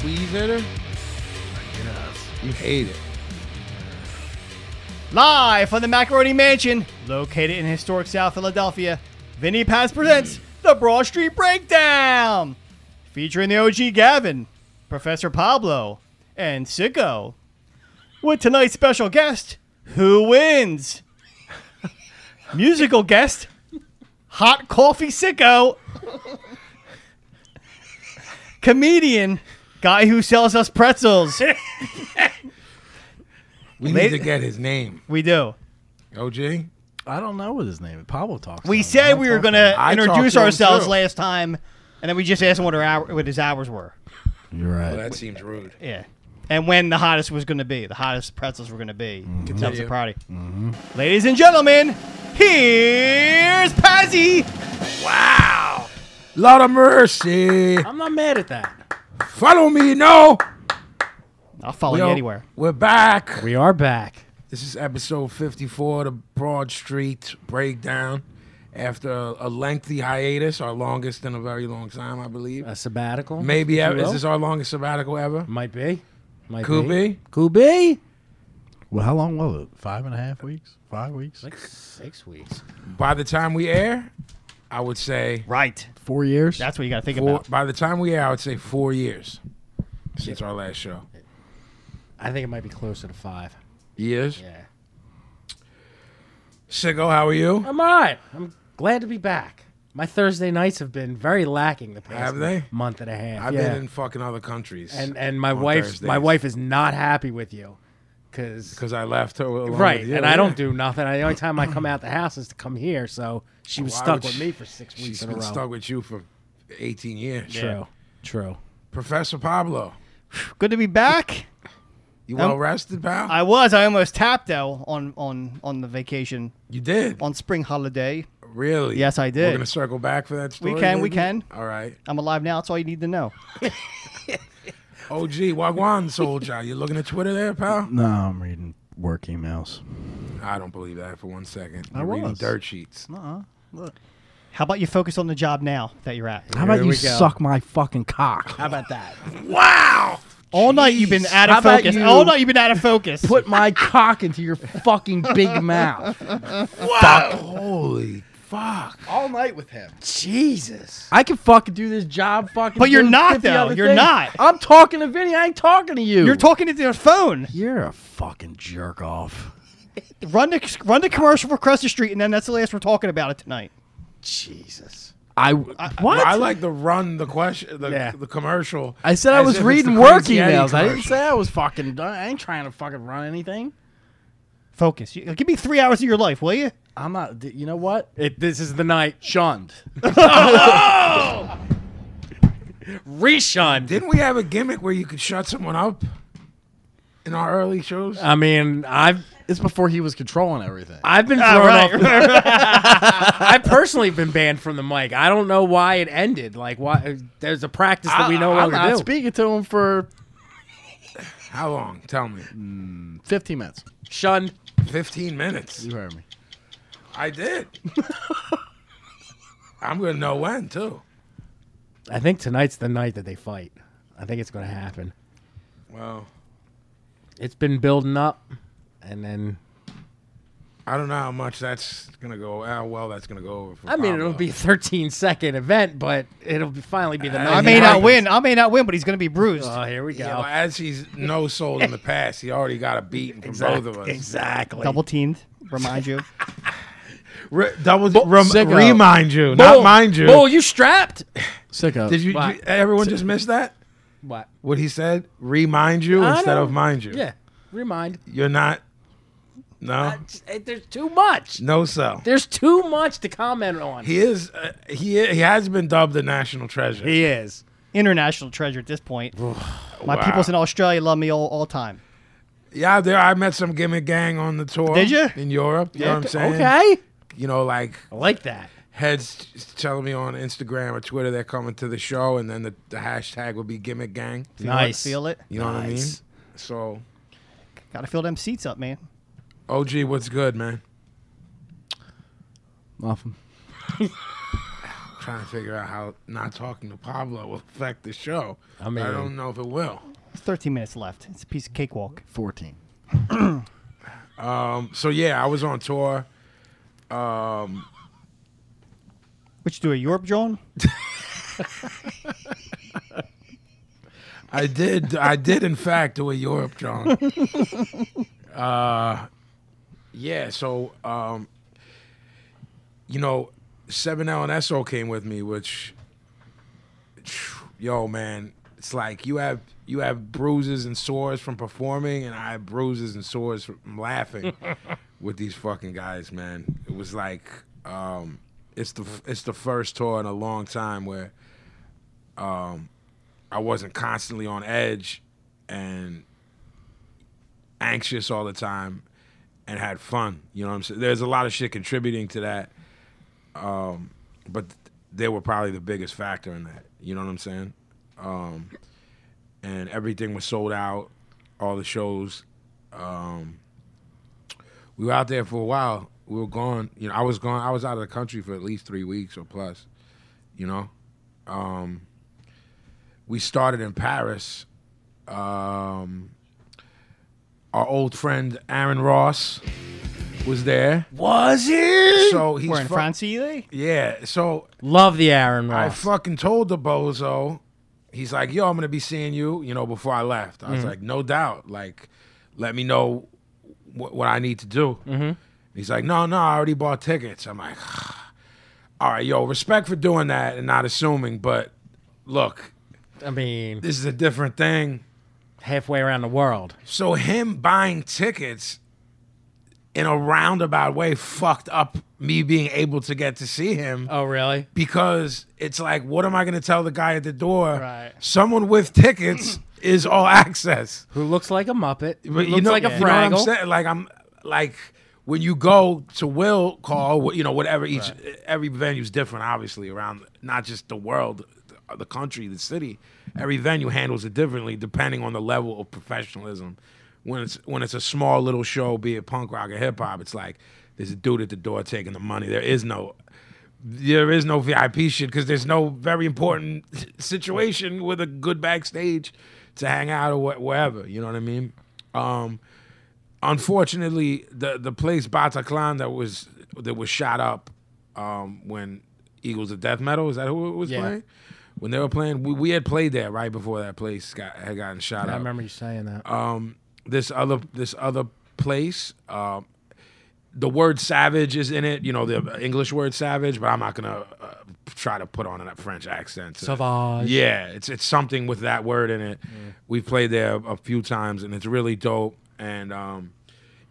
cheese eater? You hate it. Live from the Macaroni Mansion, located in historic South Philadelphia, Vinny Paz presents the Broad Street Breakdown, featuring the OG Gavin, Professor Pablo, and Sicko. With tonight's special guest, who wins? Musical guest, Hot Coffee Sicko. Comedian, guy who sells us pretzels. We Lady- need to get his name. We do. OG? I don't know what his name is. Pablo talks. We to him. I said don't we were talk going him. to I talked introduce to him ourselves too. last time, and then we just asked him what, our hour, what his hours were. You're right. Well, Oh, that seems rude. Yeah. And when the hottest was going to be, the hottest pretzels were going to be. That was the Continue. party. Ladies and gentlemen, here's Pazzy. Wow. Lot of mercy. I'm not mad at that. Follow me now. I'll follow Yo, you anywhere. We're back. We are back. This is episode 54, the Broad Street Breakdown. After a, a lengthy hiatus, our longest in a very long time, I believe. A sabbatical. Maybe if ever. you Is will. Mm-hmm. this our longest sabbatical ever? Might be. Might Could be. Could be. Well, how long was it? Five and a half weeks. Five weeks. Like six weeks. By the time we air, I would say Right. Four years. That's what you got to think four, about. by the time we air, I would say four years since our last show. I think it might be closer to five. Years. Yeah. Sicko, how are you? I'm all right. I'm glad to be back. My Thursday nights have been very lacking the past Have they? month and a half. I've yeah. been in fucking other countries. and and my on wife my Thursdays. wife is not happy with you cuz because I left her. Along right, with you, and I yeah. don't do nothing. I, the only time I come out the house is to come here, so she Oh, was Why stuck would with she- me for 6 weeks She's in a row. been stuck with you for 18 years. True. True. Professor Pablo, Good to be back. you Um, well rested, pal? I was. I almost tapped out on on on the vacation you did. on spring holiday. Really? Yes, I We're did. going to circle back for that story. We can, we maybe? can. All right. I'm alive now. That's all you need to know. OG, Wagwan Soldier. You looking at Twitter there, pal? No, I'm reading work emails. I don't believe that for one second. I You're reading was. dirt sheets. Uh-uh. Look. How about you focus on the job now that you're at? How about Here you we go. suck my fucking cock? How about that? Wow. All night you've been out How of about focus. you All night you've been out of focus. Put my cock into your fucking big mouth. Fuck. Holy fuck. All night with him. Jesus. I can fucking do this job fucking. But you're doing not, 50 though. other You're things. not. I'm talking to Vinny. I ain't talking to you. You're talking to your phone. You're a fucking jerk off. Run the run the commercial for Crescent Street, and then that's the last we're talking about it tonight. Jesus. I what? Well, I like to run the question, the, Yeah. the commercial. I said I as was if it's reading the work Crazy Eddie emails. I didn't commercial. say I was fucking done. I ain't trying to fucking run anything. Focus. You- Give me three hours of your life, will you? I'm not. d- You know what? It, this is the night shunned, Reshunned. Didn't we have a gimmick where you could shut someone up in our early shows? Uh. I mean, I've It's before he was controlling everything. I've been Ah, thrown right, off. I personally have been banned from the mic. I don't know why it ended. Like, why there's a practice that we no I'm longer not do. speaking to him for How long? Tell me. 15 minutes. Shunned. 15 minutes. You heard me. I did. I'm going to know when, too. I think tonight's the night that they fight. I think it's going to happen. Well, It's been building up, and then I don't know how much that's going to go, how well that's going to go over. For I mean, Pablo. it'll be a 13 second event, but it'll be, finally be the night. I he may that not happens. win. I may not win, but he's going to be bruised. Oh, here we go. Yeah, but as he's no soul in the past, he already got a beating from Exact- both of us. Exactly. Double teamed. Remind you. Re- double rem- sicko. remind you, not Bull, mind you. Bull, you strapped? Sicko. Did you, Why? you- everyone just missed that? What? What he said? Remind you I instead don't- of mind you. Yeah. Remind. You're not. No. There's too much. no so. There's too much to comment on. He is. Uh, he he has been dubbed a national treasure. He is. International treasure at this point. My Wow. peoples in Australia love me all, all time. Yeah, there. I met some gimmick gang on the tour. Did ya? in Europe? You know what I'm saying? Okay. You know, like I like that. heads telling me on Instagram or Twitter they're coming to the show, and then the, the hashtag would be gimmick gang. Feel it- Nice. Feel it. You know what I mean? Nice. So, Got to fill them seats up, man. OG, what's good, man? Nothing. trying to figure out how not talking to Pablo will affect the show. I mean- I don't know if it will. It's 13 minutes left. It's a piece of cakewalk. 14. So yeah, I was on tour. What you do, a Europe, John? I did. I did, in fact, do a Europe John. uh, yeah. So, um, you know, Seven L and SO came with me, which, yo, man, it's like you have you have bruises and sores from performing, and I have bruises and sores from laughing with these fucking guys, man. It was like, um, it's the it's the first tour in a long time where. I wasn't constantly on edge and anxious all the time and had fun. You know what I'm saying? There's a lot of shit contributing to that. Um, but they were probably the biggest factor in that. You know what I'm saying? Um, and everything was sold out, all the shows. Um, we were out there for a while. We were gone. You know, I was gone. I was out of the country for at least three weeks or plus, you know? we started in Paris. Um, our old friend Aaron Ross was there. Was it? So he's We're in fu- France, Ely? Yeah. So Love the Aaron I Ross. fucking told the bozo. He's like, "Yo, I'm gonna be seeing you." You know, before I left, I Mm-hmm. was like, "No doubt." Like, let me know wh- what I need to do. Mm-hmm. He's like, "No, no, I already bought tickets." I'm like, "All right, yo, respect for doing that and not assuming, but look, I mean, this is a different thing." halfway around the world. So him buying tickets in a roundabout way fucked up me being able to get to see him Oh, really? because it's like, what am I going to tell the guy at the door? Right. Someone with tickets is all access. Who looks like a Muppet? Who But looks like a you know what I'm Fraggle? saying? Like I'm like when you go to will call, wh- you know, whatever each every venue's different, obviously around not just the world, the, the country, the city. Every venue handles it differently depending on the level of professionalism. When it's when it's a small little show, be it punk rock or hip hop, it's like there's a dude at the door taking the money. There is no there is no VIP shit because there's no very important situation with a good backstage to hang out or wh- wherever. You know what I mean? Um, unfortunately, the the place Bataclan that was that was shot up um, when Eagles of Death Metal is that who it was Yeah. playing? When they were playing, we, we had played there right before that place got had gotten shot I up remember you saying that. um, this other this other place. Um, the word savage is in it, you know, the English word savage, but I'm not gonna uh, try to put on a French accent. to- Savage. Yeah, it's it's something with that word in it. We've played there a few times, and it's really dope. And um,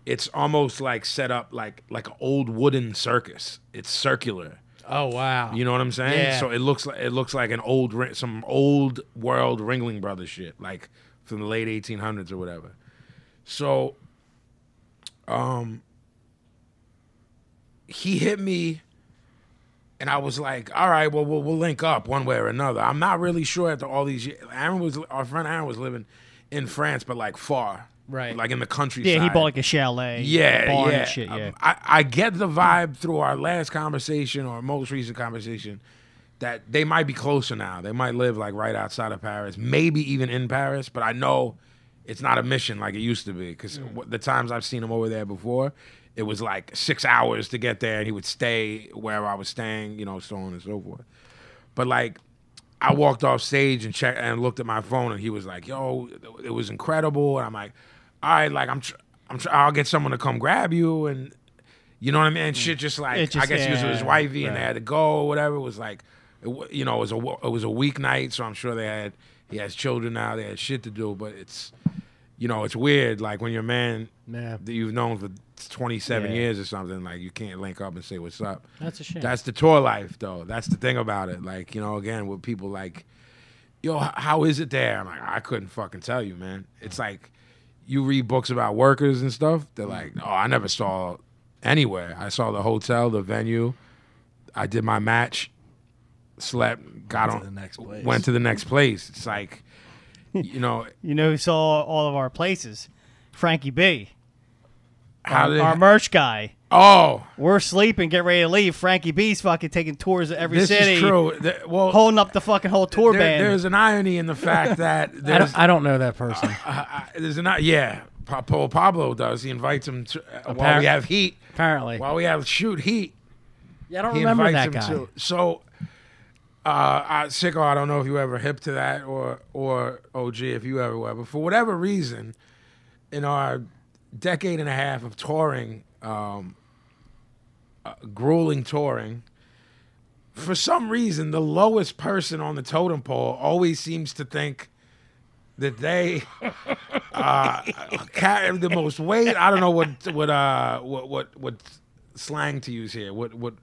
it's almost like set up like like an old wooden circus. It's circular. oh, wow. You know what I'm saying? Yeah. So it looks like it looks like an old Ri- some old world Ringling Brothers shit, like from the late 1800s or whatever. So, um, he hit me, and I was like, "All right, well, we'll, we'll link up one way or another." I'm not really sure after all these years. Aaron was our friend. Aaron was living in France, but like far, Right. Like in the countryside. Yeah, he bought like a chalet. Yeah, a barn yeah. And shit, Um, yeah. I, I get the vibe through our last conversation or most recent conversation that they might be closer now. They might live like right outside of Paris, maybe even in Paris. But I know it's not a mission like it used to be because the times I've seen him over there before, it was like six hours to get there, and he would stay wherever I was staying, you know, so on and so forth. But like, I walked off stage and checked and looked at my phone, and he was like, "Yo, it was incredible." And I'm like, "All right, like I'm, tr- I'm, tr- I'll get someone to come grab you." And you know what I mean? And shit, just like It I just- guess he was with his yeah, wifey, and they had to go or whatever. It was like, it, wa- you know, it was a wo- it was a weeknight, so I'm sure they had he has children now. They had shit to do, but it's, you know, it's weird. Like when your man Yeah. that you've known for 27 Yeah. years or something, like you can't link up and say what's up. That's a shame. That's the tour life, though. That's the thing about it. Like, you know, again, with people like, yo, h- how is it there? I'm like, I couldn't fucking tell you, man. It's like you read books about workers and stuff. They're like, oh, I never saw anywhere. I saw the hotel, the venue. I did my match, slept, got to on, the next place. went to the next place. It's like, you know, You know who saw all of our places? Frankie B, how our, did our merch guy. Oh, We're sleeping, get ready to leave. Frankie B's fucking taking tours of every this city, is true. Th- well, holding up the fucking whole tour there- band. there's an irony in the fact that I there's, don't, I don't know that person. I, I, there's an yeah. Pa- Paul Pablo does. He invites him to, uh, while we have heat. Apparently, While we have shoot heat, yeah, I don't he remember invites that guy. him to. So, uh, I, Sicko, I don't know if you ever hip to that or or OG if you ever were, but for whatever reason, in our decade and a half of touring, um, uh, grueling touring, for some reason, the lowest person on the totem pole always seems to think that they uh, carry the most weight. I don't know what what uh what what what slang to use here. What what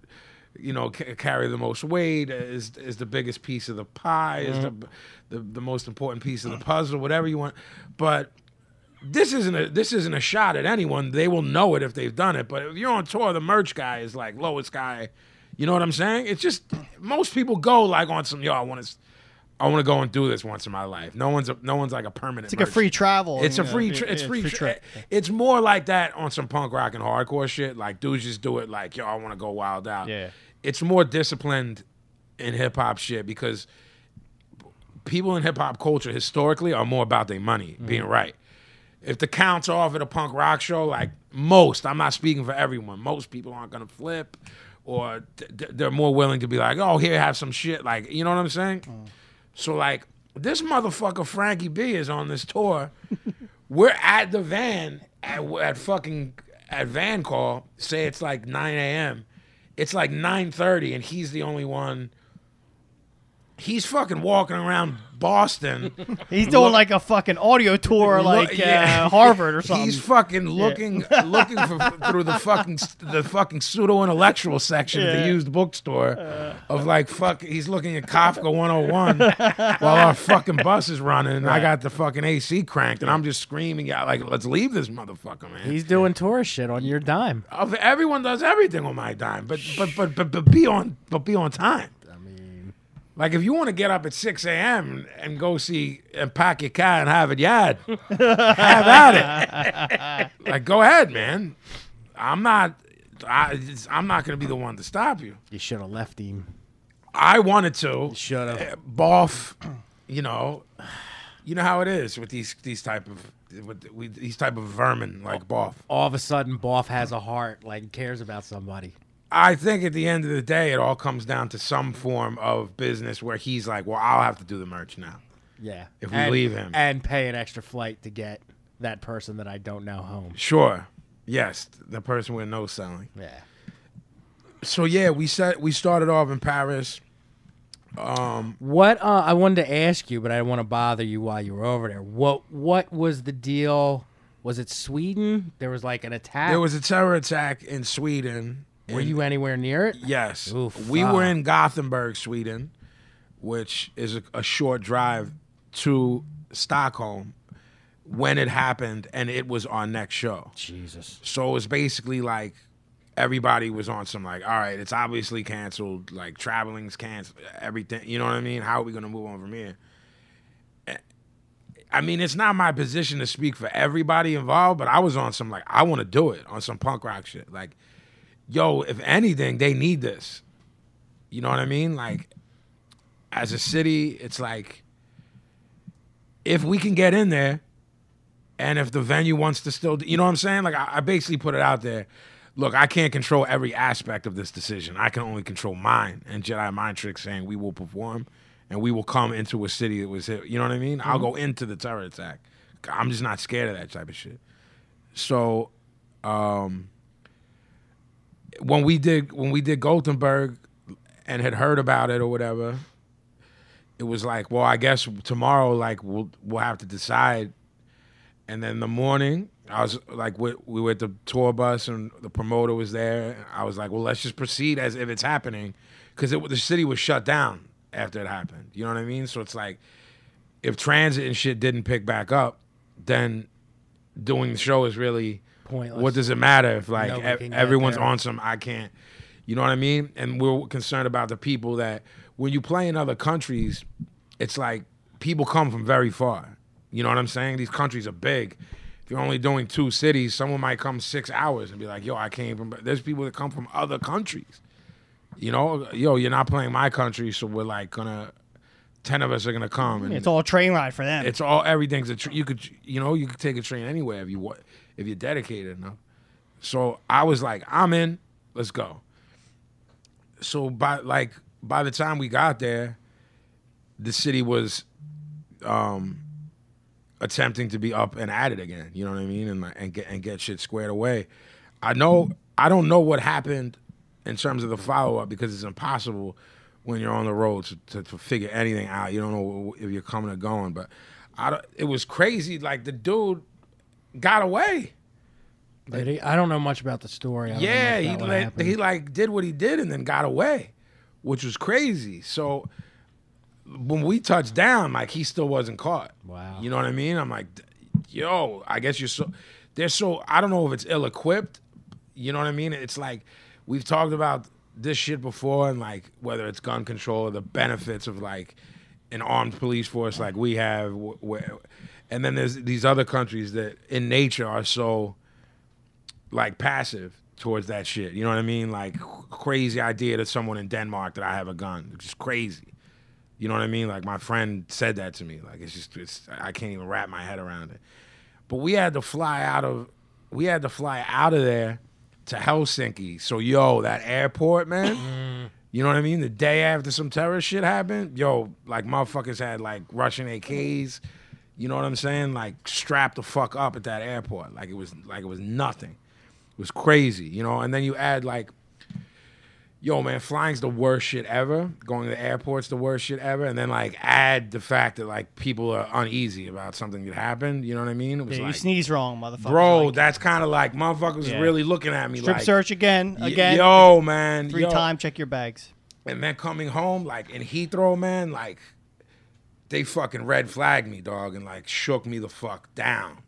you know ca- carry the most weight is is the biggest piece of the pie is the, Mm-hmm. the the most important piece of the puzzle. Whatever you want, but. This isn't a this isn't a shot at anyone. They will know it if they've done it. But if you're on tour, the merch guy is like lowest guy. You know what I'm saying? It's just most people go like on some yo. I want to, I want to go and do this once in my life. No one's a, no one's like a permanent. it's like a merch- free travel. it's a you know, free. yeah, Tra- it's yeah, free. free Tra- eh, trip. it's more like that on some punk rock and hardcore shit. Like dudes just do it. Like yo, I want to go wild out. Yeah. It's more disciplined in hip hop shit because people in hip hop culture historically are more about their money Mm-hmm. being right. If the counts off at a punk rock show, like most, I'm not speaking for everyone. Most people aren't gonna flip, or th- th- they're more willing to be like, "Oh, here, have some shit." Like, you know what I'm saying? Mm. So like, this motherfucker Frankie B is on this tour. We're at the van at, at fucking at van call. Say it's like 9 a.m. It's like 9:30, and he's the only one. He's fucking walking around Boston. He's doing like a fucking audio tour, Lo- like yeah. uh, Harvard or something. He's fucking looking, looking for, through the fucking the fucking pseudo intellectual section of Yeah. the used bookstore of like fuck. He's looking at Kafka 101 while our fucking bus is running, and I got the fucking AC cranked, and I'm just screaming out like, "Let's leave this motherfucker, man!" He's doing tourist shit on your dime. Of- Everyone does everything on my dime, but but but but, but be on but be on time. I mean, like if you want to get up at six a.m. and go see and pack your car and have it yad, have at it. like go ahead, man. I'm not. I, it's- I'm not going to be the one to stop you. You should have left him. I wanted to Should have. uh, boff. You know, you know how it is with these these type of with, with these type of vermin like boff. All of a sudden, Boff has a heart, like cares about somebody. I think at the end of the day, it all comes down to some form of business where he's like, "Well, I'll have to do the merch now." Yeah. If we And- leave him. and pay an extra flight to get that person that I don't know home. Sure. Yes, the person with no selling. Yeah. So yeah, we set we started off in Paris. What uh, I wanted to ask you, but I didn't want to bother you while you were over there. What What was the deal? Was it Sweden? There was like an attack. There was a terror attack in Sweden. Were in- you anywhere near it? Yes. Ooh, we were fuck. in Gothenburg, Sweden, which is a, a short drive to Stockholm when it happened, and it was our next show. Jesus. So it was basically like everybody was on some like, all right, it's obviously canceled. Like traveling's canceled. Everything, you know what I mean? How are we gonna move on from here? Eh, I mean, it's not my position to speak for everybody involved, but I was on some like, I want to do it on some punk rock shit. Like, yo, if anything, they need this. You know what I mean? Like, as a city, it's like, if we can get in there, and if the venue wants to still, you know what I'm saying? Like I, I basically put it out there. Look, I can't control every aspect of this decision. I can only control mine. And Jedi Mind Trick saying we will perform, and we will come into a city that was hit. You know what I mean? I'll go into the terror attack. I'm just not scared of that type of shit. So, um, when we did when we did Gothenburg, and had heard about it or whatever, it was like, well, I guess tomorrow, like we'll we'll have to decide and then in the morning, I was like, we, we were at the tour bus and the promoter was there. I was like, well, let's just proceed as if it's happening. Because it, the city was shut down after it happened. You know what I mean? So it's like, if transit and shit didn't pick back up, then doing the show is really Pointless. What does it matter if like Nobody ev- can get everyone's there. on some? I can't. You know what I mean? And we're concerned about the people that when you play in other countries, it's like people come from very far. You know what I'm saying? These countries are big. if you're only doing two cities, someone might come six hours and be like, "Yo, I came from." There's people that come from other countries. You know, yo, you're not playing my country, so we're like gonna. Ten of us are gonna come, and It's all a train ride for them. it's all everything's a tra- you could you know you could take a train anywhere if you want if you're dedicated enough. So I was like, I'm in. Let's go. So by like by the time we got there, the city was um attempting to be up and at it again. You know what I mean? And like, and get and get shit squared away. I know I don't know what happened in terms of the follow up because it's impossible when you're on the road to, to, to figure anything out. You don't know if you're coming or going. But I don't, it was crazy. Like the dude got away. Did he? I don't know much about the story. I don't know Yeah, if he that would let, happen. he like did what he did and then got away, which was crazy. So when we touched down, like he still wasn't caught. Wow. You know what I mean? I'm like, yo, I guess you're so they're so I don't know if it's ill equipped. You know what I mean? It's like we've talked about this shit before and like whether it's gun control or the benefits of like an armed police force like we have wh- where and then there's these other countries that in nature are so like passive towards that shit. You know what I mean? Like crazy idea to someone in Denmark that I have a gun. It's just crazy. You know what I mean? Like my friend said that to me. Like it's just it's I can't even wrap my head around it. But we had to fly out of we had to fly out of there to Helsinki. So yo, that airport, man. you know what I mean? The day after some terrorist shit happened, yo, like motherfuckers had like Russian AKs. You know what I'm saying? Like strapped the fuck up at that airport. Like it was like it was nothing. It was crazy, you know. And then you add like yo man flying's the worst shit ever going to the airport's the worst shit ever and then like add the fact that like people are uneasy about something that happened you know what i mean it was Yeah, you like sneeze wrong, motherfucker. bro Like, that's kind of like motherfuckers Yeah. really looking at me strip like search again, y- again, yo man three yo. time. Check your bags. and then coming home like in heathrow man like they fucking red flagged me dog and like shook me the fuck down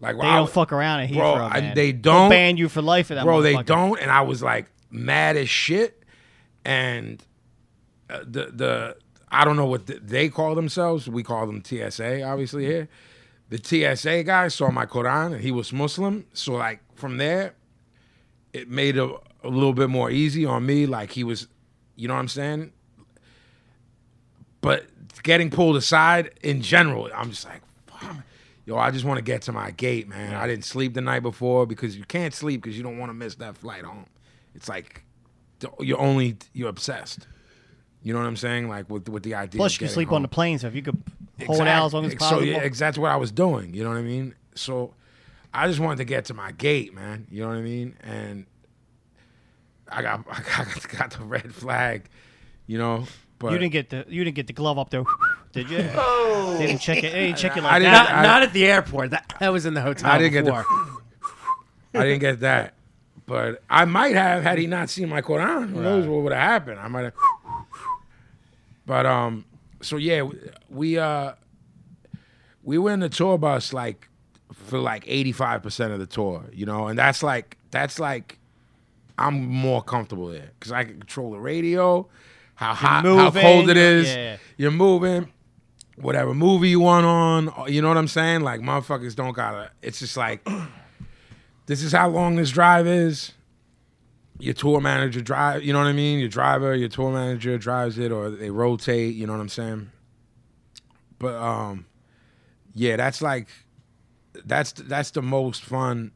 like They don't fuck around at Heathrow, Bro, I- man. they They'll don't- ban you for life at that. bro they motherfucker. don't and i was like mad as shit and uh, the the i don't know what th- they call themselves we call them tsa obviously here the tsa guy saw my quran and he was muslim so like from there it made it a little bit more easy on me like he was you know what i'm saying but getting pulled aside in general, I'm just like, fuck. Yo, I just want to get to my gate, man. I didn't sleep the night before because you can't sleep because you don't want to miss that flight home. It's like the- you're only you're obsessed. You know what I'm saying? Like with with the idea. of Plus, you can getting sleep home. on the plane, so if you could hold Exact- out as long as So possible. yeah, ex- that's what I was doing. You know what I mean? So I just wanted to get to my gate, man. You know what I mean? And I got I got, got the red flag. You know, but You didn't get the you didn't get the glove up there, did you? Oh. They didn't check it. They didn't check it I like didn't- not, that. I- not at the airport. That, that was in the hotel. I didn't get the- before. I didn't get that. But I might have had he not seen my Quran. Who knows what would have happened? I might have. But um, so yeah, we- we uh, we were in the tour bus like for like eighty five percent of the tour, you know, and that's like that's like I'm more comfortable there because I can control the radio, how hot, how moving, cold it you're- is. yeah. You're moving, whatever movie you want on. uh, You know what I'm saying? Like motherfuckers don't gotta. It's just like this is how long this drive is. Your tour manager drive, you know what I mean? Your driver, your tour manager drives it, or they rotate. You know what I'm saying? But um, yeah, that's like that's that's the most fun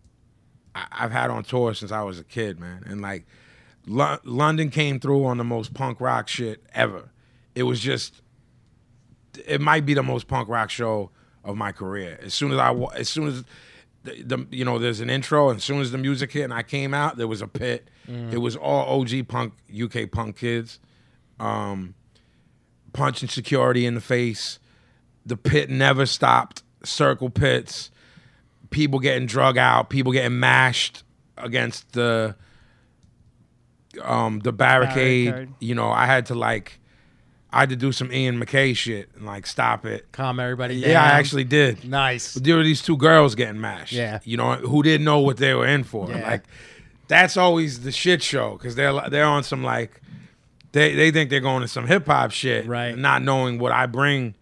I- I've had on tour since I was a kid, man. And like Lo- London came through on the most punk rock shit ever. It was just it might be the most punk rock show of my career. As soon as I wa- as soon as the, the you know there's an intro and as soon as the music hit and I came out, there was a pit. It was all OG punk UK punk kids. Um punching security in the face. The pit never stopped. Circle pits people getting drug out, people getting mashed against the um the barricade. Barricade. You know, I had to like I had to do some Ian McKay shit and like stop it. Calm everybody Yeah, down. I actually did. Nice. There were these two girls getting mashed. Yeah. you know who didn't know what they were in for. Yeah. Like that's always the shit show because they're li- they're on some like they they think they're going to some hip hop shit, Right. Not knowing what I bring,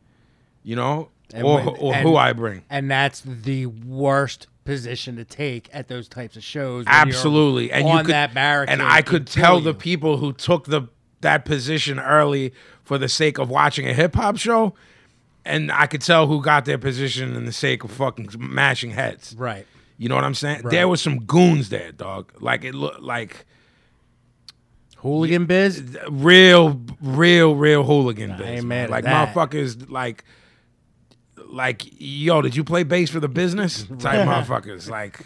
you know. And Or- when- or who I bring. And that's the worst position to take at those types of shows. when you're Absolutely, and on you could, that barricade, and I it could kill tell you. the people who took the that position early for the sake of watching a hip hop show, and I could tell who got their position in the sake of fucking mashing heads. right. You know what I'm saying? There was some goons there, dog. Like it looked like Hooligan biz. real, real, real hooligan bass. ain't man. mad at like that. motherfuckers, like, like yo, did you play bass for the business? Type motherfuckers, like.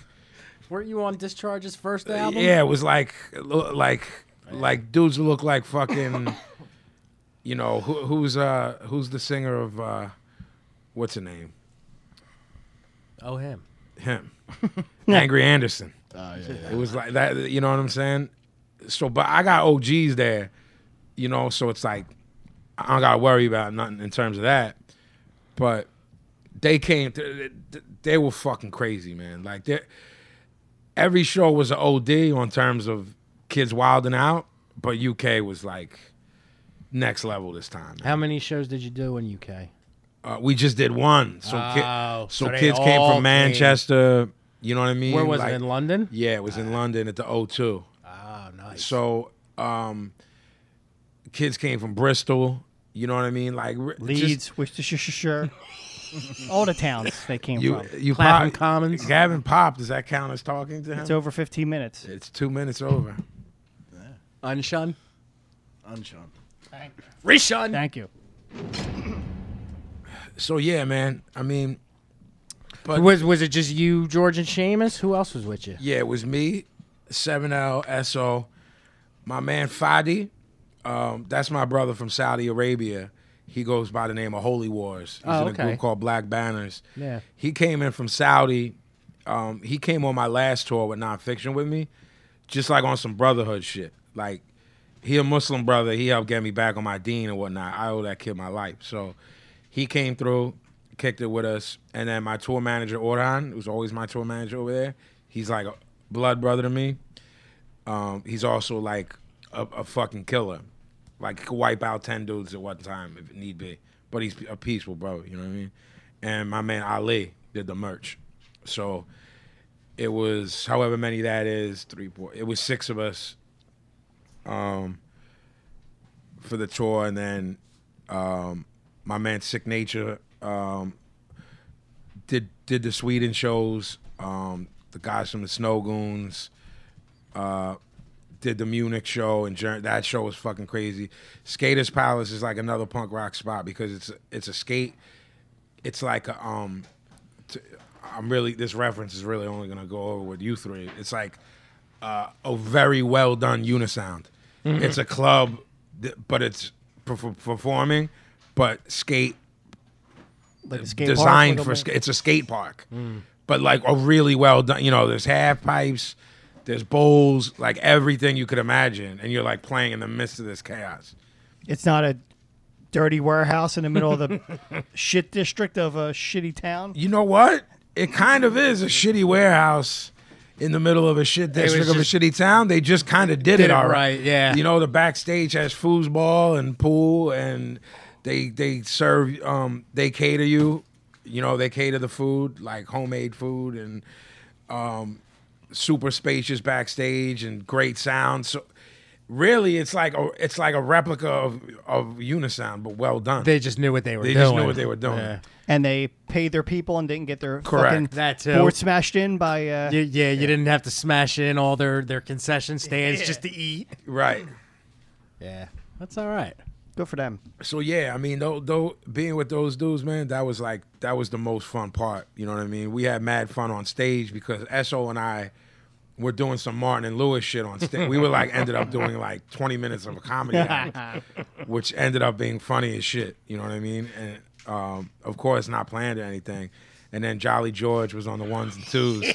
Weren't you on Discharge's first album? Yeah, it was like lo- like like dudes who look like fucking you know, who, who's uh who's the singer of uh what's her name? Oh him. Him. Angry Anderson. Oh, yeah, yeah. It was like that you know what I'm saying? So but I got OGs there, you know, so it's like I don't gotta worry about nothing in terms of that. But they came th- th- they were fucking crazy, man. Like they every show was an OD on terms of kids wilding out, but UK was like next level this time. man. How many shows did you do in UK? Uh, we just did one, so ki- Oh, so, so they kids came all from came. Manchester. You know what I mean? Where was Like- it? In London? Yeah, it was in London at the O2. Oh, nice. So um, kids came from Bristol. You know what I mean? Like re- just- Leeds, Worcestershire, all the towns they came You from. you Clapham pop- Commons. Gavin popped. Does that count as talking to him? It's over 15 minutes. It's two minutes over. Unshun. Unshun. Reshun. Thank you. So yeah, man. I mean, Was was it just you, George, and Seamus? Who else was with you? Yeah, it was me, 7L, SO, my man Fadi. Um, that's my brother from Saudi Arabia. He goes by the name of Holy Wars. He's Oh, in a okay. group called Black Banners. Yeah. He came in from Saudi. Um, he came on my last tour with Nonfiction with me, just like on some brotherhood shit. Like, he a Muslim brother. He helped get me back on my dean and whatnot. I owe that kid my life. So he came through, kicked it with us, and then my tour manager Orhan, who's always my tour manager over there, he's like a blood brother to me. Um, he's also like a, a fucking killer. Like he could wipe out ten dudes at one time if need be. But he's a peaceful brother, you know what I mean? And my man Ali did the merch. So it was however many that is, three, four it was six of us um for the tour and then um my man Sick Nature um did did the Sweden shows, um the guys from the Snow Goons did the Munich show and Jer- that show was fucking crazy. Skaters Palace is like another punk rock spot because it's it's a skate. It's like a um, t- I'm really this reference is really only gonna go over with you three. It's like uh, a very well done unisound. It's a club, th- but it's per- for performing, but skate Like a skate park, designed like a Mm. for ma- sk- it's a skate park, but like a really well done. You know, there's half pipes, there's bowls, like everything you could imagine, and you're like playing in the midst of this chaos. It's not a dirty warehouse in the middle of the shit district of a shitty town. You know what? It kind of is a shitty warehouse in the middle of a shit district of a just- shitty town. They just kind of did, Did it it all right, yeah. You know, the backstage has foosball and pool, and they they serve um they cater you. You know, they cater the food like homemade food and um, super spacious backstage and great sound. So really, it's like a it's like a replica of of Unisound, but well done. They just knew what they were They doing. just knew what they were doing. Yeah. And they paid their people and didn't get their Correct. fucking That too. board smashed in by. Uh, You- yeah, you didn't have to smash in all their, their concession stands just to eat. right. Yeah, that's all right. Good for them. So yeah, I mean, though, though being with those dudes, man, that was like that was the most fun part. You know what I mean? We had mad fun on stage because So and I were doing some Martin and Lewis shit on stage. we were like ended up doing like twenty minutes of a comedy, act, which ended up being funny as shit. You know what I mean? And um, of course, not planned or anything. And then Jolly George was on the ones and twos.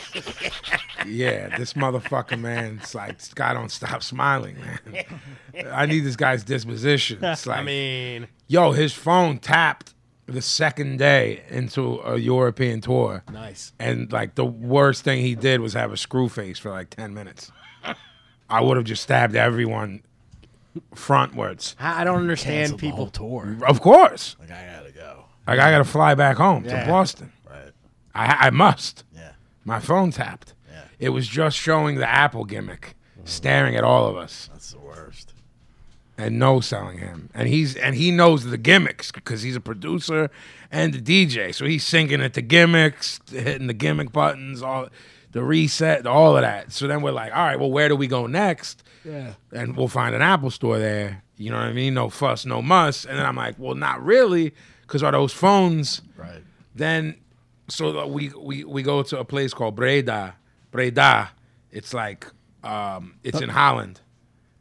yeah, this motherfucker, man, it's like this guy don't stop smiling, man. I need this guy's disposition. It's like, I mean, Yo, his phone tapped the second day into a European tour. nice. And like the worst thing he did was have a screw face for like 10 minutes. I would have just stabbed everyone frontwards. I I don't understand Cancel the whole people. tour. Of course. Like I gotta go. Like I got to fly back home Yeah. to Boston. Right. I I must. Yeah. My phone tapped. Yeah. It was just showing the Apple gimmick, staring at all of us, That's the worst. and no selling him. And he's and he knows the gimmicks because he's a producer and the DJ. So he's syncing at the gimmicks, hitting the gimmick buttons, all the reset, all of that. So then we're like, all right, well, where do we go next? Yeah. and we'll find an Apple store there. You know what I mean? No fuss, no muss. And then I'm like, well, not really, because are those phones? Right. Then, so that we we we go to a place called Breda. Breda, it's like, um, it's in Holland.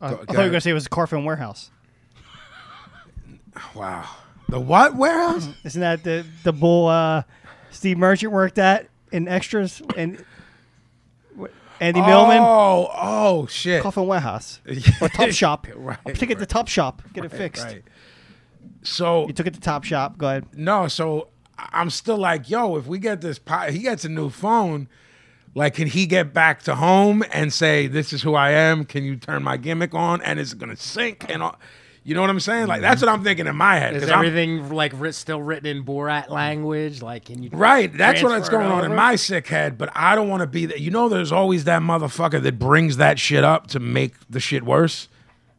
Uh, I Go- thought go you were ahead. gonna say it was a Carfin warehouse. Wow. The what warehouse? Isn't that the the bull uh, Steve Merchant worked at in extras and wh- Andy Millman Oh, oh shit. Carfin warehouse or Yeah, Top Shop? Right, I'll take it to right, Top Shop. Get it fixed. right. So You took it to Top Shop. Go ahead. No, so I- I'm still like, yo, if we get this, po- he gets a new phone. Like, can he get back to home and say, "This is who I am"? Can you turn my gimmick on? And it's gonna sink. And all, you know what I'm saying? Like, Mm-hmm. that's what I'm thinking in my head. Is 'cause I'm- everything like writ- still written in Borat language? Like, can you Right, that's transfer what's it going on in over? my sick head. But I don't want to be that. You know, there's always that motherfucker that brings that shit up to make the shit worse.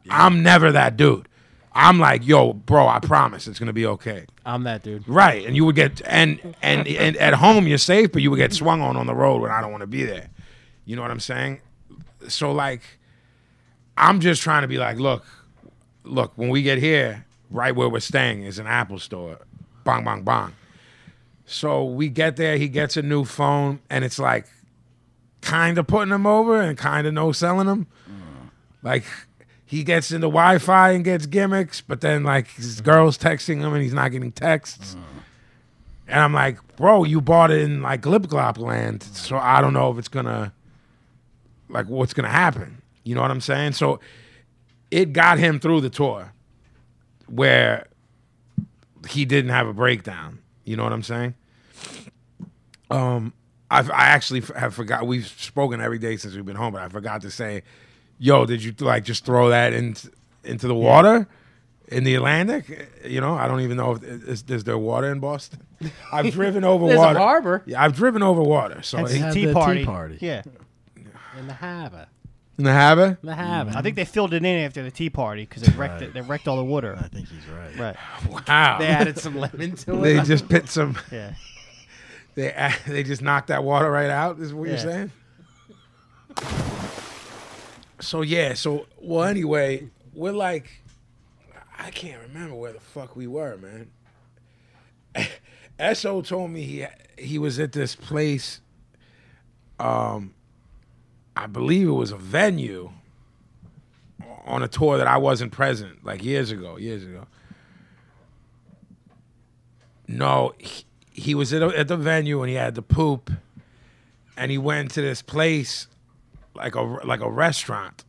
I'm never that dude. I'm like, yo, bro, I promise it's gonna be okay. I'm that dude. Right, and you would get and and and at home you're safe, but you would get swung on on the road when I don't want to be there. You know what I'm saying? So like, I'm just trying to be like, look, look. When we get here, right where we're staying is an Apple store. Bang, bang, bang. So we get there. He gets a new phone, and it's like, kind of putting him over and kind of no selling him. Like he gets into Wi-Fi and gets gimmicks, but then like his girls texting him and he's not getting texts. And I'm like, bro, you bought it in like Glip Glop land, so I don't know if it's gonna, like, what's gonna happen. You know what I'm saying? So it got him through the tour, where he didn't have a breakdown. You know what I'm saying? Um, I've, I actually f- have forgot. We've spoken every day since we've been home, but I forgot to say, yo, did you like just throw that in, into the water in the Atlantic? You know, I don't even know if is, is there water in Boston. I've driven over There's water. Oh, a harbor Yeah, I've driven over water. So Hence in had the tea the tea party. party. Yeah, in the harbor. the harbor, The Mm. harbor. I think they filled it in after the tea party because they wrecked it. They wrecked all the I water. think he's right. Right. wow, they added some lemon to they it. just pit some. Yeah. They uh, they just knocked that water right out. Is what Yeah. you're saying? So yeah. So well, anyway, we're like, I can't remember where the fuck we were, man. So told me he he was at this place. Um, I believe it was a venue on a tour that I wasn't present, like years ago, years ago. No, he, he was at, a, at the venue and he had to poop, and he went to this place, like a like a restaurant,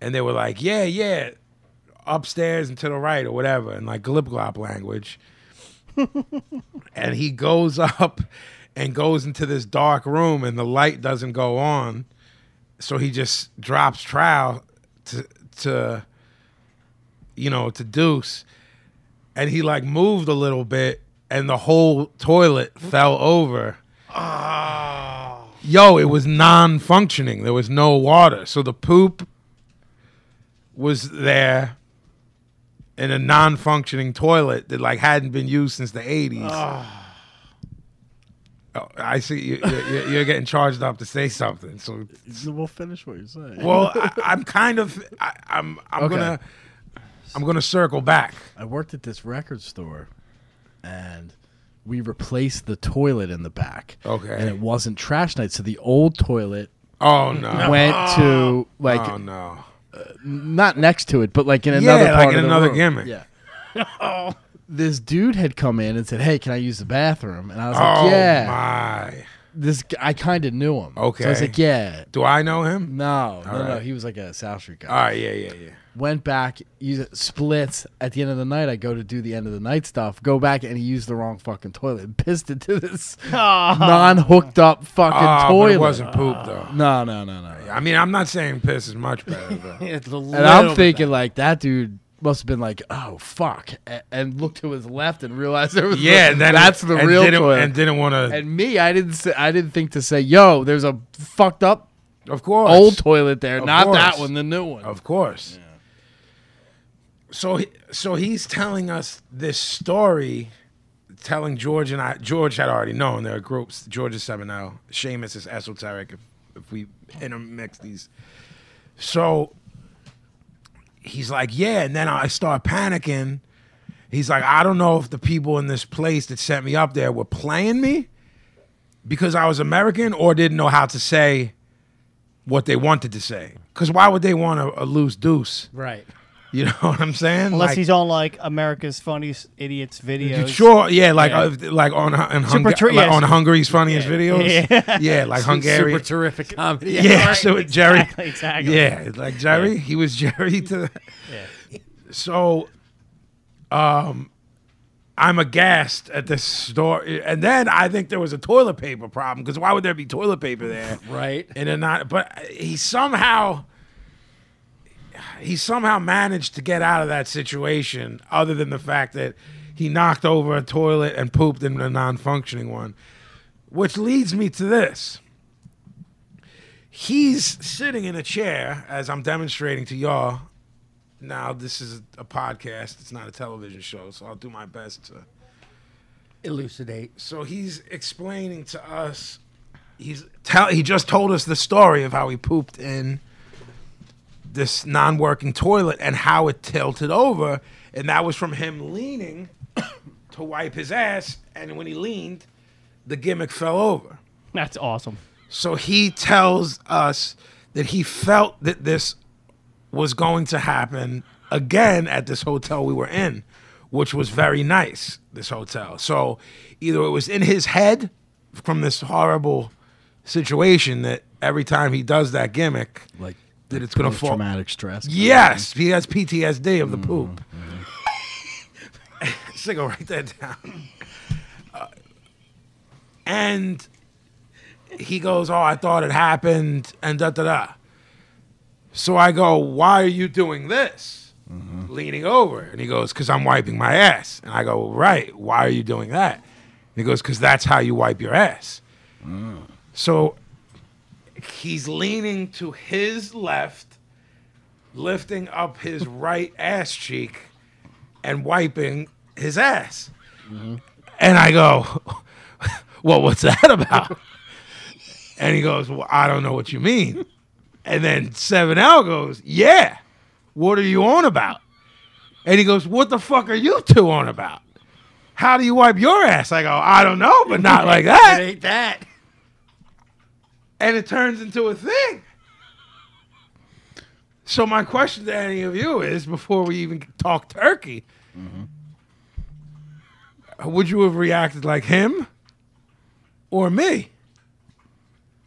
and they were like, yeah, yeah, upstairs and to the right or whatever, in like glip glop language, and he goes up and goes into this dark room and the light doesn't go on, so he just drops trowel to to you know to deuce and he like moved a little bit and the whole toilet fell over yo it was non-functioning there was no water so the poop was there in a non-functioning toilet that like hadn't been used since the 80s Oh, i see you, you're, you're getting charged up to say something so We'll finish what you're saying. well I, i'm kind of I, i'm i'm Okay. gonna i'm gonna circle back I worked at this record store, and we replaced the toilet in the back. Okay. And it wasn't trash night, so the old toilet oh no went to like oh no not next to it, but like in another Yeah, part like in of the another room. gimmick. Yeah. This dude had come in and said, "Hey, can I use the bathroom?" And I was Oh like, "Yeah." my! This g- I kind of knew him. So I was Okay. like, "Yeah." Do I know him? No, no, no. right. He was like a South Street guy. All right, yeah, yeah, yeah. Went back, use splits. At the end of the night, I go to do the end of the night stuff. Go back and he used the wrong fucking toilet. and Pissed into this non hooked up fucking Ah, but toilet. it wasn't poop though. No, no, no, no. I mean, I'm not saying piss is much better, but It's a And I'm thinking like that dude must have been like, oh fuck, a- and looked to his left and realized there was Yeah, a- and then that's the and real didn't, toilet. And didn't want to. And me, I didn't say, I didn't think to say, yo, there's a fucked up Of course, old toilet there, Of not that course. one, the new one. Of course. So he, so he's telling us this story, telling George and I. George had already known there are groups. George is seven L. Seamus is esoteric. If, if we intermix these, so he's like, yeah. And then I start panicking. He's like, I don't know if the people in this place that sent me up there were playing me because I was American or didn't know how to say what they wanted to say. Because why would they want a, a loose deuce? Right. You know what I'm saying? Unless like, he's on like America's Funniest Idiots videos. sure, yeah, like uh, if- like on hu- in Hunga- ter- like yes. on Hungary's funniest videos, Yeah. yeah, like Hungary, Super terrific comedy. yeah, so it- Jerry, Exactly, exactly. yeah, like Jerry, he was Jerry to. The, So, um, I'm aghast at this story, and then I think there was a toilet paper problem because why would there be toilet paper there? Right. and then not but he somehow he somehow managed to get out of that situation other than the fact that he knocked over a toilet and pooped in a non-functioning one which leads me to this he's sitting in a chair as i'm demonstrating to y'all now this is a podcast it's not a television show so i'll do my best to Elucidate. so he's explaining to us. He's tell. He just told us the story of how he pooped in this non-working toilet and how it tilted over, and that was from him leaning to wipe his ass. And when he leaned, the gimmick fell over. That's awesome. So he tells us that he felt that this was going to happen again at this hotel we were in, which was very nice, this hotel. So either it was in his head from this horrible situation that every time he does that gimmick, Like that it's going to fall. traumatic stress. Yes, he has PTSD of the poop. Single, write that down. Uh, and he goes, "Oh, I thought it happened," and da da da. So I go, "Why are you doing this?" Leaning over, and he goes, "Cause I'm wiping my ass." And I go, "Right? Why are you doing that?" And he goes, "Cause that's how you wipe your ass." So he's leaning to his left lifting up his right ass cheek and wiping his ass. And I go, Well, what's that about? and he goes, Well, I don't know what you mean. And then 7L goes, Yeah, what are you on about? And he goes, What the fuck are you two on about? How do you wipe your ass? I go, I don't know, but not like that Ain't that? and it turns into a thing. So my question to any of you is, before we even talk turkey, Mm-hmm. would you have reacted like him or me?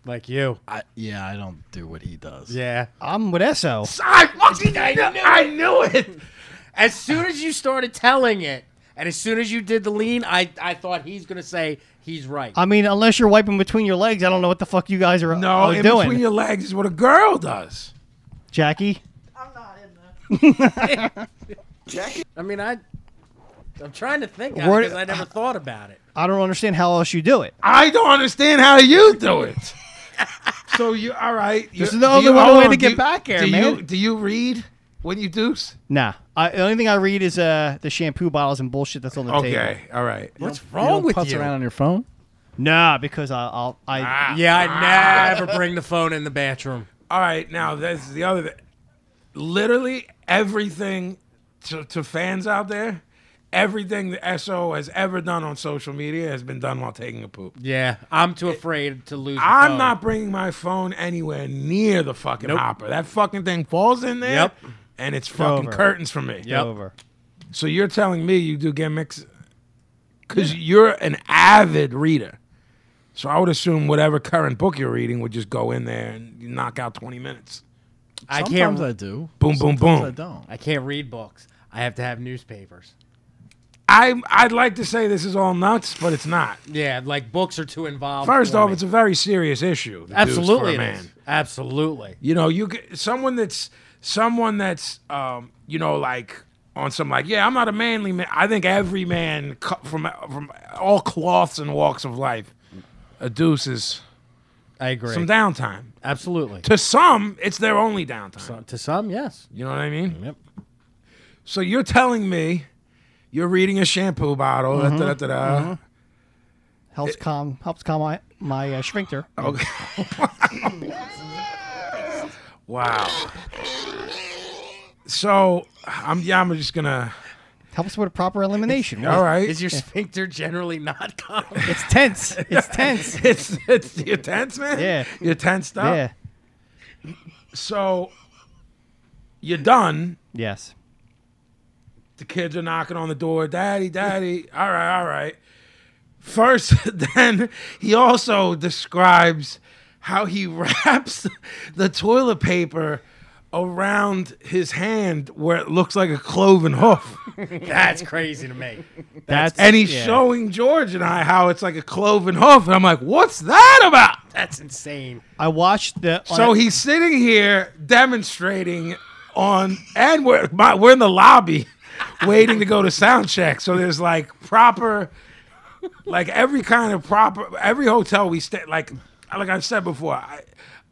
Like you. I, yeah, I don't do what he does. Yeah. I'm with Esso. I fucking I knew, I knew it. As soon as you started telling it, and as soon as you did the lean, I, I thought he's gonna say he's right. I mean, unless you're wiping between your legs, I don't know what the fuck Oh, you guys are, No, are in doing. between your legs is what a girl does. Jackie, I'm not in there. I mean, I I'm trying to think Word- because I never thought about it. I don't understand how else you do it. I don't understand how you do it. so you all right? This is the only one way to get back here, do You, man. do you read when you deuce? Nah, I, the only thing I read is uh, the shampoo bottles and bullshit that's on the table. Okay, all right. What's You wrong don't with putz you? around on your phone. Nah, because I, I'll I Ah. Yeah, I never bring the phone in the bathroom. All right, now that's the other. Thing. Literally everything to, to fans out there, everything that SO has ever done on social media has been done while taking a poop. Yeah, I'm too afraid to lose. the I'm phone. not bringing my phone anywhere near the fucking Oh. Nope. hopper. That fucking thing falls in there, Yep. and it's fucking over. curtains for me. Yep. over. So you're telling me you do gimmicks because you're an avid reader. So I would assume whatever current book you're reading would just go in there and you knock out 20 minutes. I Sometimes can't. I I, do. Boom, boom, Sometimes boom. I don't. can't read books. I have to have newspapers. I I'd like to say this is all nuts, but it's not. Yeah, like books are too involved. First for off, me. it's a very serious issue. the dudes for a absolutely it man. is. Absolutely. You know, you get someone that's someone that's um, you know, like on some like, yeah, I'm not a manly man. I think every man co- from from all cloths and walks of life adduces I agree. some downtime. Absolutely. To some, it's their only downtime. So- to some, yes. You know what I mean? Yep. So you're telling me you're reading a shampoo bottle. Mm-hmm. da- da- da- da- da. Helps calm helps calm my my uh, sphincter. Wow. So I'm yeah, I'm just gonna Helps with proper elimination. all right. Is your sphincter generally not calm? It's tense. It's tense. it's it's you're tense, man. Yeah. You're tensed up. Yeah. So you're done. Yes. The kids are knocking on the door. Daddy, daddy. all right, all right. First, then he also describes how he wraps the toilet paper around his hand where it looks like a cloven hoof. That's crazy to me. That's And he's yeah. showing George and I how it's like a cloven hoof. And I'm like, what's that about? That's insane. I watched the on So a- he's sitting here demonstrating on, and we're my, we're in the lobby, waiting to go to sound check. So there's like proper, like every kind of proper, every hotel we stay. Like like I've said before, I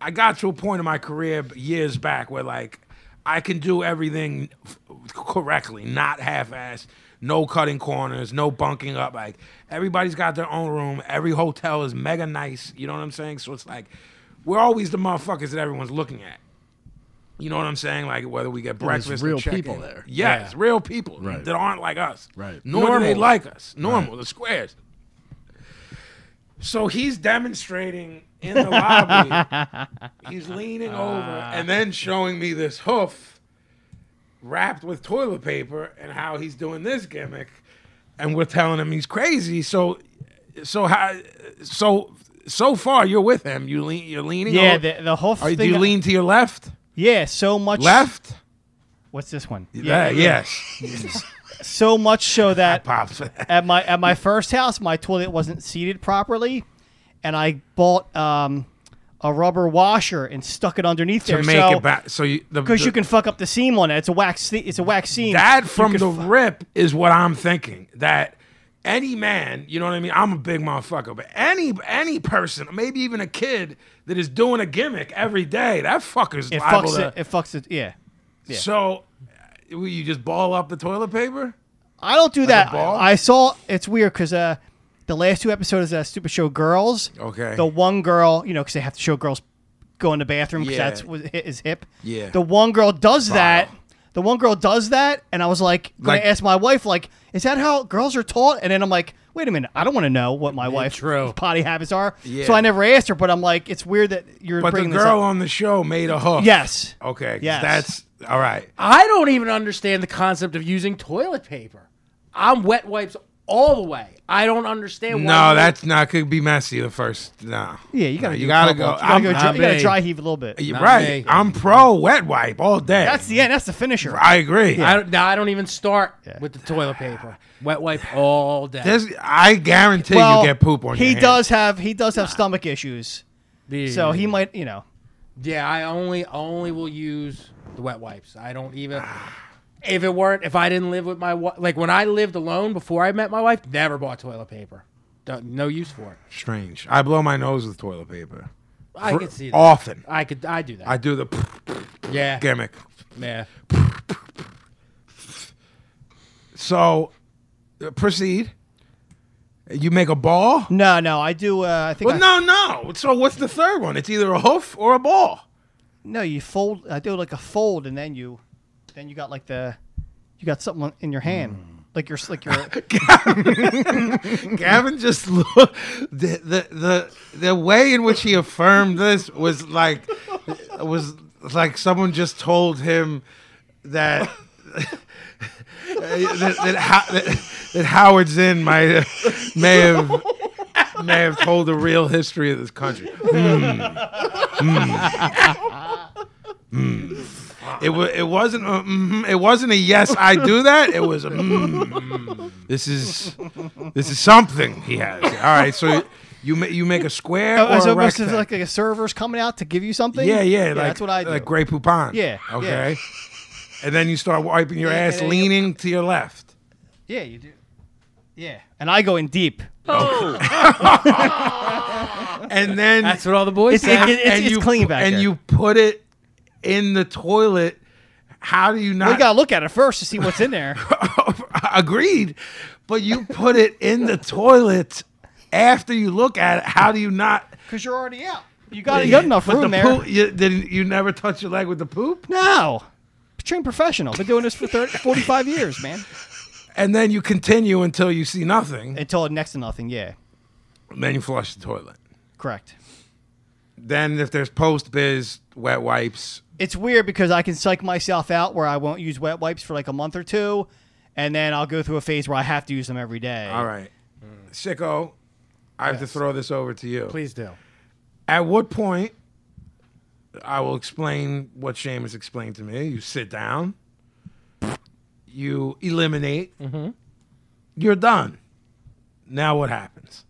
I got to a point in my career years back where like I can do everything f- correctly, not half-assed. No cutting corners, no bunking up. Like everybody's got their own room. Every hotel is mega nice. You know what I'm saying? So it's like we're always the motherfuckers that everyone's looking at. You know what I'm saying? Like whether we get there's breakfast, or real check-in. people there. Yes, real people Right. that aren't like us. Right. Nor do they Normal. like us. Normal, the squares. So he's demonstrating in the lobby. he's leaning Ah. over and then showing me this hoof wrapped with toilet paper and how he's doing this gimmick and we're telling him he's crazy. So so how so so far you're with him. You lean you're leaning yeah over. the, the whole Are- thing. do you lean to your left? yeah, so much Left? What's this one? Yeah, yes. So much so that Pops. at my at my first house, my toilet wasn't seated properly, and I bought um, a rubber washer and stuck it underneath to there. make so, it back. So you the- because you the- can fuck up the seam on it. It's a wax. Se- it's a wax seam. that You from could the fu- rip is what I'm thinking. That any man, you know what I mean? I'm a big motherfucker, but any any person, maybe even a kid that is doing a gimmick every day, that fucker's it liable fucks to. it. It fucks it. Yeah. yeah. So uh, will you just ball up the toilet paper? I don't do a that. ball? I, I saw it's weird because uh, the last two episodes of that stupid show, Girls. Okay. The one girl, you know, because they have to show girls go in the bathroom because Yeah. that's what hi- is hip. Yeah. The one girl does that. Vile. The one girl does that, and I was like, gonna Like- ask my wife, like, is that how girls are taught? And then I'm like, wait a minute, I don't want to know what my wife's true. potty habits are. Yeah. So I never asked her, but I'm like, it's weird that you're But the bringing girl this up. on the show made a hook. Yes. Okay. 'cause Yes. That's all right. I don't even understand the concept of using toilet paper. I'm wet wipes all the way. I don't understand. why No, you- that's not. Could be messy the first. No. Yeah, you gotta. No, do you a gotta couple. go. You gotta, I'm go not dry, you gotta me. dry heave a little bit. You're Not right. me. I'm pro wet wipe all day. That's the end. That's the finisher. I agree. I don't, now I don't even start Yeah. with the toilet paper. Wet wipe all day. There's, I guarantee you get poop on he your hand. does have he does have stomach issues, The- so he might you know. Yeah, I only only will use the wet wipes. I don't even. If it weren't, if I didn't live with my wife, like when I lived alone before I met my wife, never bought toilet paper. Don't, no use for it. Strange. I blow my nose with toilet paper. I Fr- could see that. Often. I could. I do that. I do the yeah. gimmick. Yeah. So, uh, proceed. You make a ball? No, no, I do. Uh, I think Well, I- no, no. So, what's the third one? It's either a hoof or a ball. no, you fold. I do like a fold, and then you, then you got like the, you got something in your hand, Hmm. like your like your. Gavin just looked. The, the, the, the way in which he affirmed this was like, was like someone just told him that. that, that, Ho- that, that Howard Zinn might have, may have may have told the real history of this country. Hmm. Hmm. Hmm. It was. It wasn't. A, mhm. It wasn't a yes. I do that. It was. A, mm. This is. This is something he has. All right. So you ma- you make a square or Oh, so a most of rectangle. like a server's coming out to give you something. yeah, yeah, like that's what I do. Like Grey Poupon. Yeah, yeah. Okay. and then you start wiping your ass and then you- leaning to your left. Yeah, you do. Yeah. And I go in deep. And then That's what all the boys It's- say. it- it- it's clean back And there. you put it in the toilet. How do you We not gotta look at it first to see what's in there. agreed? But you put it in the toilet after you look at it. How do you not? Cause you're already out. You got, you got enough But room the there. Poop, you, did you never touch your leg with the poop? No. Trained professional. Been doing this for 30, 45 years, man. And then you continue until you see nothing. Until next to nothing. Yeah. then you flush the toilet. Correct. Then if there's post biz wet wipes, It's weird because I can psych myself out where I won't use wet wipes for like a month or two, and then I'll go through a phase where I have to use them every day. all right, Sicko, I have to throw this over to you. Please do. At what point I will explain what Seamus explained to me. You sit down, you eliminate, Mm-hmm. you're done. Now what happens?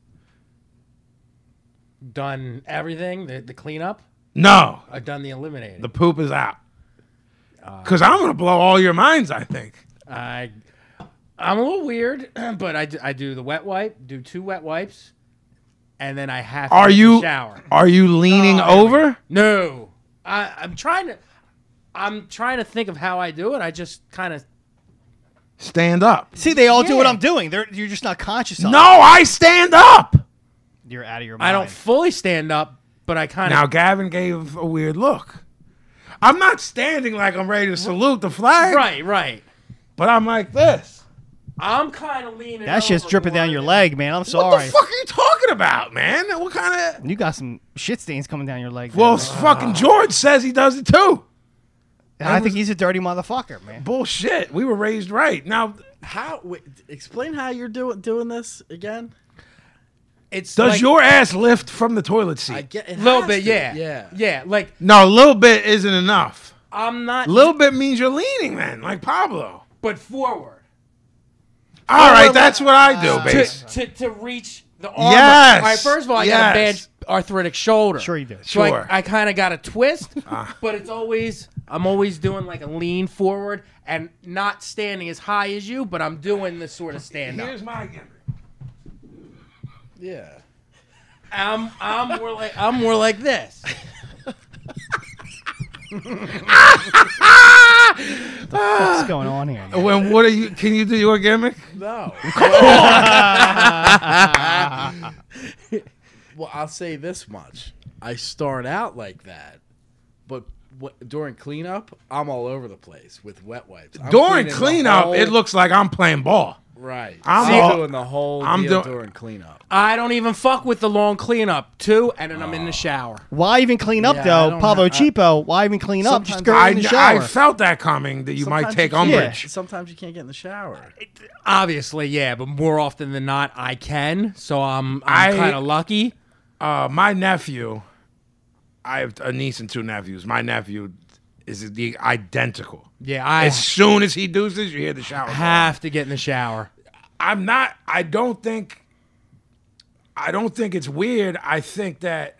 Done everything. The, the cleanup. No, I done the eliminating. the poop is out. Uh, Because I'm going to blow all your minds, I think. I, I'm a little weird, but I, d- I do the wet wipe. Do two wet wipes, and then I have. To Are take a you shower? Oh, are you leaning over? No, I, I'm trying to. I'm trying to think of how I do it. I just kind of. Stand up. See, they all do what Yeah. I'm doing. They're, you're just not conscious of No, it. I stand up. You're out of your mind. I don't fully stand up, but I kind Now of. Gavin gave a weird look. I'm not standing like I'm ready to salute the flag, Right, right. but I'm like this. I'm kind of leaning. that shit's over dripping down your more leg, man. I'm What sorry. the fuck are you talking about, man? What kind of You got some shit stains coming down your leg. Well, there, bro. fucking George says he does it too. And I think he's a dirty motherfucker, man. Bullshit. We were raised right. Now, How? Wait, explain how you're doing doing this again. than- It's does like your ass lift from the toilet seat? I get it. a little has bit, to, yeah, yeah. yeah. Like no, a little bit isn't enough. I'm not, A little bit means you're leaning, then, like Pablo. but forward All right, that's what I do, to, base. to, to reach the arm. Yes. All right. First of all, I got a Yes. bad arthritic shoulder. Sure you do. So Sure. Ah. I, I kind of got a twist, but it's always I'm always doing like a lean forward and not standing as high as you, but I'm doing this sort of stand up. Here's my gimmick. Yeah. I'm I'm more like I'm more like this. What's going on here? man? When what are you? Can you do your gimmick? No. well, I'll say this much: I start out like that, but what, during cleanup, I'm all over the place with wet wipes. I'm During cleaning the cleanup, whole- it looks like I'm playing ball. right. I'm I'm, all- doing the whole I'm I'm doing- during cleanup. I don't even fuck with the long cleanup too, and then I'm in the shower. Why even clean up Yeah, I though, don't Pablo have- I- Cheapo? Why even clean up? Just Sometimes go I- in I, the I shower. felt that coming that you might Sometimes take you can't- umbrage. Sometimes you can't get in the shower. Obviously, yeah, but more often than not, I can. So I'm I- I'm kind of lucky. Uh, my nephew, I have a niece and two nephews. My nephew is the identical. Yeah, I As soon as he does this, you hear the shower. have to get in the shower. I'm not. I don't think. I don't think it's weird. I think that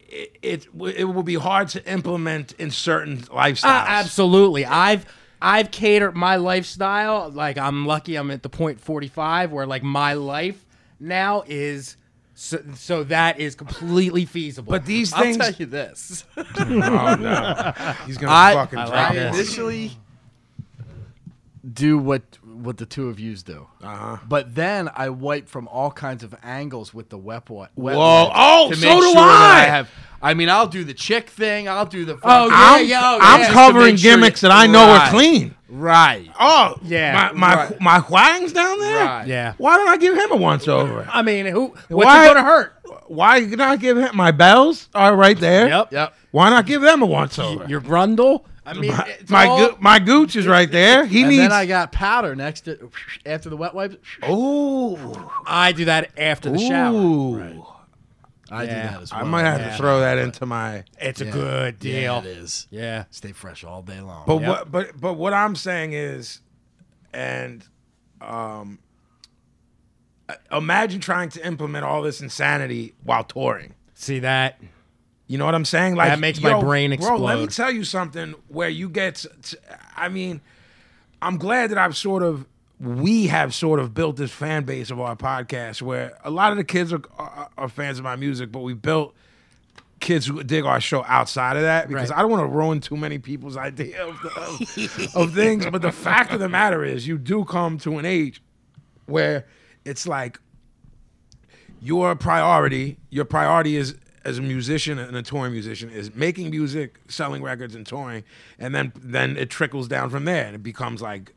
it it, w- it will be hard to implement in certain lifestyles. Uh, absolutely. I've I've catered my lifestyle. Like I'm lucky. I'm at the point 45 where like my life now is so, so that is completely feasible. But these I'll things. tell you this. Oh no! He's gonna I- fucking I drop I like this. initially do what what the two of yous do. Uh-huh. But then I wipe from all kinds of angles with the wet wipe. Wet Whoa. wipe Oh, to so make do sure that I. I have. I mean, I'll do the chick thing. I'll do the. Oh, yeah, I'm, yeah, oh, I'm yeah. Just to covering make sure gimmicks you- that I know Right. are clean. Right. Oh, Yeah, My my right. my Huang's down there. Right. yeah. Why don't I give him a once over? I mean, who? What's Why- it gonna hurt? Why not give him my bells are right there? Yep. Yep. Why not give them a once over? Your grundle. I mean, my it's my, all- go- my gooch is right there. He And needs. then I got powder next to after the wet wipes. oh, I do that after the shower. Ooh. I do Yeah. that as well. I might have to yeah. throw that into my. It's a Yeah. good Yeah, deal. it is. Yeah. Stay fresh all day long. But what? But but what I'm saying is, and um, imagine trying to implement all this insanity while touring. See that? You know what I'm saying? Like That makes my yo, brain Bro, let me explode. tell you something. Where you get, t- t- I mean, I'm glad that I've sort of we have sort of built this fan base of our podcast where a lot of the kids are, are, are fans of my music, but we built kids who dig our show outside of that because Right. I don't want to ruin too many people's idea of, the, of, of things. But the fact of the matter is, you do come to an age where it's like your priority, your priority is as a musician and a touring musician is making music, selling records and touring, and then then it trickles down from there and it becomes like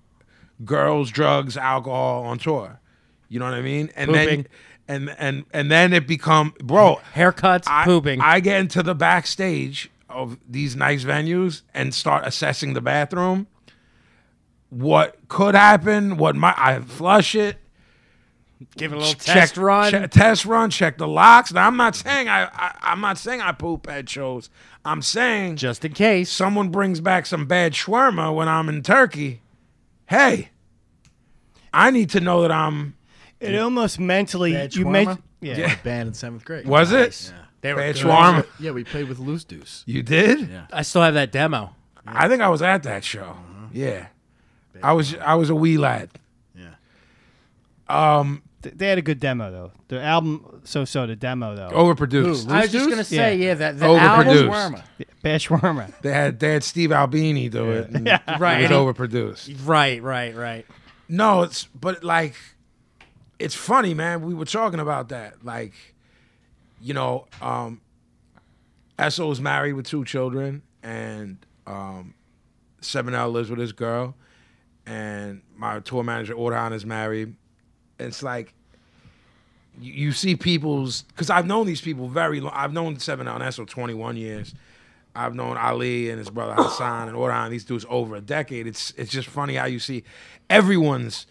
girls, drugs, alcohol on tour. You know what I mean? And Pooping. then and and and then it become bro Haircuts, I, pooping. I get into the backstage of these nice venues and start assessing the bathroom. What could happen? What might I flush it? Give it a little check che- test run, check the locks. Now I'm not saying I, I I'm not saying I poop at shows. I'm saying just in case. someone brings back some bad shawarma when I'm in Turkey. Hey, I need to know that I'm. It almost mentally Bad you shawarma? meant yeah. Yeah. Band in seventh grade. Was it They were bad good. shawarma? Yeah, we played with Loose Deuce. You did? I still have that demo. I think I was at that show. Yeah, I was. I was a wee lad. Th- They had a good demo though. The album so so the demo though. Oh, Overproduced. I was just gonna say, yeah, that the Overproduced. album Bash Wormer. They had they had Steve Albini do it. and Right. It was overproduced. Right, right, right. No, it's but like it's funny, man. We were talking about that. Like, you know, um Esso's married with two children and um Seminel lives with his girl and my tour manager Orhan is married. It's like you, you see people's because I've known these people very long. I've known Seven El Nesso 21 years. I've known Ali and his brother Hassan and Orhan, these dudes over a decade. It's it's just funny how you see everyone's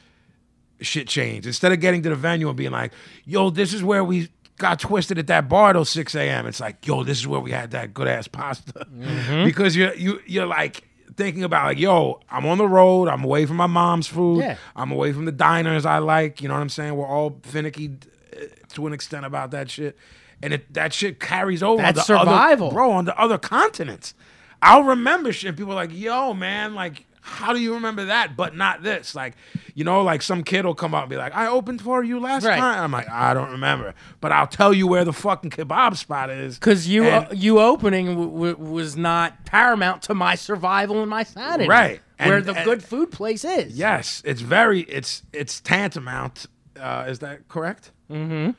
shit change. Instead of getting to the venue and being like, yo, this is where we got twisted at that bar till 6 a.m. It's like, yo, this is where we had that good ass pasta. because you're you you're like thinking about like, yo, I'm on the road, I'm away from my mom's food, Yeah. I'm away from the diners I like, you know what I'm saying? We're all finicky uh, to an extent about that shit. And it, that shit carries over. That's on the other- survival. bro, on the other continents. I'll remember shit. and People are like, yo, man, like, how do you remember that but not this? Like, you know, like some kid will come up and be like, I opened for you last Right. time. I'm like, I don't remember. But I'll tell you where the fucking kebab spot is. Because you And- uh, you opening w- w- was not paramount to my survival and my sanity. Right. where And- the and- good food place is. Yes, it's very it's it's tantamount. Uh, is that correct? I think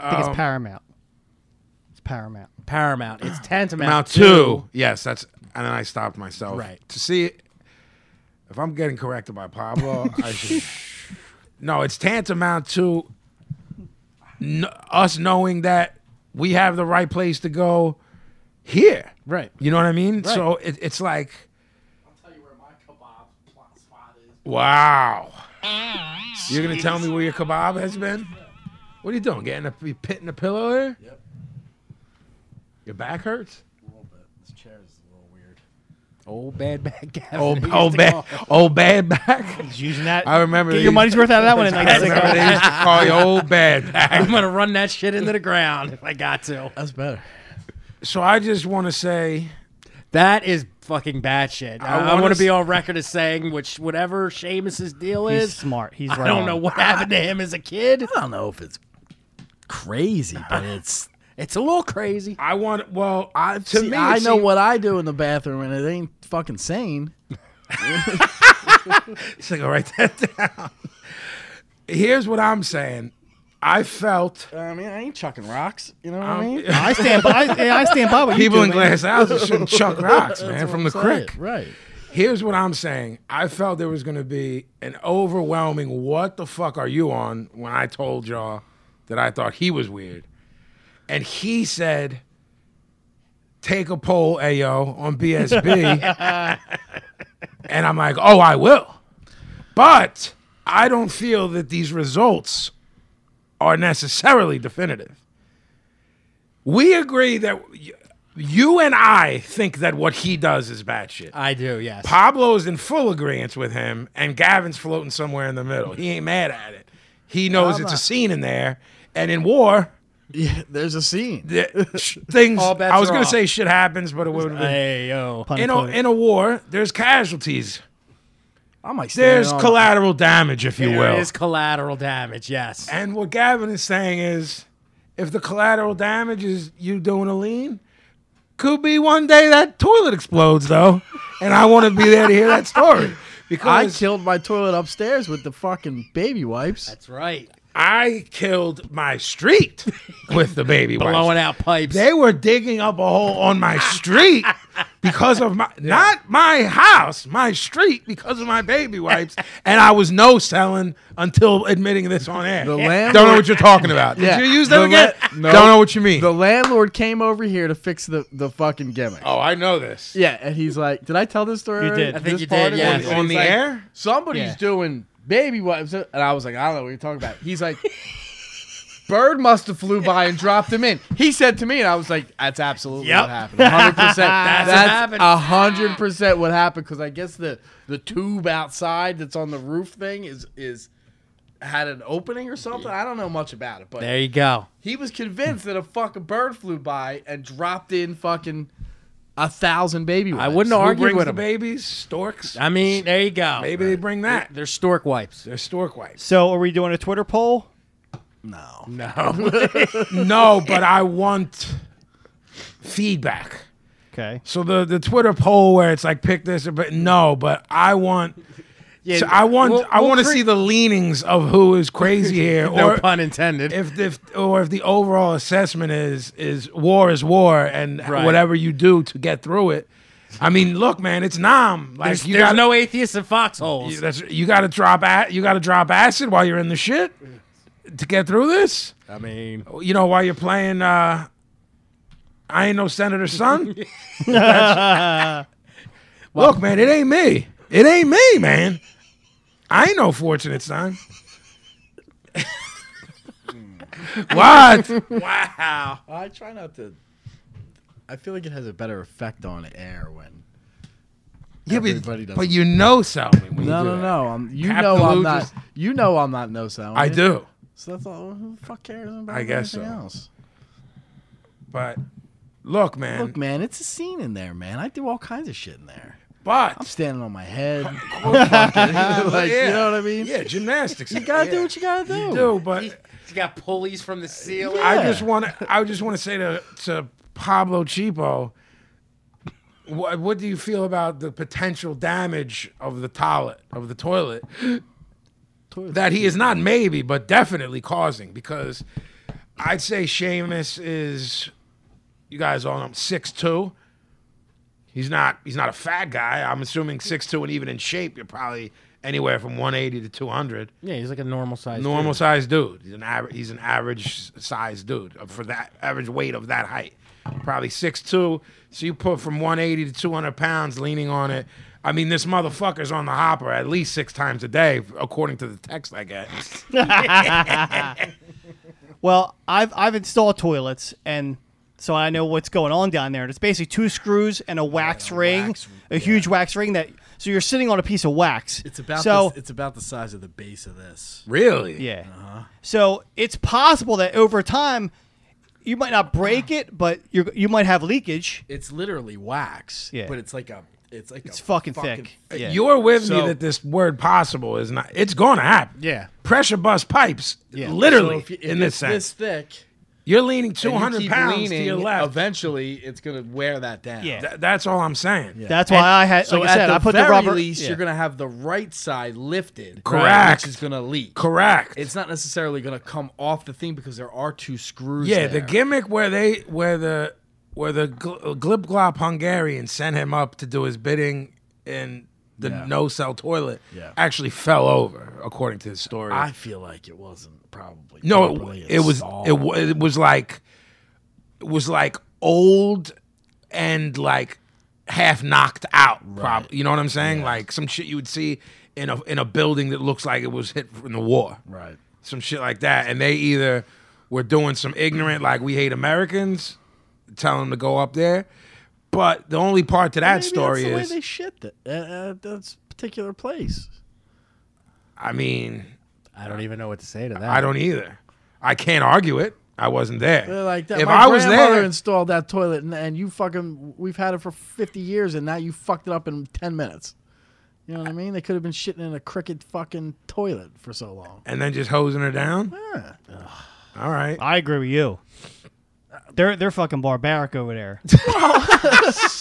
it's Paramount. It's Paramount. Paramount. It's tantamount Mount to- two. Yes, that's and then I stopped myself. Right. To see it if I'm getting corrected by Pablo, I should No, it's tantamount to kn- us knowing that we have the right place to go here. Right. You know what I mean? So it, it's like Wow. You're gonna tell me where your kebab has been? What are you doing? Getting a you pit in a pillow there? Yep. Your back hurts? This chair is a little weird. Old bad bad Gavin. old, He old used bad, to old bad back. He's using that. I remember. Get they your money's worth out of that one. In used- like I a remember second. they used to call you old bad call- I'm back. gonna run that shit into the ground if I got to. That's better. So I just want to say, That is fucking bad shit. I I, wanna want s- to be on record as saying which whatever Seamus's deal He's is. smart. He's right. I don't on. know what happened to him as a kid. I don't know if it's crazy, but it's. It's a little crazy. I want. Well, I, to See, me, I it know seems- what I do in the bathroom, and it ain't fucking sane. It's like, I'll write that down. Here's what I'm saying. I felt I mean, I ain't chucking rocks. You know what I um, mean? I stand by. I, yeah, I stand by what you people do, in man. glass houses shouldn't chuck rocks, man, from the creek. right? Here's what I'm saying. I felt there was going to be an overwhelming what the fuck are you on when I told y'all that I thought he was weird. And he said, take a poll, Ayo, on BSB. and I'm like, oh, I will. But I don't feel that these results are necessarily definitive. We agree that y- you and I think that what he does is bad shit. I do, yes. Pablo's in full agreement with him, and Gavin's floating somewhere in the middle. He ain't mad at it. He knows it's a scene in there, and in war, Yeah, there's a scene. The- sh- things. All bets I was are gonna off. say shit happens, but it would have been Hey yo, pun in a intended. in a war. There's casualties. I might stand There's on- collateral damage, if you There will. is collateral damage. Yes. And what Gavin is saying is, if the collateral damage is you doing a lean, could be one day that toilet explodes though, and I want to be there to hear that story I because killed my toilet upstairs with the fucking baby wipes. That's right. I killed my street with the baby wipes. Blowing out pipes. They were digging up a hole on my street because of my not my house, my street because of my baby wipes, and I was no selling until admitting this on air. The Don't know landlord, what you're talking about. Did Yeah. you use that The again? la- no. Don't know what you mean. the landlord came over here to fix the, the fucking gimmick. oh, I know this. Yeah, and he's like, "Did I tell this story? You already? did. I think This you part did, of it?" yeah. And On he's the like, air? somebody's Yeah. doing baby wipes, and I was like, "I don't know what you're talking about." He's like, "Bird must have flew by and dropped him in." He said to me, and I was like, "That's absolutely Yep. what happened. 100. percent That's what happened. That's 100 percent what happened because I guess the the tube outside that's on the roof thing is is." Had an opening or something? I don't know much about it, but There you go. he was convinced that a fucking bird flew by and dropped in fucking a thousand baby wipes. I wouldn't Who argue brings with the him. babies? Storks. I mean, there you go. Maybe they bring that. They're stork wipes. They're stork wipes. So are we doing a Twitter poll? No. no, but I want feedback. Okay. So the the Twitter poll where it's like pick this, or but no, but I want. so I want we'll- I we'll want to cre- see the leanings of who is crazy here, no or pun intended. if if or if the overall assessment is is war is war, and Right. whatever you do to get through it. I mean, look, man, it's Nam. Like there's you there's gotta- no atheists in foxholes. You- That's you got to drop at you got to drop acid while you're in the shit to get through this. I mean, You know, while you're playing. uh I ain't no senator's son. That's- Look, man, it ain't me. It ain't me, man. I ain't no fortunate son. what? Wow. I try not to. I feel like it has a better effect on air when. Yeah, Everybody but, does but it. you know something. When you No, do no, that. no. I'm, you Captain know I'm Lou not. just- you know I'm not no sound. I do, So that's all. Who the fuck cares about I guess anything so. else? but look, man. Look, man, it's a scene in there, man. I do all kinds of shit in there. I'm but standing on my head. fucking, like, Yeah. you know what I mean? yeah, gymnastics. You gotta do Yeah. what you gotta do. You do, but he's got pulleys from the ceiling. I Yeah. just want to. I just want to say to to Pablo Chipo. What, what do you feel about the potential damage of the toilet of the toilet that he is not maybe but definitely causing? Because I'd say Seamus is, you guys all know, six two. He's not he's not a fat guy. I'm assuming six two and even in shape, you're probably anywhere from 180 to 200 yeah, he's like a normal size. normal sized dude. He's an average. He's an average sized dude uh, for that average weight of that height. Probably 6'2". So you put from one eighty to two hundred pounds leaning on it. I mean, this motherfucker's on the hopper at least six times a day, according to the text I get. Well, I've I've installed toilets and so I know what's going on down there. And it's basically two screws and a wax ring, a huge wax ring that so you're sitting on a piece of wax. It's about so this, it's about the size of the base of this. really? yeah. So it's possible that over time you might not break it, but you are you might have leakage. It's literally wax, Yeah. but it's like a it's like It's a fucking, thick. Yeah. You're with me So- that this word possible is not. It's going to happen. Yeah. Pressure bust pipes, Yeah. literally, So if you- if in this it's this sense. thick, You're leaning and you 200 keep pounds to leaning, your left. Eventually, it's gonna wear that down. Yeah. Th- that's all I'm saying. That's why I had So like I at said, the I put very the rubber least, yeah. you're gonna have the right side lifted, Correct. Which is gonna leak. Correct. It's not necessarily gonna come off the thing because there are two screws. Yeah, there. the gimmick where they where the where the gl- glip glop Hungarian sent him up to do his bidding in the no cell toilet Yeah. actually fell over, according to his story. I feel like it wasn't probably. no, it, properly w- it was installed. it, wa- it was like it was like old and like half knocked out. Prob- you know what I'm saying? Like some shit you would see in a in a building that looks like it was hit from the war right. some shit like that, and they either were doing some ignorant, like we hate Americans, telling them to go up there. But the only part to that Maybe story that's the is, way they shit that uh, at that particular place. I mean, I don't even know what to say to that. I don't either. I can't argue it. I wasn't there. They're Uh, like that. If My I was grandmother there, installed that toilet, and, and you fucking, we've had it for fifty years, and now you fucked it up in ten minutes. You know what I mean? They could have been shitting in a cricket fucking toilet for so long. and then just hosing her down. Yeah. All right. I agree with you. They're they're fucking barbaric over there.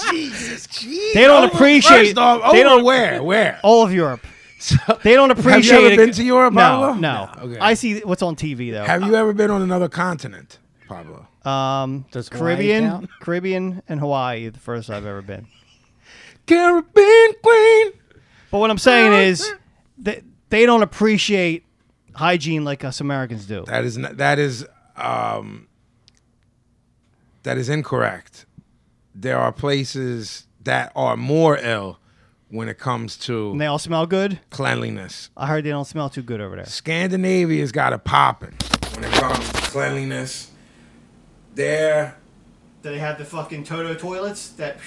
They don't appreciate- oh, First off, they over don't- Oh. where where. All of Europe. So- They don't appreciate. ever it. been to Europe, No, Pablo? no. No, okay. I see what's on TV though. Have you ever been on another continent, Pablo? um, Does Hawaii Caribbean, count? Caribbean, and Hawaii. The first I've ever been. Caribbean queen. But what I'm saying is, they they don't appreciate hygiene like us Americans do. That is not, that is um, that is incorrect. There are places that are more ill when it comes And to they all smell good. cleanliness. I heard they don't smell too good over there. Scandinavia's got it popping when it comes to cleanliness. There, Do they have the fucking Toto toilets that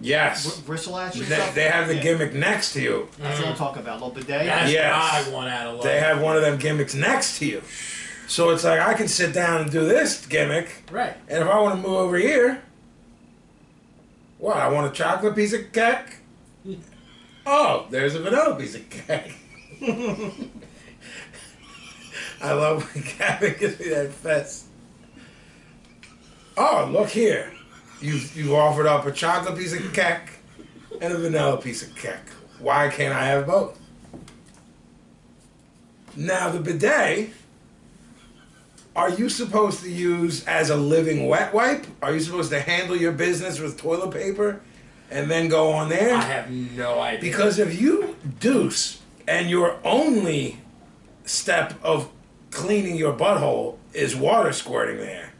yes, bristle at you? they, they have the gimmick next to you. That's what I'm talking about. Little bidet. That's Yes. I want out of love. They have one of them gimmicks next to you. So it's like I can sit down and do this gimmick. Right. And if I want to move over here, what? I want a chocolate piece of cake. Oh, there's a vanilla piece of cake. I love when Gavin gives me that fest. Oh, look here. You've, you've offered up a chocolate piece of cake and a vanilla piece of cake. Why can't I have both? Now, the bidet, are you supposed to use as a living wet wipe? Are you supposed to handle your business with toilet paper and then go on there? I have no idea. Because if you deuce and your only step of cleaning your butthole is water squirting there,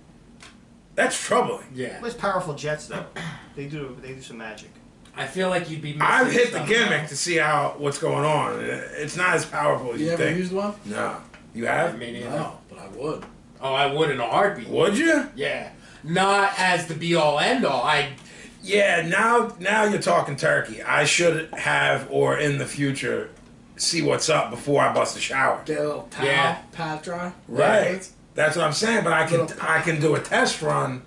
that's troubling. yeah, powerful jets though. They do they do some magic. I feel like you'd be. missing I've hit the something. gimmick to see how what's going on. It's not as powerful as you, You ever think. used one? no, you have? Me neither. No, but I would. Oh, I would in a heartbeat. Would you? Yeah, not as the be all end all. I Yeah. Now, now you're talking turkey. I should have, or in the future, see what's up before I bust a shower. Get a little towel, Yeah. pat dry. Right. That's what I'm saying. But I can, I can do a test run.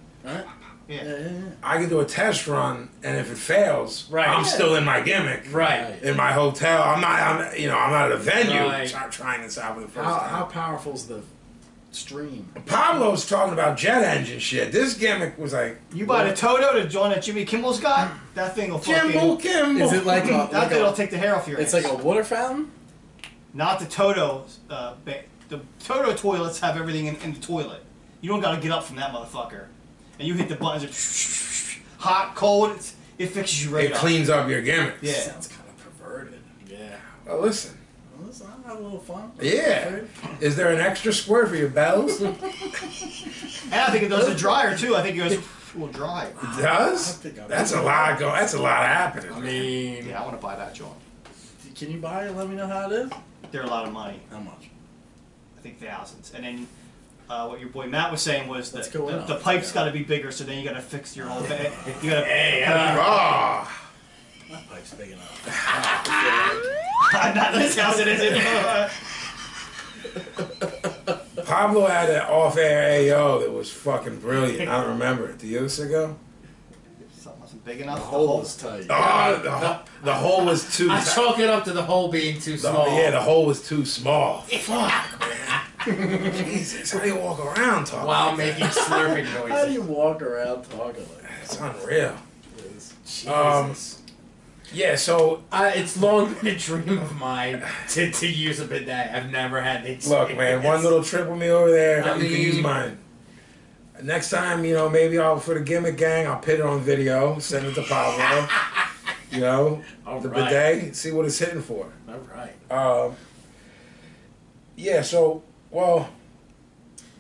I can do a test run, and if it fails, Right. I'm still in my gimmick. right. In my hotel, I'm not. I'm you know I'm not at a venue. Right. So I'm trying this out for the first How, time. how powerful's the stream? Pablo's talking about jet engine shit. This gimmick was like You buy the Toto to join that Jimmy Kimmel's got, that thing will Kimble Kimble. Is it like a? Not Like that it'll a take the hair off your it's ass. like a water fountain. Not the Toto. Uh, ba- the Toto toilets have everything in, in the toilet. You don't gotta get up from that motherfucker. And you hit the buttons, it hot, cold, it's, it fixes you right it up. cleans up your gimmicks. Yeah. Sounds kind of perverted. Yeah. Well, listen. Well, let's not have a little fun. Yeah. Is there an extra squirt for your bells? it And I think it does the dryer too. I think it goes, will dry. does. think I'm- That's a lot. Go. That's a lot happening. I mean, Yeah, I wanna buy that, John. Can you buy it? Let me know how it is. They're a lot of money. How much? I think thousands. And then uh, what your boy Matt was saying was that Let's go the, out. the pipe's got to be bigger, so then you got to fix your whole thing. You got to. Ah. That pipe's big enough. I'm not in this house. It isn't. Pablo had an off-air AO that was fucking brilliant. I don't remember it. Do you this ago? Something wasn't big enough. The hole is tight. Oh, the, ho- the hole was too. I ti- chalk it up to the hole being too the- small. yeah, the hole was too small. Fuck, man. Jesus, how do you walk around talking? while like that? making slurping How do noises. you walk around talking like it's unreal. this? Um, Jesus. Yeah, so I, it's long been a dream of mine to, to use a bidet. I've never had the look, man, one experience. little trip with me over there, I you can use mean- mine. Next time, you know, maybe I'll for the gimmick gang, I'll put it on video, send it to Pablo. you know, All the right. bidet, see what it's hitting for. All right. Um, yeah, so well,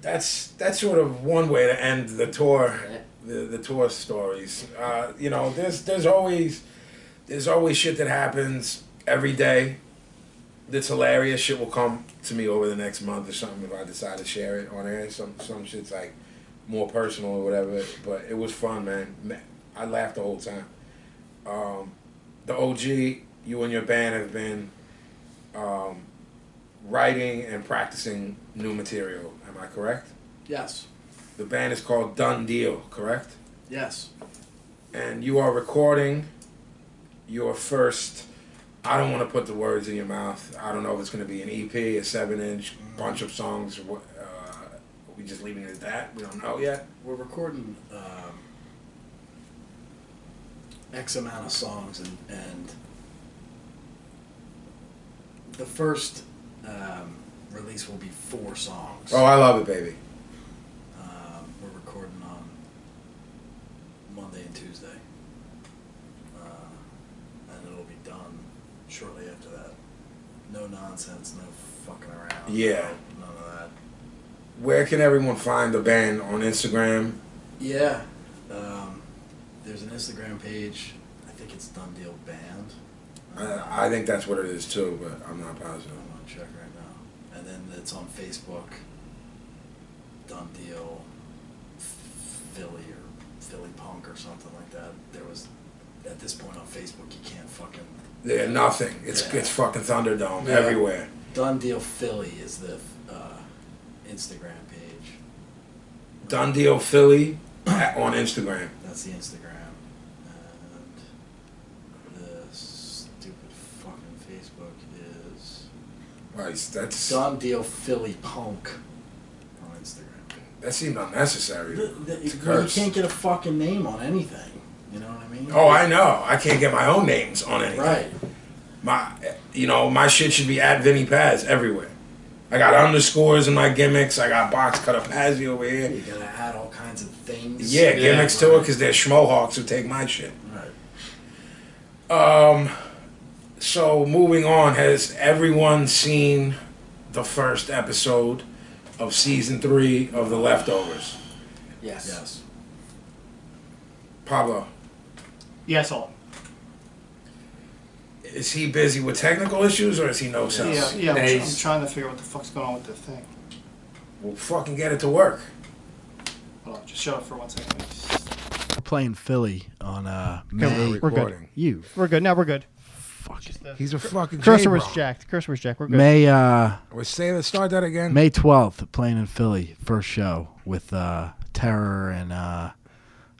that's that's sort of one way to end the tour, the, the tour stories. Uh, you know, there's there's always there's always shit that happens every day. That's hilarious. Shit will come to me over the next month or something if I decide to share it on air. Some some shit's like more personal or whatever. But it was fun, man. Ma- I laughed the whole time. Um, the OG, you and your band have been um, writing and practicing new material. Am I correct? Yes. The band is called Done Deal, correct? Yes. And you are recording your first. I don't want to put the words in your mouth. I don't know if it's going to be an EP, a seven-inch, bunch of songs. or what- Uh, are we just leaving it at that? We don't know yet. We're recording um, X amount of songs, and, and the first um, release will be four songs. Oh, I love it, baby. Um, we're recording on Monday and Tuesday. Uh, and it'll be done shortly after that. No nonsense, no fucking around. Yeah. no- None of that. Where can everyone find the band on Instagram? Yeah. Um, there's an Instagram page. I think it's Done Deal Band. I, I think that's what it is too, but I'm not positive. I'm gonna check right now. And then it's on Facebook. Done Deal Philly or Philly Punk or something like that. There was at this point on Facebook you can't fucking They're nothing. It's Yeah. it's fucking Thunderdome Yeah. everywhere. Done Deal Philly is the uh, Instagram page. Done Deal Philly at- on Instagram. That's the Instagram. And the stupid fucking Facebook is Right, that's Done Deal Philly Punk on Instagram. that seemed unnecessary. The- the- It's a well, you curse. can't get a fucking name on anything. You know what I mean? Oh, I know. I can't get my own names on anything. Right. My, you know, my shit should be at Vinny Paz everywhere. I got underscores in my gimmicks. I got box cut up Pazzy over here. You gotta add all kinds of things. Yeah, gimmicks to it right. because they're schmohawks who take my shit. Right. So moving on, has everyone seen the first episode of season three of The Leftovers? Yes. Yes. Pablo, Yes, all. is he busy with technical issues or is he no sense? Yeah, yeah. I'm, And tr- he's- I'm trying to figure out what the fuck's going on with the thing. Well, fucking get it to work. Hold on, just shut up for one second. We're playing Philly on uh We're May. good. You We're good. Now we're good. He's a fucking Cursor was jacked. Cursor was jacked. We're good. May uh We say that. Start that again. May 12th playing in Philly first show with uh Terror and uh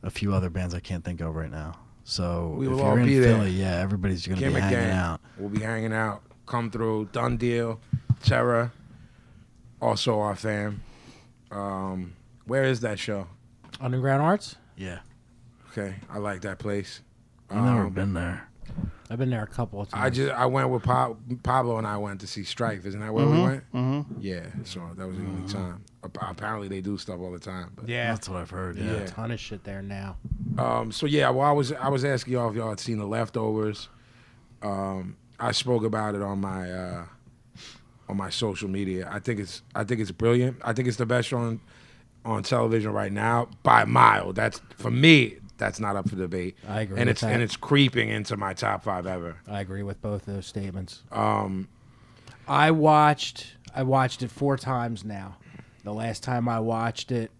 a few other bands I can't think of right now. So We if will you're all in be there. Philly, yeah, everybody's going to be Gimmick hanging gang. out. We'll be hanging out. Come through. Done deal. Terra. Also our fam. Um, where is that show? Underground Arts. Yeah. Okay, I like that place. I've never Um, been there. I've been there a couple of times. I just I went with pa- Pablo and I went to see Strife. Isn't that where we went? Mm-hmm. Yeah. So that was the only time. Ap- Apparently they do stuff all the time. But yeah. That's what I've heard. Yeah. yeah. A ton of shit there now. um, so yeah, well I was I was asking y'all if y'all had seen the leftovers. Um, I spoke about it on my uh, on my social media. I think it's I think it's brilliant. I think it's the best show on on television right now by a mile. That's for me. That's not up for debate. I agree And with it's that. and it's creeping into my top five ever. I agree with both those statements. Um, I watched I watched it four times now. The last time I watched it,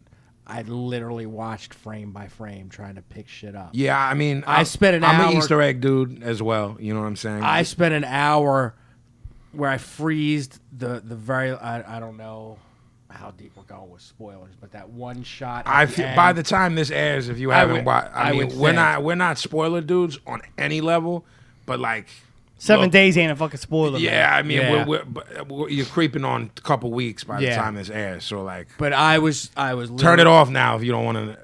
I literally watched frame by frame, trying to pick shit up. Yeah, I mean, I I'm- spent an I'm hour- an Easter egg dude as well. You know what I'm saying? I spent an hour where I freezed the the very I, I don't know how deep we're going with spoilers, but that one shot. at I the feel, end- by the time this airs, if you I haven't would- watched, I, I mean, would we're think. not we're not spoiler dudes on any level, but like, Seven Look. days ain't a fucking spoiler. man. yeah, I mean, Yeah. We're, we're, but we're, you're creeping on a couple weeks by the Yeah. time this airs. So like, But I was I was turn literally- it off now if you don't want to.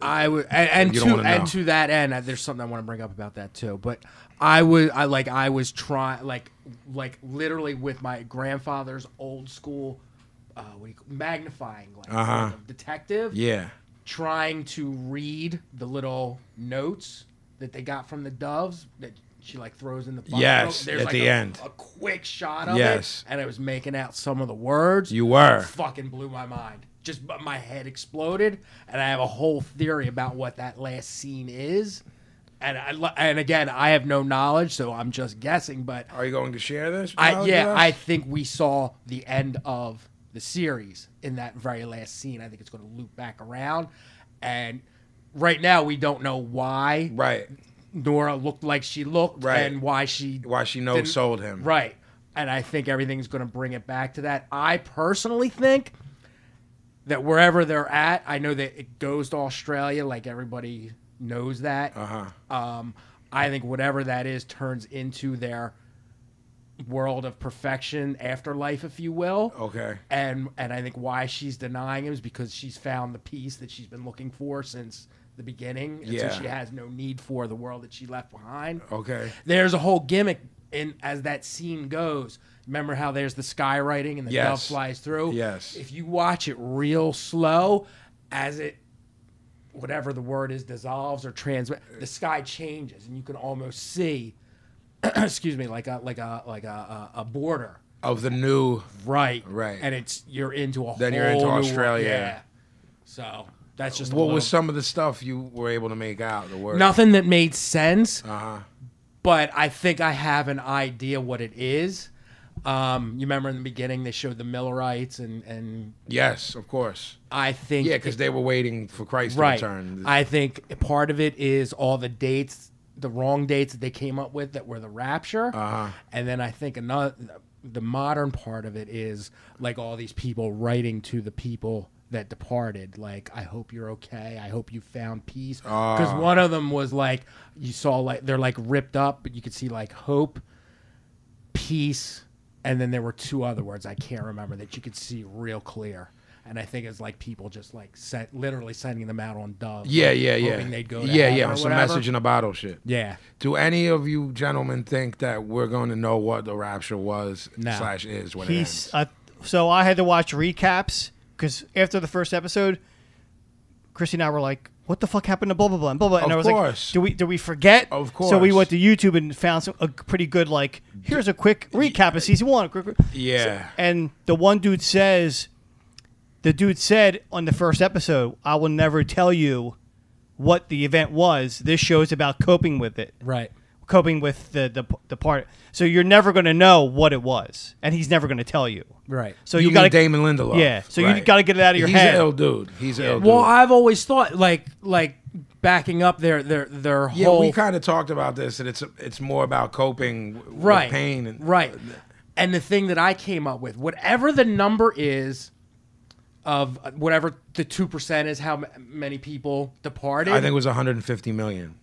I would, and, and You don't to wanna know. and to that end, uh, there's something I want to bring up about that too. But I was, I like, I was trying, like, like literally with my grandfather's old school, uh, what do you, call- magnifying glass, Uh-huh. like a detective, Yeah, trying to read the little notes that they got from the doves that she like throws in the bucket. Yes, there's at like the a, end. a quick shot of Yes. it, and I was making out some of the words you were. fucking blew my mind. Just bu- my head exploded, and I have a whole theory about what that last scene is. And I, lo- and again, I have no knowledge, so I'm just guessing. But Are you going to share this? I knowledge yeah, with I us? think we saw the end of the series in that very last scene. I think it's going to loop back around, and right now we don't know why right. Nora looked like she looked Right. and why she Why she no didn't- sold him? Right. And I think everything's going to bring it back to that. I personally think that wherever they're at, I know that it goes to Australia. Like everybody knows that. Uh-huh. Um, I think whatever that is turns into their world of perfection, afterlife, if you will. Okay. And and I think why she's denying him is because she's found the peace that she's been looking for since the beginning. And Yeah. Oh. so she has no need for the world that she left behind. Okay. There's a whole gimmick in as that scene goes. Remember how there's the skywriting and the Yes. dove flies through? Yes. If you watch it real slow, as it whatever the word is dissolves or transmit the sky changes and you can almost see excuse me like a like a like a a, a border Of the new right Right. and it's you're into a Then whole you're into new world. Australia. yeah so that's just a what was little- some of the stuff you were able to make out the word nothing that made sense uh-huh but I think I have an idea what it is um you remember in the beginning they showed the Millerites and and yes of course I think yeah because they were waiting for christ right. to return I think part of it is all the dates, the wrong dates that they came up with that were the rapture. Uh-huh. And then I think another, the modern part of it is like all these people writing to the people that departed, like, I hope you're okay. I hope you found peace. Ah. Because one of them was like, you saw like, they're like ripped up, but you could see like hope, peace. And then there were two other words I can't remember that you could see real clear. And I think it's like people just like sent, literally sending them out on doves. yeah like, yeah yeah Hoping they'd go. To yeah heaven yeah or on some whatever. message in a bottle shit Yeah. do any of you gentlemen think that we're going to know what the rapture was No. slash is when He's, it ends? uh, so I had to watch recaps because after the first episode, Christy and I were like, "What the fuck happened to blah blah blah?" And blah blah. And Of I was course. like, "Do we do we forget?" Of So we course. went to YouTube and found some, a pretty good like. Here's a quick recap of season one. Quick, yeah and the one dude says, the dude said on the first episode, "I will never tell you what the event was. This show's about coping with it." Right. Coping with the, the the part, so you're never going to know what it was, and he's never going to tell you. Right. So you, you, mean gotta Damon Lindelof? Yeah, so you gotta get it out of your He's head. an ill dude. He's an ill dude. Well, I've always thought like like backing up their their their yeah, whole we kind of talked about this, and it's it's more about coping w- with right pain and right. And the thing that I came up with, whatever the number is of whatever the two percent is, how m- many people departed. I think it was 150 million.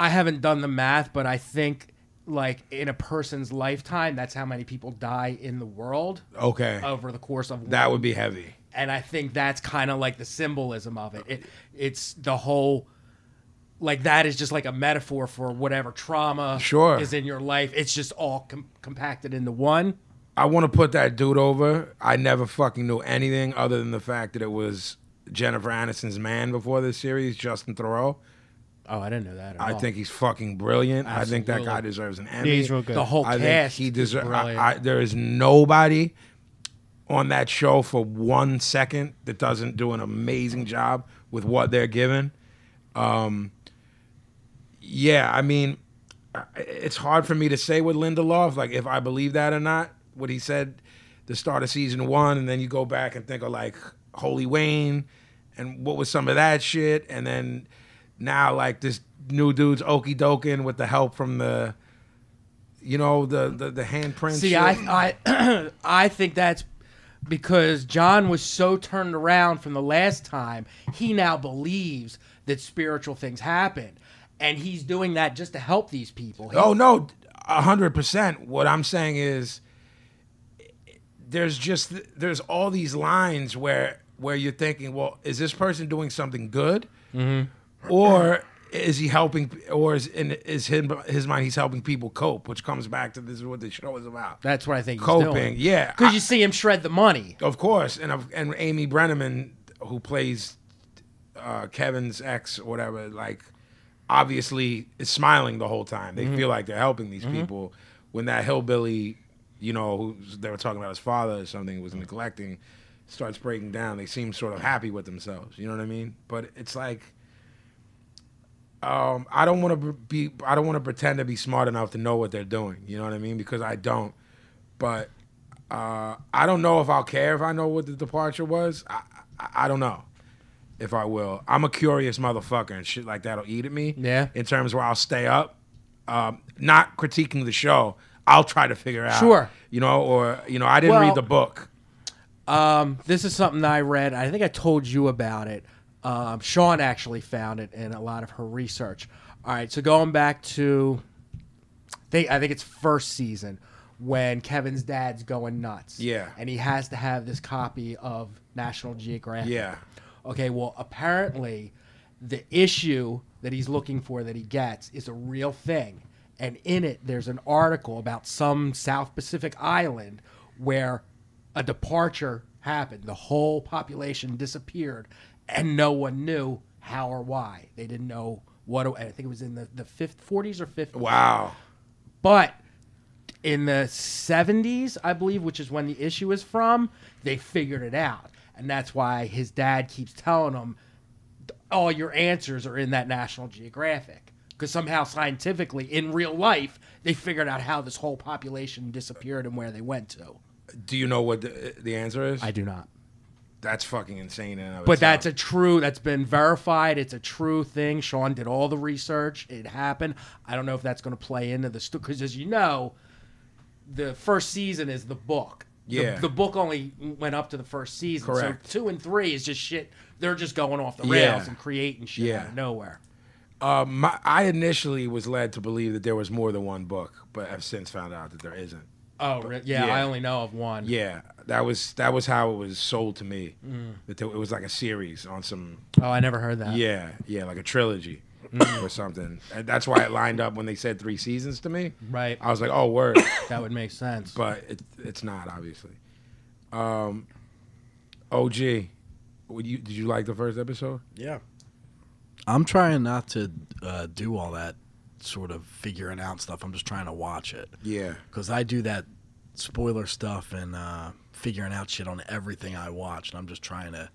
I haven't done the math, but I think like in a person's lifetime, that's how many people die in the world Okay, Oh. over the course of that would be heavy. and I think that's kind of like the symbolism of it. it. It's the whole like that is just like a metaphor for whatever trauma Sure. is in your life. It's just all com- compacted into one. I want to put that dude over. I never fucking knew anything other than the fact that it was Jennifer Aniston's man before this series, Justin Thoreau. Oh, I didn't know that. At I all. think he's fucking brilliant. I think that Absolutely. guy deserves an Emmy. Yeah, he's real good. the whole I think cast he is deserves. brilliant. I, I, there is nobody on that show for one second that doesn't do an amazing job with what they're given. Um, yeah, I mean, I- it's hard for me to say with Lindelof, like if I believe that or not. What he said, the start of season one, and then you go back and think of like Holy Wayne, and what was some of that shit, and then now like this new dude's okey doking with the help from the you know the the, the handprint. See, shit. I I I think that's because John was so turned around from the last time. He now believes that spiritual things happen, and he's doing that just to help these people. He- oh no, a hundred percent. What I'm saying is, there's just there's all these lines where where you're thinking, well, is this person doing something good, or is he helping, or is in is him his mind he's helping people cope, which comes back to this is what the show is about. That's what I think. He's Coping, doing. yeah. because I- you see him shred the money. Of course, and of, and Amy Brenneman, who plays uh, Kevin's ex or whatever, like obviously is smiling the whole time. They feel like they're helping these people. When that hillbilly, you know, who's, they were talking about his father or something was neglecting, starts breaking down. They seem sort of happy with themselves. You know what I mean? But it's like. Um, I don't want to be. I don't want to pretend to be smart enough to know what they're doing. You know what I mean? Because I don't. But uh, I don't know if I'll care if I know what the departure was. I, I, I don't know if I will. I'm a curious motherfucker, and shit like that'll eat at me. Yeah. In terms where I'll stay up, um, not critiquing the show. I'll try to figure out. Sure. You know, or you know, I didn't Well- read the book. Um, this is something I read. I think I told you about it. Um, Sean actually found it in a lot of her research. All right, so going back to, they I think it's first season when Kevin's dad's going nuts. Yeah. and he has to have this copy of National Geographic. Yeah. Okay, well, apparently the issue that he's looking for that he gets is a real thing. And in it, there's an article about some South Pacific island where a departure happened. The whole population disappeared, and no one knew how or why. They didn't know what, I think it was in the, the 50, 40s or 50s. Wow. But in the 70s, I believe, which is when the issue is from, they figured it out. And that's why his dad keeps telling him all your answers are in that National Geographic. Because somehow, scientifically, in real life, they figured out how this whole population disappeared and where they went to. Do you know what the, the answer is? do not. that's fucking insane. In and of But itself. that's a true, that's been verified. It's a true thing. Sean did all the research. It happened. I don't know if that's going to play into the story. Because as you know, the first season is the book. The- Yeah. The, book only went up to the first season. Correct. So two and three is just shit. They're just going off the Yeah. rails and creating shit out Yeah. of nowhere. Uh, my, I initially was led to believe that there was more than one book, but I've since found out that there isn't. Oh, re- yeah, yeah. I only know of one. Yeah, that was that was how it was sold to me. That there, it was like a series on some. Oh, I never heard that. Yeah, yeah, like a trilogy or something. And that's why it lined up when they said three seasons to me. Right. I was like, oh word, That would make sense. but it, it's not obviously. Um, OG, would you did you like the first episode? Yeah. I'm trying not to uh, do all that sort of figuring out stuff. I'm just trying to watch it Yeah. because I do that spoiler stuff and uh, figuring out shit on everything I watch, and I'm just trying to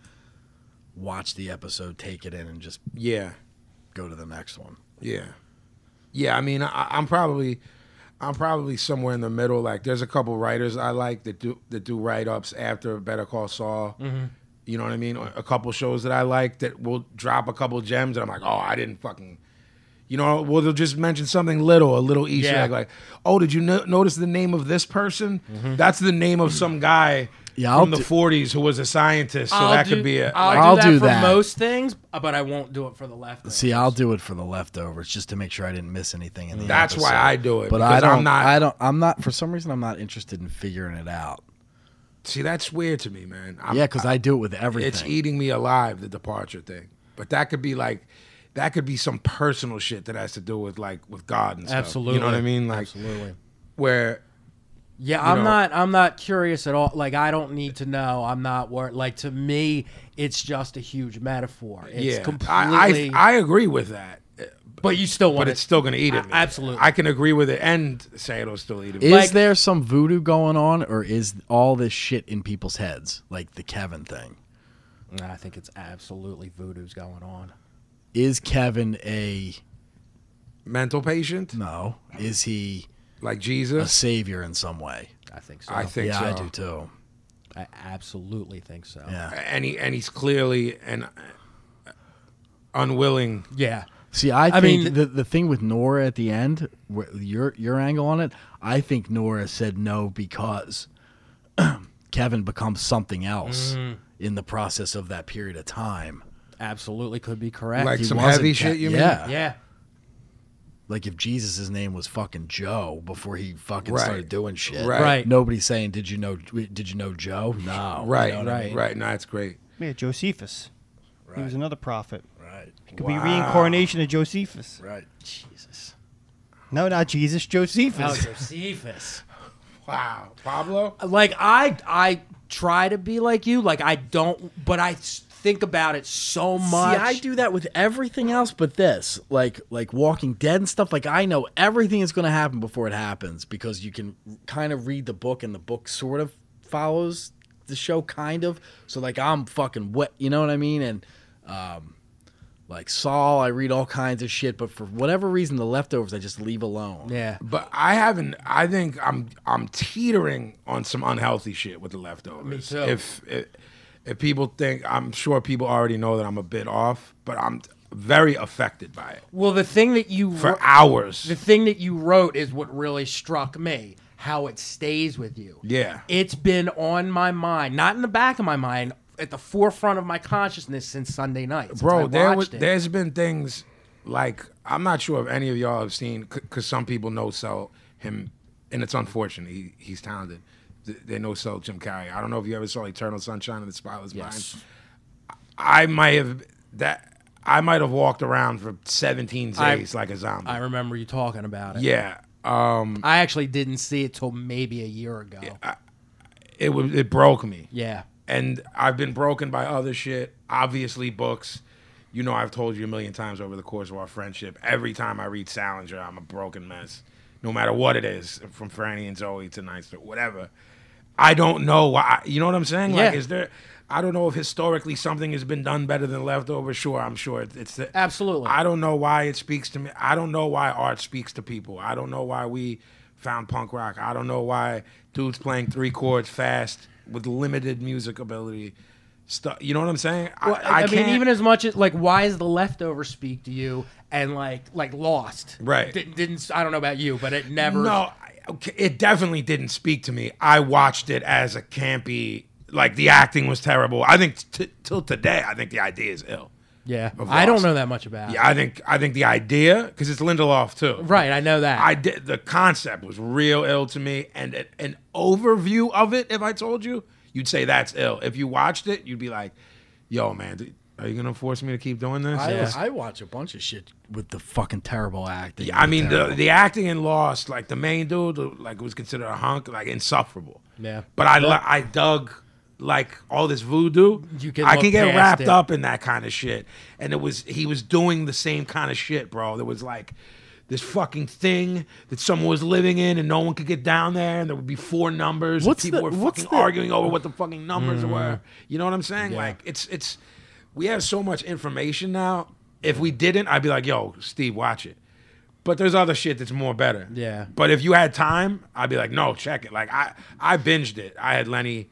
watch the episode, take it in, and just Yeah. go to the next one. Yeah, yeah. I mean, I, I'm probably, I'm probably somewhere in the middle. Like, there's a couple writers I like that do that do write ups after Better Call Saul. Mm-hmm. You know what I mean? Or A couple shows that I like that will drop a couple gems, and I'm like, oh, I didn't fucking. You know, well, they'll just mention something little, a little Easter Yeah. Mm-hmm. egg, like, "Oh, did you no- notice the name of this person? That's the name of some guy Yeah, I'll from the do- '40s who was a scientist." So that do- could be a I'll, I'll do that do for that. most things, but I won't do it for the left. See, I'll do it for the leftovers just to make sure I didn't miss anything in the That's why episode. I do it, But I because don't. I'm I'm not- not. I don't. I'm not. For some reason, I'm not interested in figuring it out. see. That's weird to me, man. I'm, Yeah, because I do it with everything. It's eating me alive, the departure thing. But that could be like, that could be some personal shit that has to do with like with God and stuff. Absolutely. you know what I mean? Like, Absolutely. where Yeah, I'm know? not. I'm not curious at all. Like I don't need to know. I'm not worried. Like to me, it's just a huge metaphor. It's yeah, completely. I, I I agree with that, but you still want but it. it's still gonna eat at me. Absolutely. I can agree with it and say it'll still eat at me. Is Like- there some voodoo going on, or is all this shit in people's heads, like the Kevin thing? Nah, I think it's absolutely voodoo's going on. Is Kevin a Mental patient no? Is he like a Jesus? savior in some way? I think so. I Oh, I, think yeah, so. I do too. absolutely think so. Yeah. And he and he's clearly an uh, unwilling. Yeah. See, I, I think mean- the the thing with Nora at the end, wh- your your angle on it, I think Nora said no because Kevin becomes something else Mm. in the process of that period of time. Absolutely could be correct. Like uh, He some wasn't heavy Ke- shit, you mean? yeah. yeah. Like if Jesus' name was fucking Joe before he fucking Right. started doing shit. Right. Right. Nobody's saying, "Did you know? Did you know Joe?" No. Right, You know what I right, mean? right. No, that's great. Yeah, Josephus. He was another prophet. Right. It could be reincarnation of Josephus. Right. Jesus. No, not Jesus, Oh, Josephus. Josephus. Wow, Pablo. like I I try to be like you. Like I don't, but I s- think about it so much. See, I do that with everything else but this, like like Walking Dead and stuff. Like I know everything is going to happen before it happens because you can kind of read the book, and the book sort of follows the show, kind of. So like I'm fucking wet, you know what I mean? And um, like Saul, I read all kinds of shit, but for whatever reason, the leftovers I just leave alone. Yeah. But I haven't. I think I'm I'm teetering on some unhealthy shit with the leftovers. Me too. If if, if people think, I'm sure people already know that I'm a bit off, but I'm very affected by it Well, the thing that you for wr- hours. the thing that you wrote is what really struck me. how it stays with you. Yeah. It's been on my mind, not in the back of my mind, at the forefront of my consciousness since Sunday night. since I bro. There was, watched it. there's been things like I'm not sure if any of y'all have seen because some people know sell him, and it's unfortunate. He, he's talented. Th- They know sell Jim Carrey. I don't know if you ever saw Eternal Sunshine of the Spotless Yes. Mind. I might have that. I might have walked around for 17 I- days like a zombie. I remember you talking about it. yeah. Um. I actually didn't see it till maybe a year ago. Yeah. It was. It broke me. and I've been broken by other shit. Obviously, books. You know, I've told you a million times over the course of our friendship. Every time I read Salinger, I'm a broken mess. No matter what it is, from Franny and Zoe to Night Stalker, whatever. I don't know why. You know what I'm saying? Like, Yeah. is there? I don't know if historically something has been done better than leftover. Sure, I'm sure it- it's the, Absolutely. I don't know why it speaks to me. I don't know why art speaks to people. I don't know why we found punk rock. I don't know why dudes playing three chords fast with limited music ability. Stuff. You know what I'm saying? Well, I, I mean, even as much as like, why is the leftover speak to you and like like lost? Right. Didn't, didn't I don't know about you, but it never. No, I- okay, it definitely didn't speak to me. I watched it as a campy. Like the acting was terrible. I think t- till today, I think the idea is ill. Yeah. Of I don't Lost. know that much about. it. Yeah, I think I think the idea because it's Lindelof too. Right. I know that. I did the concept was real ill to me, and an, an overview of it. If I told you, you'd say that's ill. If you watched it, you'd be like, "Yo, man, d- are you gonna force me to keep doing this?" I, Yeah. I watch a bunch of shit with the fucking terrible acting. I mean, the, the acting in Lost, like the main dude, like was considered a hunk, like insufferable. Yeah. But I, li- I dug like all this voodoo. You can I look can get past wrapped it. up in that kind of shit. And it was he was doing the same kind of shit, bro. There was like this fucking thing that someone was living in and no one could get down there and there would be four numbers. and What's people the- were what's fucking the- Mm-hmm. arguing over what the fucking numbers were. You know what I'm saying? Like it's it's we have so much information now. If we didn't, I'd be like, yo, Steve, watch it. But there's other shit that's more better. Yeah. But if you had time, I'd be like, no, check it. Like I, I binged it. I had Lenny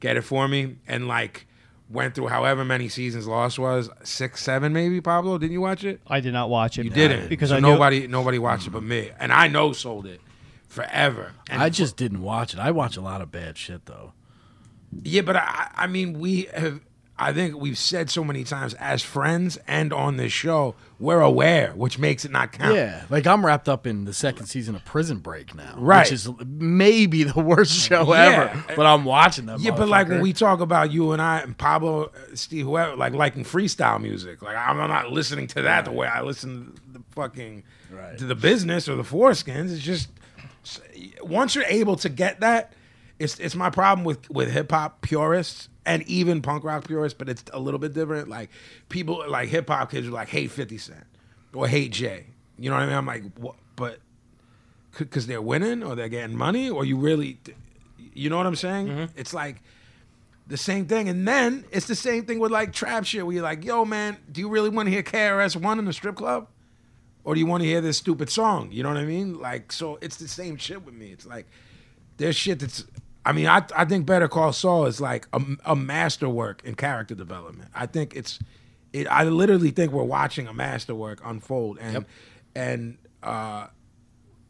get it for me and like went through however many seasons Lost was six, seven, maybe. Pablo, didn't you watch it? I did not watch it. You didn't because So I knew- nobody, nobody watched it but me, and I know sold it forever. And I just didn't watch it. I watch a lot of bad shit though. yeah, but I, I mean, we have. I think we've said so many times as friends and on this show, we're aware, which makes it not count. Yeah, like I'm wrapped up in the second season of Prison Break now, Right. Which is maybe the worst show Yeah. ever, but I'm watching them. Yeah, but like when we talk about you and I and Pablo, uh, Steve, whoever, like liking freestyle music, like I'm, I'm not listening to that the way I listen to the fucking Right. to the business or the foreskins. It's just s- once you're able to get that, it's it's my problem with with hip hop purists and even punk rock purists, but it's a little bit different. Like people like hip hop kids are like hate Fifty Cent or hate Jay. You know what I mean? I'm like, what? But because they're winning or they're getting money or you really you know what i'm saying it's like the same thing and then it's the same thing with like trap shit where you're like yo man do you really want to hear krs1 in the strip club or do you want to hear this stupid song you know what i mean like so it's the same shit with me it's like there's shit that's i mean i, I think better call saul is like a, a masterwork in character development i think it's it, i literally think we're watching a masterwork unfold and and uh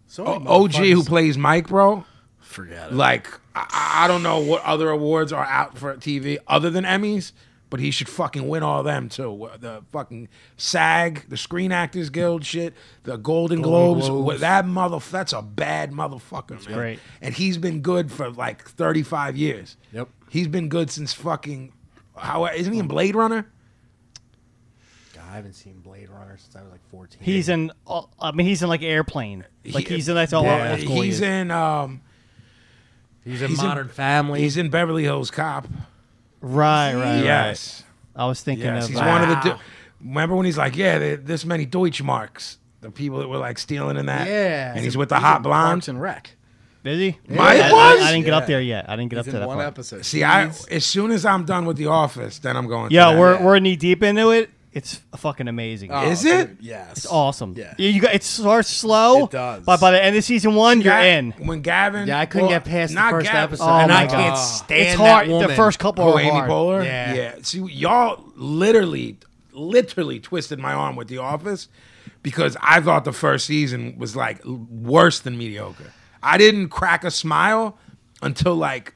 so many OG Oh, who motherfuckers- plays Mike, bro. forget it. Like I, I don't know what other awards are out for TV other than Emmys, but he should fucking win all them too. Wh- The fucking SAG, the Screen Actors Guild shit, the Golden, Globes. wh- That mother, that's a bad motherfucker, man. great. And he's been good for like thirty five years. Yep. He's been good since fucking. How isn't he in Blade Runner? God, I haven't seen Blade Runner since I was like 14. He's in. all- I mean, he's in like airplane. Like He- he's in. That's all. Yeah, that's cool he he's is. in. Um, he's in he's in- Modern Family. he's in Beverly Hills Cop. Right, right, right. yes. I was thinking Yes, of. he's uh, one of the. du- Remember when he's like, yeah, there- this many Deutschmarks, the people that were like stealing in that. Yeah. and he's with the hot blonde. Parks and Rec. busy. Mike I- I- was? I, didn't get up there yet. I didn't get He's up to in that one part. episode. See, I He's- as soon as I'm done with The Office, then I'm going. to Yeah, that. we're we're knee deep into it. It's fucking amazing. Oh, uh, Is it? dude, yes. It's awesome. Yeah. You, you got, it starts slow. It does. But by the end of season one, you're Ga- in. When Gavin, yeah, I couldn't well, get past the not first Gavin- episode, Oh and my I God. can't stand it's hard. that woman. The first couple Oh, are Amy hard. Poehler. Yeah. yeah. See, y'all literally, literally twisted my arm with The Office because I thought the first season was like l- worse than mediocre. I didn't crack a smile until like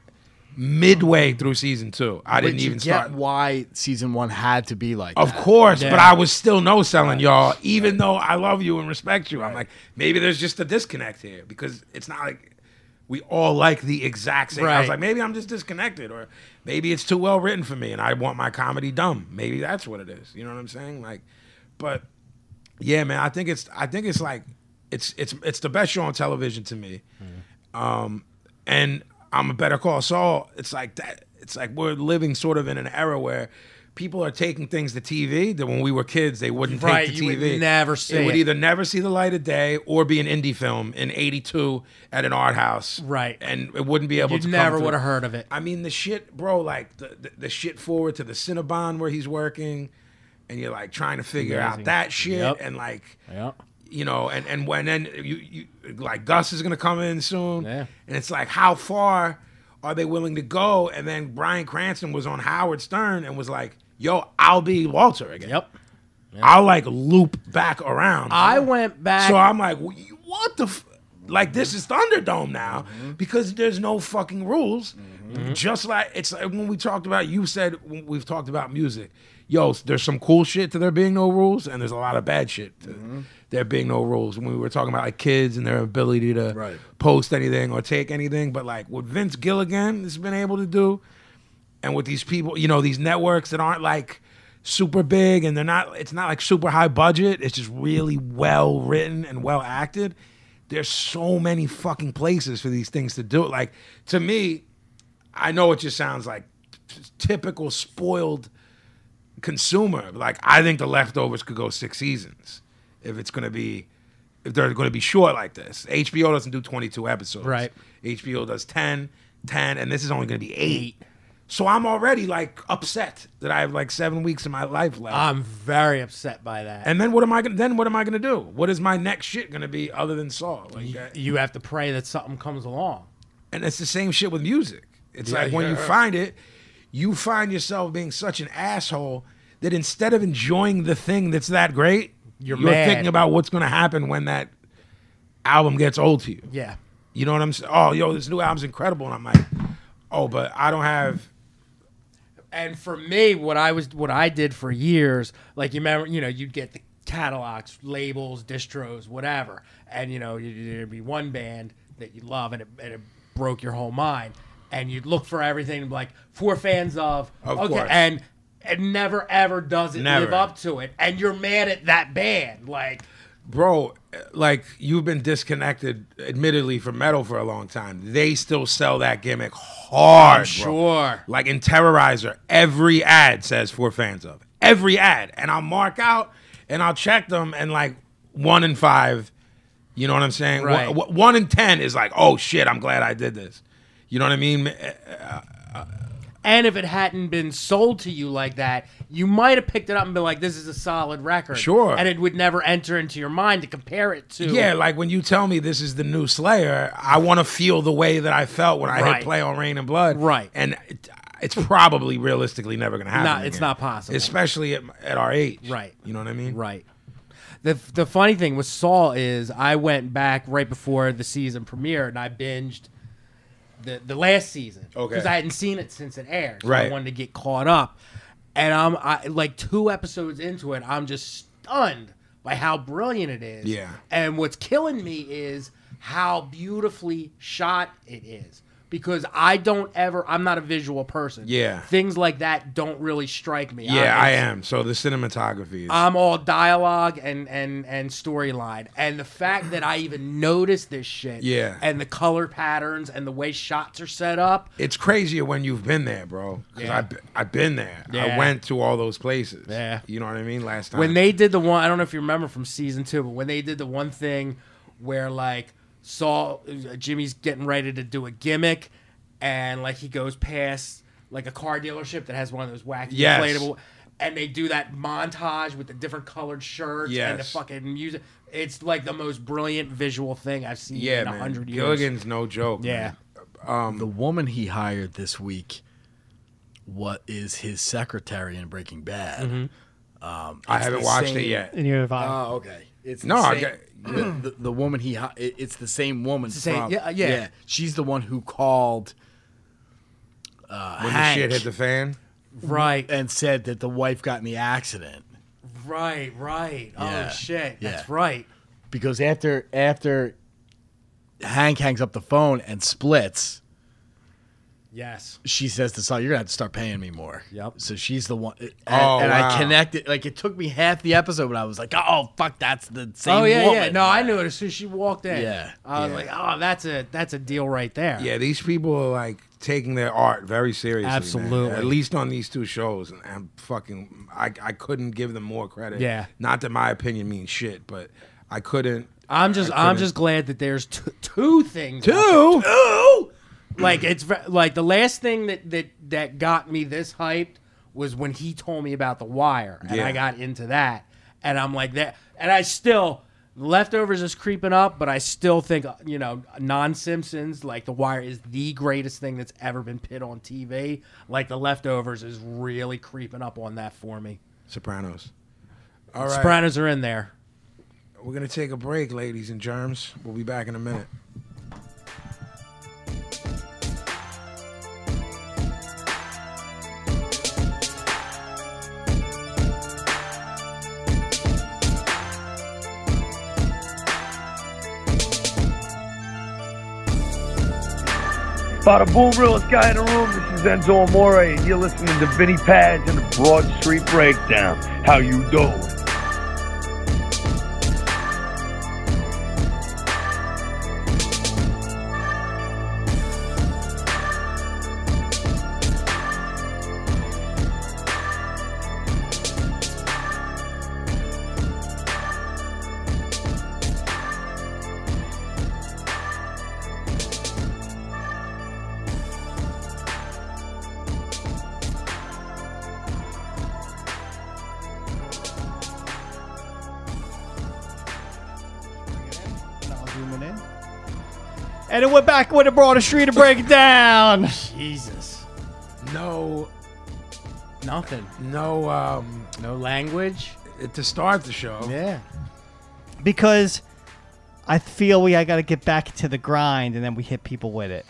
midway through season two. I didn't But you even get start. why season one had to be like Of that. course, but Yeah. I was still no selling y'all, even though I love you and respect you. I'm like, maybe there's just a disconnect here because it's not like we all like the exact same. I was Right. like, maybe I'm just disconnected, or maybe it's too well written for me, and I want my comedy dumb. Maybe that's what it is. You know what I'm saying? Like, but yeah, man, I think it's I think it's like it's it's it's the best show on television to me. Um, and I'm a Better Call Saul. It's like that. It's like we're living sort of in an era where people are taking things to TV that when we were kids they wouldn't Right, take to you would TV. never see It would it. either never see the light of day or be an indie film in '82 at an art house. Right. and it wouldn't be able You to. come never through. would have heard of it. I mean, the shit, bro. Like the, the the shit forward to the Cinnabon where he's working, and you're like trying to figure out that shit, Yep. and like Yeah. you know, and and when then you you like Gus is gonna come in soon, Yeah. and it's like how far are they willing to go? And then Brian Cranston was on Howard Stern and was like, "Yo, I'll be Walter again. Yep. I'll like loop back around." I went back. so I'm like, "Wh- what the. F-? Like this is Thunderdome now because there's no fucking rules. Just like it's like when we talked about, you said when we've talked about music. Yo, there's some cool shit to there being no rules, and there's a lot of bad shit to there being no rules. When we were talking about like kids and their ability to Right. post anything or take anything, but like what Vince Gilligan has been able to do, and with these people, you know, these networks that aren't like super big and they're not it's not like super high budget, it's just really well written and well acted. There's so many fucking places for these things to do it. Like to me, I know it just sounds like t- typical spoiled consumer. Like I think the leftovers could go six seasons if it's gonna be if they're gonna be short like this. HBO doesn't do twenty two episodes. Right. HBO does 10, 10, and this is only gonna be eight. So I'm already like upset that I have like seven weeks of my life left. I'm very upset by that. and then what am I gonna then what am I gonna do? What is my next shit gonna be other than Saw? Like that? you have to pray that something comes along. And it's the same shit with music. It's Yeah, like when you yeah. find it, you find yourself being such an asshole that instead of enjoying the thing that's that great, You're mad. thinking about what's going to happen when that album gets old to you. Yeah. You know what I'm saying? Oh, yo, this new album's incredible. And I'm like, oh, but I don't have. And for me, what I was, what I did for years, like you remember, you know, you'd get the catalogs, labels, distros, whatever, and you know, you- there'd be one band that you love, and it, and it broke your whole mind, and you'd look for everything, and be like for fans of, Of course. and it never ever does it live Never. up to it, and you're mad at that band, like Bro, like you've been disconnected, admittedly, from metal for a long time. They still sell that gimmick hard. bro. sure. Like in Terrorizer, every ad says for fans of. Every ad. And I'll mark out and I'll check them and like one in five, you know what I'm saying? Right. One- One, one in 10 is like, oh shit, I'm glad I did this. You know what I mean? And if it hadn't been sold to you like that, you might have picked it up and been like, "This is a solid record." Sure. And it would never enter into your mind to compare it to. Yeah, like when you tell me this is the new Slayer, I want to feel the way that I felt when I Right. hit play on Rain and Blood. Right. And it, it's probably realistically never going to happen. Not- it's again. not possible. Especially at, at our age. Right. You know what I mean? Right. The the funny thing with Saul is I went back right before the season premiere and I binged the the last season. Okay. Because I hadn't seen it since it aired. So I Right. wanted to get caught up. And I'm I, like two episodes into it, I'm just stunned by how brilliant it is. Yeah. And what's killing me is how beautifully shot it is. Because I don't ever, I'm not a visual person. Yeah. Things like that don't really strike me. Yeah, I it's- am. So the cinematography is. I'm all dialogue and and and storyline, and the fact that I even noticed this shit, Yeah. and the color patterns and the way shots are set up, it's crazier when you've been there, bro. Because Yeah. I've, I've been there. Yeah. I went to all those places. Yeah. You know what I mean? Last time. when they did the one i don't know if you remember from season two but when they did the one thing where like saul uh, jimmy's getting ready to do a gimmick and like he goes past like a car dealership that has one of those wacky Yes. inflatable and they do that montage with the different colored shirts and the Yes. fucking music it's like the most brilliant visual thing i've seen Yeah, in a man. hundred years Gilligan's no joke. yeah the woman he hired this week. What is his secretary in Breaking Bad? Um, I it's Mm-hmm. haven't the watched same- it yet. In year five. Uh. Oh, okay. It's No, the I same- got- the, the, the woman he hi- it- it's the same woman. the same- from- yeah, yeah. She's the one who called uh, When Hank the shit hit the fan. Right, and said that the wife got in the accident right, right. Yeah, Oh shit, yeah. that's right. because after after Hank hangs up the phone and splits. Yes. she says to Saul, "You're gonna have to start paying me more." Yep. So she's the one, and, Oh, and wow. I connected. Like it took me half the episode, but I was like, "Oh fuck, that's the same." oh yeah, yeah. woman." No, I knew it as soon as she walked in. Yeah, I was yeah. like, oh, that's a that's a deal right there. Yeah, these people are like taking their art very seriously. man. Absolutely. At least on these two shows, and I'm fucking. I I couldn't give them more credit. Yeah. Not that my opinion means shit, but I couldn't. I'm just I I'm couldn't- just glad that there's t- two things. Two. Like it's ve- like the last thing that that that got me this hyped was when he told me about the wire and Yeah. I got into that and I'm like that and I still leftovers is creeping up but I still think you know non Simpsons like the wire is the greatest thing that's ever been put on TV like the leftovers is really creeping up on that for me. Sopranos. All right. Sopranos are in there. We're gonna take a break, ladies and germs. We'll be back in a minute. Bada boom, realest guy in the room. This is Enzo Amore, and you're listening to Vinny Paz and the Broad Street Breakdown. How you doing? I'll zoom it in. And then we're back with a broader street to break it down. Jesus. No, Nothing. no. Um, No language. to start the show. Yeah. because I feel we I got to get back to the grind and then we hit people with it.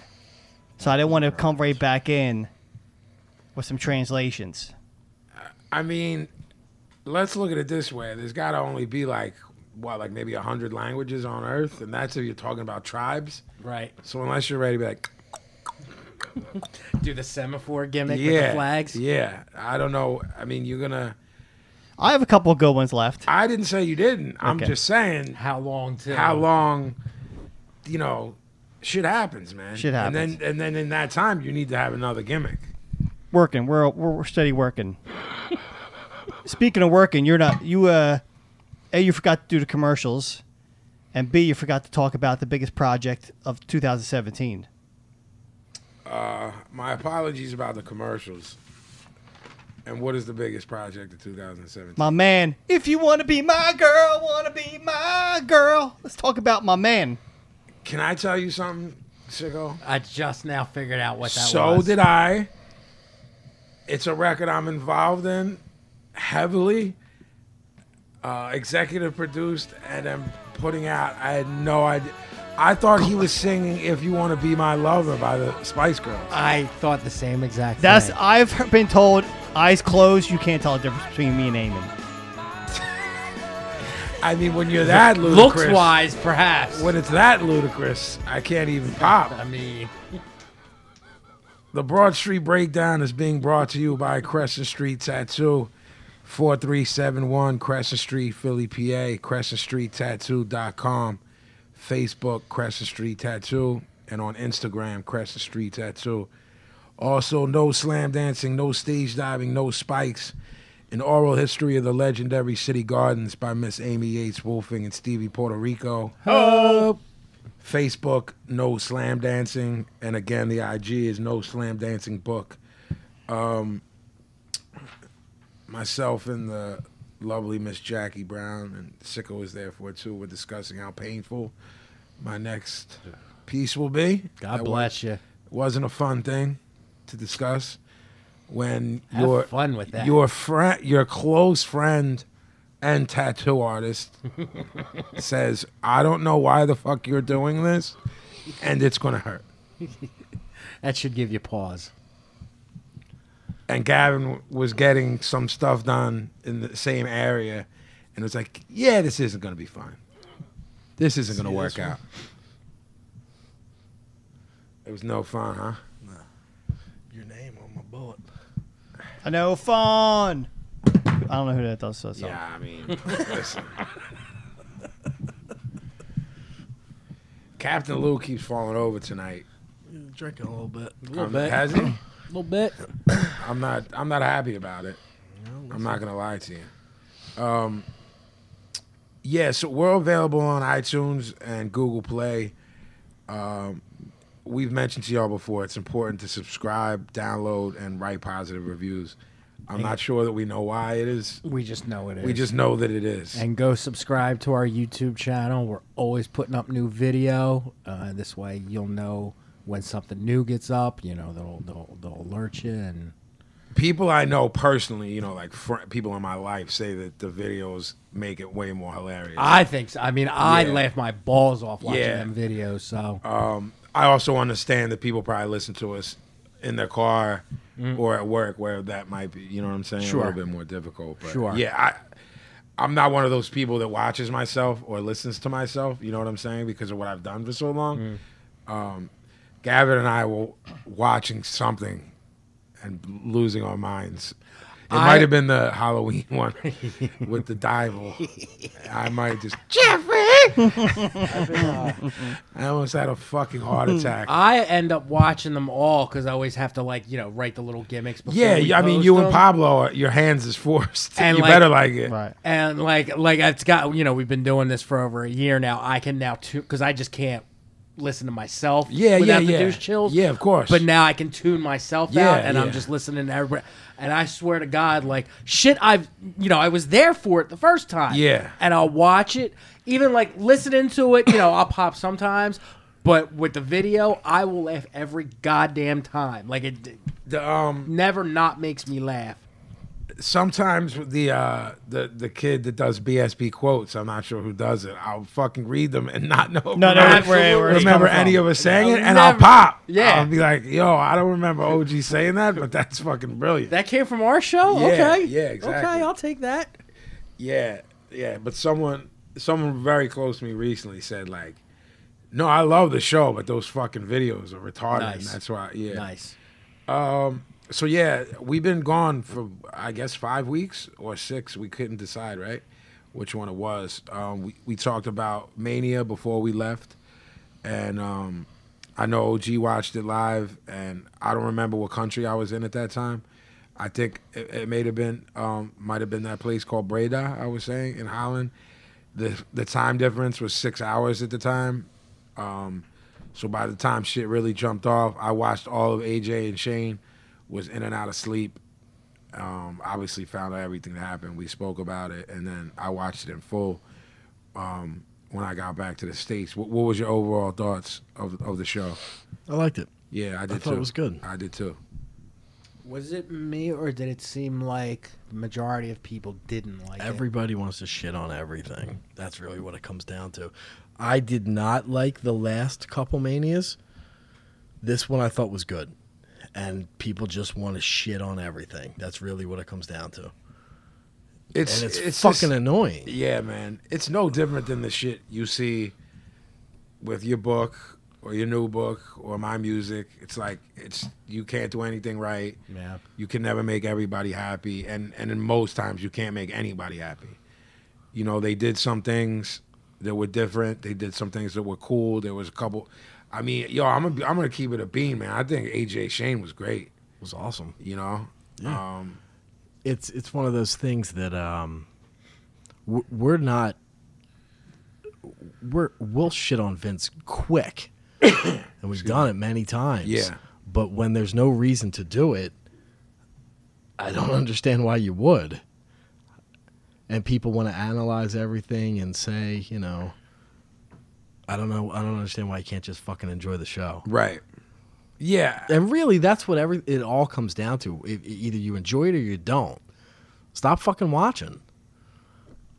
So I didn't want to come right back in with some translations. I mean, let's look at it this way. There's got to only be like what, like maybe hundred languages on Earth, and that's if you're talking about tribes. Right. So unless you're ready to be like, Do the semaphore gimmick with yeah, the flags. yeah. I don't know. I mean, you're gonna. I have a couple good ones left. I didn't say you didn't. I'm Okay. just saying How long till? how long, you know, shit happens, man. Shit happens. And then and then in that time, you need to have another gimmick. Working, we're we're, we're steady working. Speaking of working, you're not you uh, a you forgot to do the commercials, and b you forgot to talk about the biggest project of 2017. My apologies about the commercials. And what is the biggest project of 2017? My man, if you want to be my girl, want to be my girl. Let's talk about my man. Can I tell you something, Sicko? I just now figured out what that so was. did I. It's a record I'm involved in heavily, uh, executive produced, and I'm putting out. I had no idea. I thought he was singing "If You Want to Be My Lover" by the Spice Girls. I thought the same exact. That's thing. I've he- been told. Eyes closed, you can't tell the difference between me and Eamon. I mean, when you're that looks ludicrous, wise, perhaps. when it's that ludicrous, I can't even pop. I mean, The Broad Street Breakdown is being brought to you by Crescent Street Tattoo, 4371 Crescent Street, Philly, PA, crescentstreettattoo.com, Facebook, Crescent Street Tattoo, and on Instagram, Crescent Street Tattoo. Also, no slam dancing, no stage diving, no spikes. An oral history of the legendary City Gardens by Miss Amy Yates Wolfing and Stevie Puerto Rico. Facebook, no slam dancing, and again the IG is no slam dancing book. Um, myself and the lovely Miss Jackie Brown and Sicko was there for it too. We're discussing how painful my next piece will be. God That bless you. wasn't a fun thing to discuss when Have your fun with that. your friend your close friend and tattoo artist says, I don't know why the fuck you're doing this, and it's going to hurt. That should give you pause. and Gavin w- was getting some stuff done in the same area, and it was like, yeah, this isn't gonna be fine. This isn't gonna work out. It was no fun, huh? Your name on my bullet. I know fun. I don't know who that does. So it's all- Yeah, I mean, listen. Captain Lou keeps falling over tonight. Drinking a little bit. A Um, Has he? A little bit. I'm not. I'm not happy about it. I'm not gonna lie to you. Um, yeah, so we're available on iTunes and Google Play. Um, we've mentioned to y'all before. It's important to subscribe, download, and write positive reviews. I'm not sure that we know why it is. We just know it is. We just know that it is. and go subscribe to our YouTube channel. We're always putting up new video. Uh, this way, you'll know when something new gets up. You know, they'll they'll, they'll alert you. And people I know personally, you know, like fr- people in my life, say that the videos make it way more hilarious. I think, so. I mean, I Yeah. laugh my balls off watching Yeah. Uh, them videos. So I also understand that people probably listen to us in their car or at work, where that might be, you know what I'm saying? A Mm. Sure. little bit more difficult. But Sure. Yeah, I, I'm not one of those people that watches myself or listens to myself. You know what I'm saying? Because of what I've done for so long. Um, Mm. Gavin and I were watching something and losing our minds. It I- might have been the Halloween one with the Dival. I might just Jeffrey. I almost had a fucking Hmm. heart attack. I end up watching them all because I always have to like you know write the little gimmicks. Before Yeah, we I mean, post you them. and Pablo, are- your hands is forced. And you like- better like it. Right. and like like it's got you know we've been doing this for over a year now. I can now too because I just can't listen to myself. Yeah, without yeah, the yeah. douche chills. Yeah, of course. But now I can tune myself Yeah, out, and I'm yeah. just listening to everybody. And I swear to God, like shit, I've you know I was there for it the first time. Yeah. and I'll watch it, even like listening to it. You know, I'll pop sometimes. But with the video, I will laugh every goddamn time. Like it d- The, um, never not makes me laugh. sometimes with the uh, the the kid that does BSB quotes, I'm not sure who does it. I'll fucking read them and not know. No, no, remember, where, where it's remember coming from. any of us saying it, and Never- I'll pop. Yeah. I'll be like, yo, I don't remember OG saying that, but that's fucking brilliant. That came from our show. Yeah, okay. yeah, exactly. Okay, I'll take that. Yeah, yeah. But someone, someone very close to me recently said like, no, I love the show, but those fucking videos are retarded. and Nice. that's why. Yeah. Nice. So yeah, we've been gone for I guess five weeks or six. We couldn't decide, right? Which one it was. Um, we we talked about Mania before we left, and um, I know OG watched it live, and I don't remember what country I was in at that time. I think it, it may have been um, might have been that place called Breda. I was saying in Holland. The the time difference was six hours at the time. Um, so by the time shit really jumped off, I watched all of AJ and Shane was in and out of sleep. Um, obviously found out everything that happened. We spoke about it, and then I watched it in full um, when I got back to the states. What, what was your overall thoughts of of the show? I liked it. Yeah, I did thought it too. was good. I did too. Was it me or did it seem like the majority of people didn't like it? Everybody wants to shit on everything. That's really what it comes down to. I did not like the last couple manias. This one I thought was good. And people just want to shit on everything. That's really what it comes down to. It's And it's, just- fucking annoying. Yeah, man. It's no different than the shit you see with your book or your new book or my music. It's like it's you can't do anything right. Yeah. You can never make everybody happy and and in most times you can't make anybody happy. You know, they did some things that were different. They did some things that were cool. There was a couple I mean, yo, I'm gonna be- I'm gonna keep it a bean, man. I think AJ Shane was great, It was awesome. you know? Yeah. Um It's it's one of those things that um w- we're not we're we'll shit on Vince quick. and we've done it many times. Yeah. But when there's no reason to do it, I don't understand why you would. And people want to analyze everything and say, you know, I don't know, I don't understand why you can't just fucking enjoy the show. Right. Yeah. And really, that's what every it all comes E, down to. It, it- either you enjoy it or you don't. Stop fucking watching.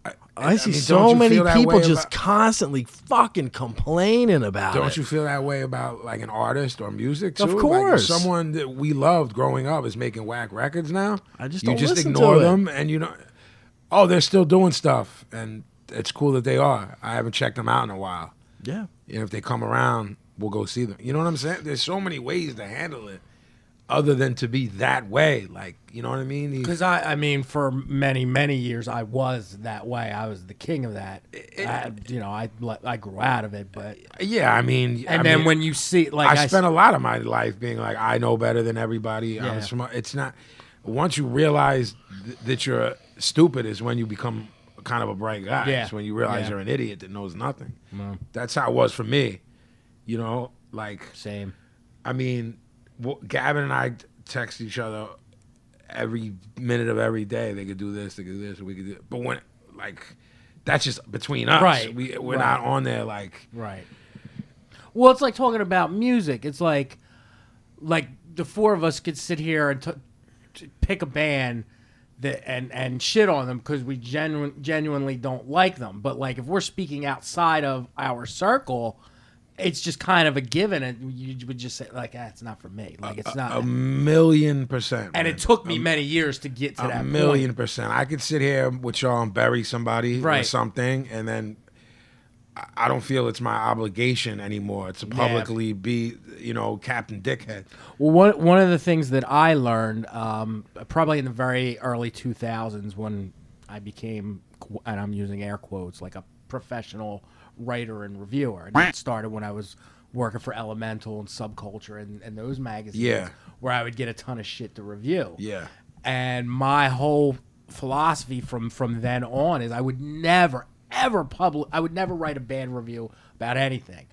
I I see mean, don't so you many feel that people way just about- constantly fucking complaining about Don't it. you feel that way about like an artist or music too? Of Like, if course. someone that we loved growing up is making whack records now. I just you don't just listen to ignore it. them and you know Oh, they're still doing stuff and it's cool that they are. I haven't checked them out in a while. yeah. And if they come around, we'll go see them. You know what I'm saying? There's so many ways to handle it other than to be that way. Like, you know what I mean? These- Because I, I mean, for many, many years, I was that way. I was the king of that. I, you know, I let- I grew out of it, but yeah, I mean I and then mean, when you see like I, I, spent a lot of my life being like, I know better than everybody. Yeah. I'm smart. It's not. Once you realize th- that you're stupid, is when you become kind of a bright guy. Yeah. It's when you realize Yeah. you're an idiot that knows nothing. That's how it was for me. You know, like same. I mean, wh- Gavin and I text each other every minute of every day. They could do this, they could do this, we could do. But when like, that's just between us. Right. We we're Right. not on there like. Right. Well, it's like talking about music. It's like, like the four of us could sit here and t- t- pick a band that and and shit on them because we genu- genuinely don't like them. But like if we're speaking outside of our circle, it's just kind of a given, and you would just say like, ah, it's not for me. Like it's not. A million percent. and man. it took me many years to get to a that million Point. percent. I could sit here with y'all and bury somebody or Right. something, and then I- I don't feel it's my obligation anymore to publicly be, you know, Captain Dickhead. Well, one one of the things that I learned, um, probably in the very early two thousands, when I became, qu- and I'm using air quotes, like a professional writer and reviewer, and it started when I was working for Elemental and Subculture and, and those magazines, Yeah. where I would get a ton of shit to review, Yeah. and my whole philosophy from from then on is I would never ever public I would never write a bad review about anything.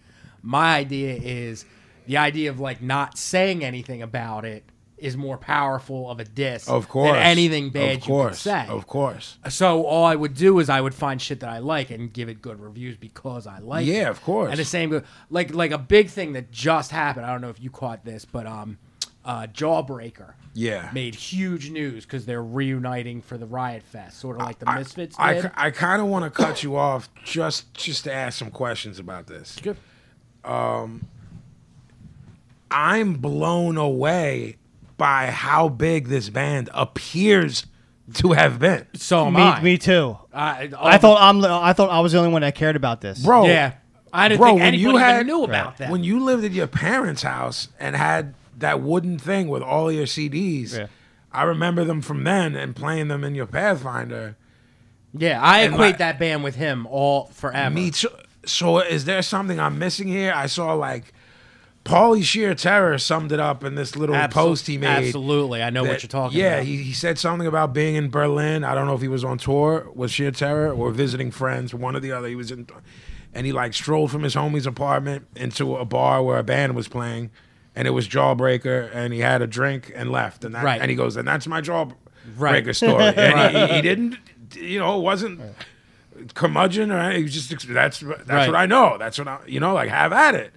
My idea is the idea of like not saying anything about it is more powerful of a diss Of course, than anything bad Of course, you could say. of course. So all I would do is I would find shit that I like and give it good reviews because I like it. Yeah, of course. And the same go- like like a big thing that just happened. I don't know if you caught this, but um uh Jawbreaker. Yeah. Made huge news cuz they're reuniting for the Riot Fest, sort of like the I- Misfits I, did. I, kind of want to cut you off just just to ask some questions about this. Good. I'm blown away by how big this band appears to have been, so am I. Me, me too. Oh. I, oh, I thought I'm. the- I thought I was the only one that cared about this. bro. Yeah. I didn't Bro, think when anybody you even had- knew about that. When you lived at your parents' house and had that wooden thing with all your CDs, Yeah. I remember them from then and playing them in your Pathfinder. yeah, I and equate my- that band with him all forever. Me too. So is there something I'm missing here? I saw like Paulie Sheer Terror summed it up in this little Absol- post he made. Absolutely. I know that- what you're talking yeah, about. he, he said something about being in Berlin. I don't know if he was on tour with Sheer Terror or visiting friends, one or the other. He was in, and he like strolled from his homie's apartment into a bar where a band was playing, and it was Jawbreaker, and he had a drink and left, and that, Right. and he goes, and that's my Jawbreaker Right. story, and he, he didn't, you know, it wasn't. Curmudgeon, or he was just ex- that's that's Right. what I know. That's what I you know like have at it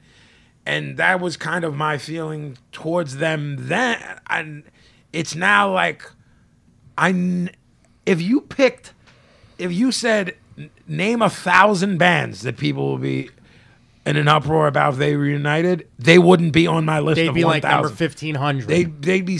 and that was kind of my feeling towards them then and it's now like i n- if you picked if you said "N- name a thousand bands that people will be in an uproar about if they reunited they wouldn't be on my list They'd of be like 1,000. number 1500. they they'd be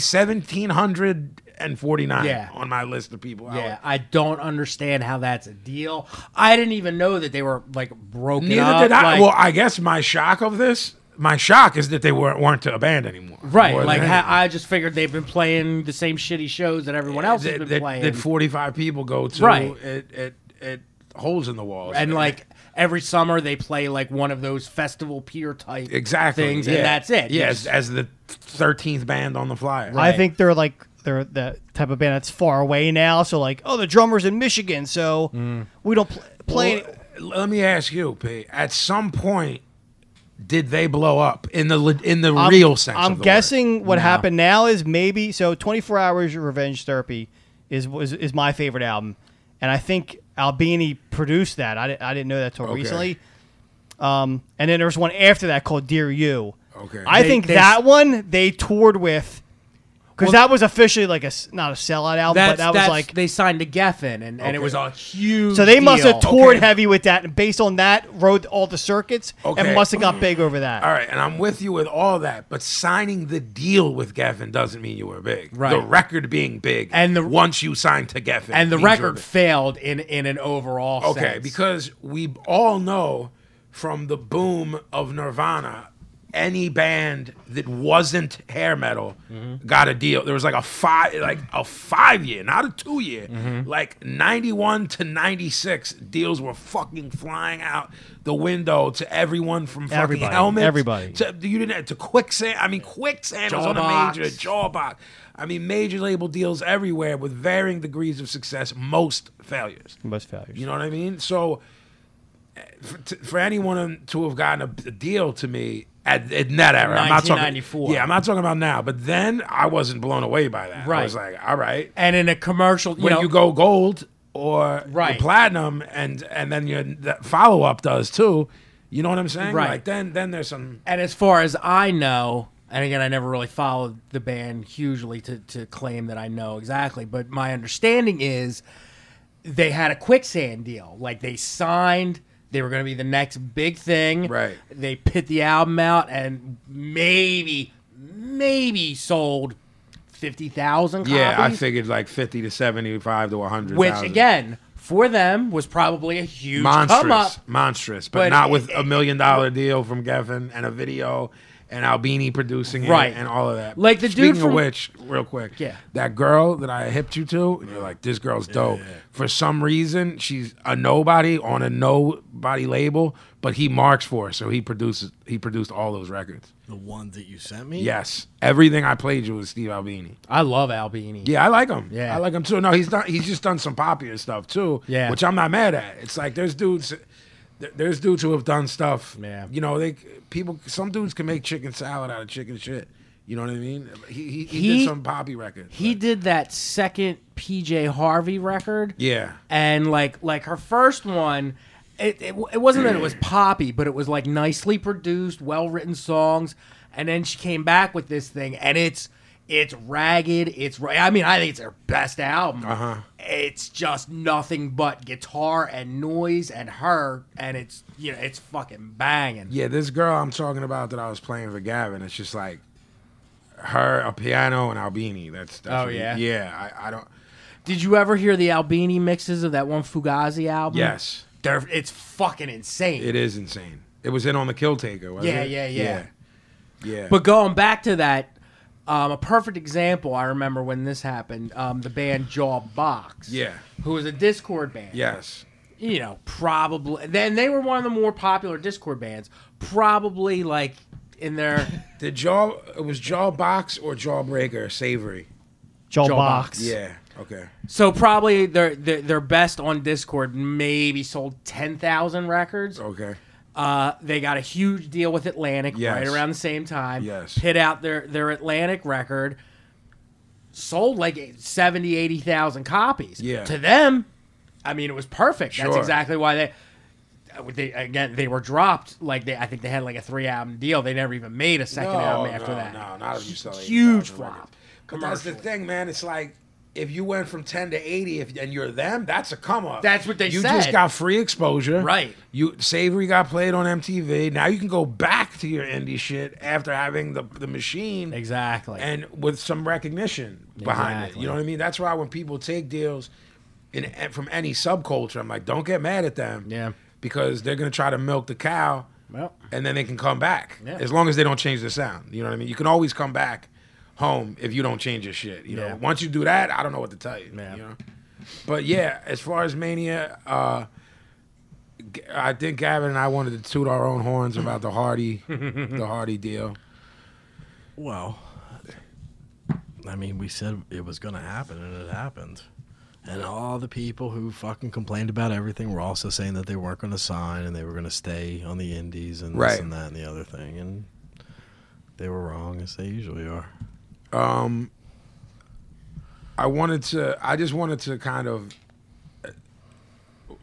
1749 Yeah. on my list of people Yeah, out. I don't understand how that's a deal. I didn't even know that they were like broken neither up. did i like- well i guess my shock of this my shock is that they weren't weren't to a band anymore right, More like than ha- anything. I just figured they've been playing the same shitty shows that everyone else has that, been that- playing, that 45 people go to Right. it, it, it holes in the walls and like every summer they play like one of those festival peer type exactly things, yeah. and that's it. yeah Yes, as, as the 13th band on the flyer I think they're like they're the type of band that's far away now. So like, oh, the drummer's in Michigan, so we don't pl- play. Mm. Well, let me ask you P, at some point did they blow up in the le- in the I'm- real sense I'm of the guessing word? what happened now is maybe so. 24 Hours of Revenge Therapy is was is my favorite album, and I think Albini produced that. I, di- I didn't know that till recently. Um, and then there was one after that called Dear You. Okay. I They- think they- that one they toured with because that was officially like a s- not a sellout album, That's, but that was that's- like. they signed to Geffen, and, and it was a huge. so they must have deal. toured Okay. heavy with that, and based on that, rode all the circuits, Okay. and must have got big over that. All right, and I'm with you with all that, but signing the deal with Geffen doesn't mean you were big. Right. The record being big, And the- once you signed to Geffen, and the means you're record big. failed in in an overall. Okay, sense. because we all know from the boom of Nirvana, any band that wasn't hair metal Mm-hmm. got a deal. There was like a five, like a five year, not a two year, Mm-hmm. like ninety one to ninety six. Deals were fucking flying out the window to everyone from fucking Everybody, helmets, everybody. To, you didn't to quicksand. I mean, quicksand was on a Jawbox. major jawbox. I mean, major label deals everywhere with varying degrees of success, most failures. Most failures. You know what I mean? So, eh, for, t- for anyone to have gotten a, a deal to me at in that era, I'm not talking. 1994. Yeah, I'm not talking about now. But then I wasn't blown away by that. I Right. was like, all right, and in a commercial, you when know, you go gold or you're Right. platinum, and and then your follow up does too. You know what I'm saying? Right. Like then then there's some. And as far as I know, and again, I never really followed the band hugely to, to claim that I know exactly, but my understanding is they had a quicksand deal. Like they signed, they were going to be the next big thing. Right. They pit the album out and maybe, maybe sold 50,000 copies. Yeah, I figured like 50 to 75 to 100. Which, again, for them was probably a huge monstrous, come up. monstrous, but, But not it- with a million dollar deal from Geffen and a video and Albini producing it Right. and all of that. Like the dude Speaking of from- which, real quick, Yeah. that girl that I hipped you to, and you're like, this girl's dope. For some reason, she's a nobody on a nobody label, but he marks for her, so he produces. He produced all those records. The one that you sent me. Yes, everything I played you was Steve Albini. I love Albini. Yeah, I like him. Yeah. I like him too. No, he's not. He's just done some popular stuff too. Yeah. which I'm not mad at. It's like there's dudes, there- there's dudes who have done stuff. Yeah. you know they people. Some dudes can make chicken salad out of chicken shit. You know what I mean? He he, he, He- did some poppy records. He but- did that second PJ Harvey record. yeah. and like like her first one it, it, it wasn't that it was poppy but it was like nicely produced well written songs and then she came back with this thing and it's it's ragged it's ra- i mean i think it's her best album uh-huh. it's just nothing but guitar and noise and her and it's you know it's fucking banging Yeah, this girl I'm talking about that I was playing for Gavin, it's just like her, a piano, and Albini. That's, that's Oh, what he- yeah? yeah. I, I don't. did you ever hear the albini mixes of that one fugazi album Yes, They're, it's fucking insane it is insane. It was in on the Kill Taker. Wasn't Yeah, it? yeah, yeah. yeah, yeah. But going back to that, um, a perfect example I remember when this happened, um, the band Jawbox. Yeah. Who was a Discord band. yes. You know, probably then they were one of the more popular Discord bands. Probably like in their The jaw it was jawbox or jawbreaker savory. Joel Joel Box. Box. Yeah. Okay. so probably their their, their best on Discord maybe sold ten thousand records. Okay. Uh, they got a huge deal with Atlantic Yes. right around the same time. Yes. Hit out their, their Atlantic record, sold like 70, 80,000 copies. Yeah. To them, I mean, it was perfect. That's Sure. exactly why they, they, again, they were dropped. Like, they, I think they had like a three album deal. They never even made a second album after no, that. No, not if you sell Huge 80,000 flop. records. But that's the Commercial. thing, man. It's like if you went from ten to eighty, if and you're them, that's a come up. That's what they you said. You just got free exposure, Right. You savory got played on MTV. Now you can go back to your indie shit after having the the machine Exactly. and with some recognition behind it. Exactly. You know what I mean? That's why when people take deals in eh, from any subculture, I'm like, don't get mad at them. Yeah. Because they're gonna try to milk the cow Well. and then they can come back. Yeah. As long as they don't change the sound. You know what I mean? You can always come back home if you don't change your shit. You Yeah. know, once you do that, I don't know what to tell you. Yeah. You know? But yeah, as far as mania, uh G- I think Gavin and I wanted to toot our own horns about the Hardy, the Hardy deal. Well, I mean, we said it was going to happen, and it happened. And all the people who fucking complained about everything were also saying that they weren't going to sign and they were going to stay on the indies and Right. this and that and the other thing. And they were wrong, as they usually are. I wanted to. I just wanted to kind of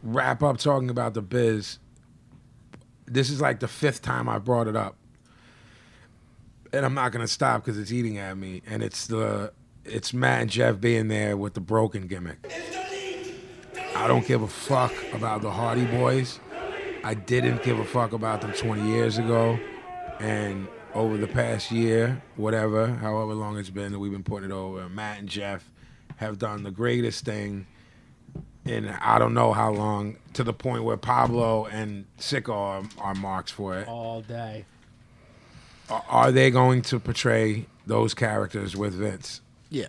wrap up talking about the biz. This is like the fifth time I brought it up, and I'm not gonna stop because it's eating at me. And it's the it's Matt and Jeff being there with the broken gimmick. I don't give a fuck about the Hardy Boys. I didn't give a fuck about them 20 years ago. And over the past year, whatever, however long it's been that we've been putting it over, Matt and Jeff have done the greatest thing in I don't know how long to the point where Pablo and Sicko are, are marks for it. all day. Are- Are they going to portray those characters with Vince? Yeah,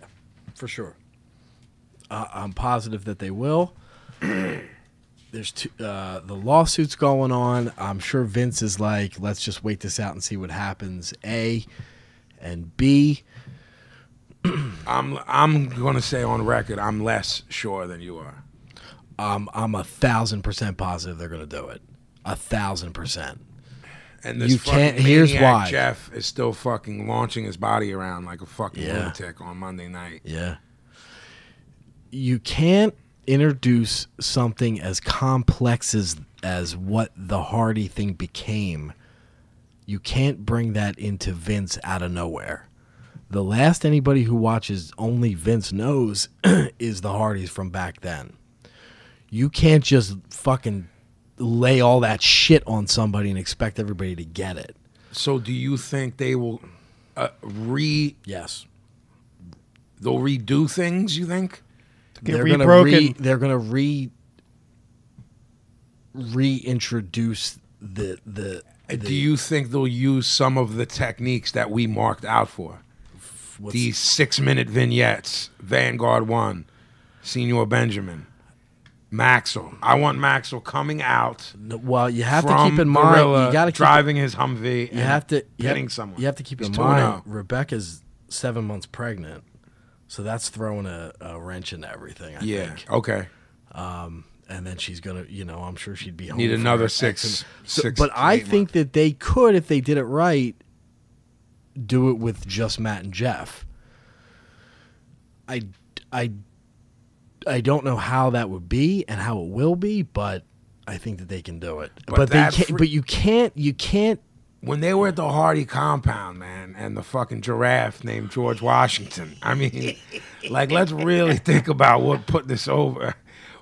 for sure. Uh, I'm positive that they will. There's two, uh, the lawsuits going on. I'm sure Vince is like, let's just wait this out and see what happens. A and B. I'm I'm gonna say on record, I'm less sure than you are. I'm I'm a thousand percent positive they're gonna do it. A thousand percent. And this You fucking can't- here's maniac why. Jeff is still fucking launching his body around like a fucking Yeah. lunatic on Monday night. Yeah. You can't introduce something as complex as as what the Hardy thing became. You can't bring that into Vince out of nowhere. The last anybody who watches only Vince knows is the Hardys from back then. You can't just fucking lay all that shit on somebody and expect everybody to get it. So do you think they will uh, re Yes. they'll redo things? You think? Get they're gonna rebroken. re- they're gonna re reintroduce the the Do you think they'll use some of the techniques that we marked out for? what's, These six minute vignettes, Vanguard One, Senior Benjamin, Maxwell. I want Maxwell coming out. n- well you have to from keep in mind Gorilla, you gotta keep, driving his Humvee. you and have to you hitting have, someone. you have to keep He's in two and mind oh. Rebecca's seven months pregnant, so that's throwing a, a wrench into everything. I Yeah. think. Okay. and then she's gonna, you know, I'm sure she'd be home. Need for another X six- amount- six but to I eight think that they could, if they did it right, do it with just Matt and Jeff. I, I, I don't know how that would be and how it will be, but I think that they can do it. But But, they that can't. fre- but you can't. You can't. When they were at the Hardy compound, man, and the fucking giraffe named George Washington. I mean, like, let's really think about what put this over.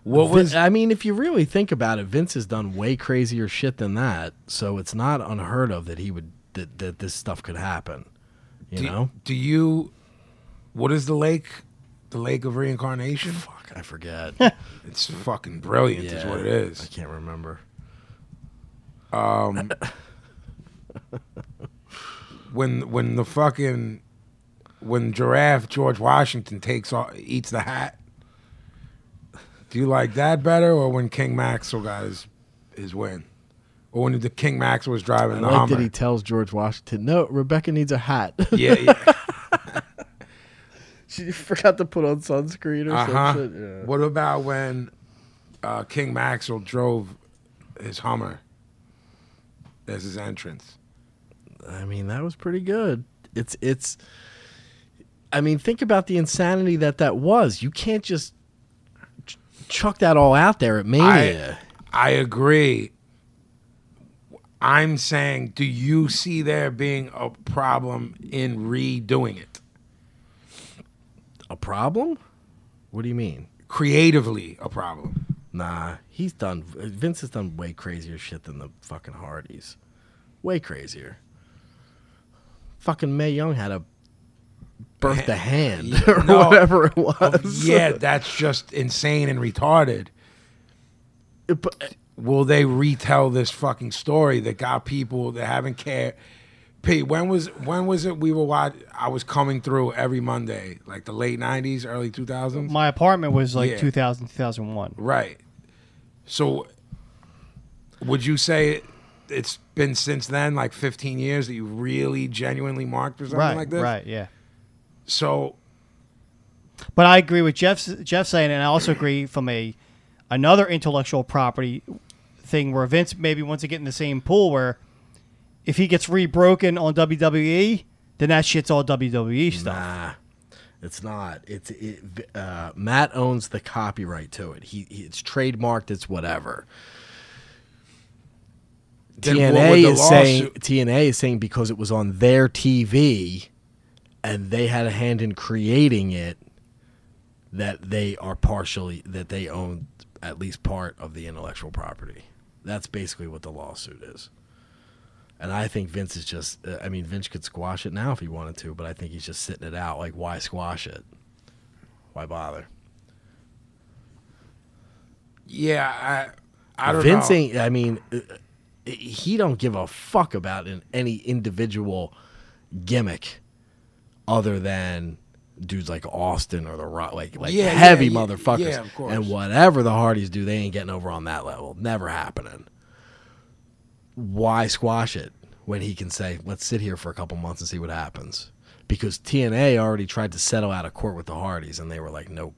What was I mean, if you really think about it, Vince has done way crazier shit than that. So it's not unheard of that he would that, that this stuff could happen. You do, know. do you? What is the lake? The lake of reincarnation. Fuck, I forget. It's fucking brilliant, is what it I is. can't remember. When when the fucking when giraffe George Washington takes off, eats the hat. Do you like that better, or when King Maxwell got his his win, or when the King Maxwell was driving I the like that Hummer? he tells George Washington, "No, Rebecca needs a hat. yeah, yeah. she forgot to put on sunscreen or Uh huh. something." Yeah. What about when uh, King Maxwell drove his Hummer as his entrance? I mean, that was pretty good. It's it's. I mean, think about the insanity that that was. You can't just ch- chuck that all out there at Mania. I agree. I'm saying, do you see there being a problem in redoing it A problem? What do you mean? creatively? A problem? Nah, he's done. Vince has done way crazier shit than the fucking Hardys. Way crazier. Fucking May Young had a birthed a hand or No. Oh, whatever it was. yeah, that's just insane and retarded. But- Will they retell this fucking story that got people that haven't cared? Pete, when was when was it we were watch? I was coming through every Monday, like the late '90s, early 2000s. My apartment was like Yeah. 2000, 2001. Right. So, would you say it's been since then, like 15 years, that you really genuinely marked for something Right, like this? right, yeah. So, But I agree with Jeff's Jeff saying, and I also agree from a another intellectual property thing where Vince maybe wants to get in the same pool where if he gets rebroken on WWE, then that shit's all WWE stuff. Nah, it's not. It's it, uh, Matt owns the copyright to it. He, he it's trademarked. It's whatever. then what would TNA the is saying lawsuit- TNA is saying because it was on their TV, and they had a hand in creating it that they are partially that they own at least part of the intellectual property. That's basically what the lawsuit is. And I think Vince is just uh, I mean Vince could squash it now if he wanted to, but I think he's just sitting it out like why squash it? Why bother? Yeah, I I don't Vince know. ain't. I mean, uh, he don't give a fuck about in any individual gimmick other than dudes like Austin or the Rock, like like Yeah, yeah, heavy yeah, motherfuckers. yeah, of course. And whatever the Hardys do, they ain't getting over on that level. Never happening. Why squash it when he can say, "Let's sit here for a couple months and see what happens"? Because TNA already tried to settle out of court with the Hardys, and they were like, "Nope,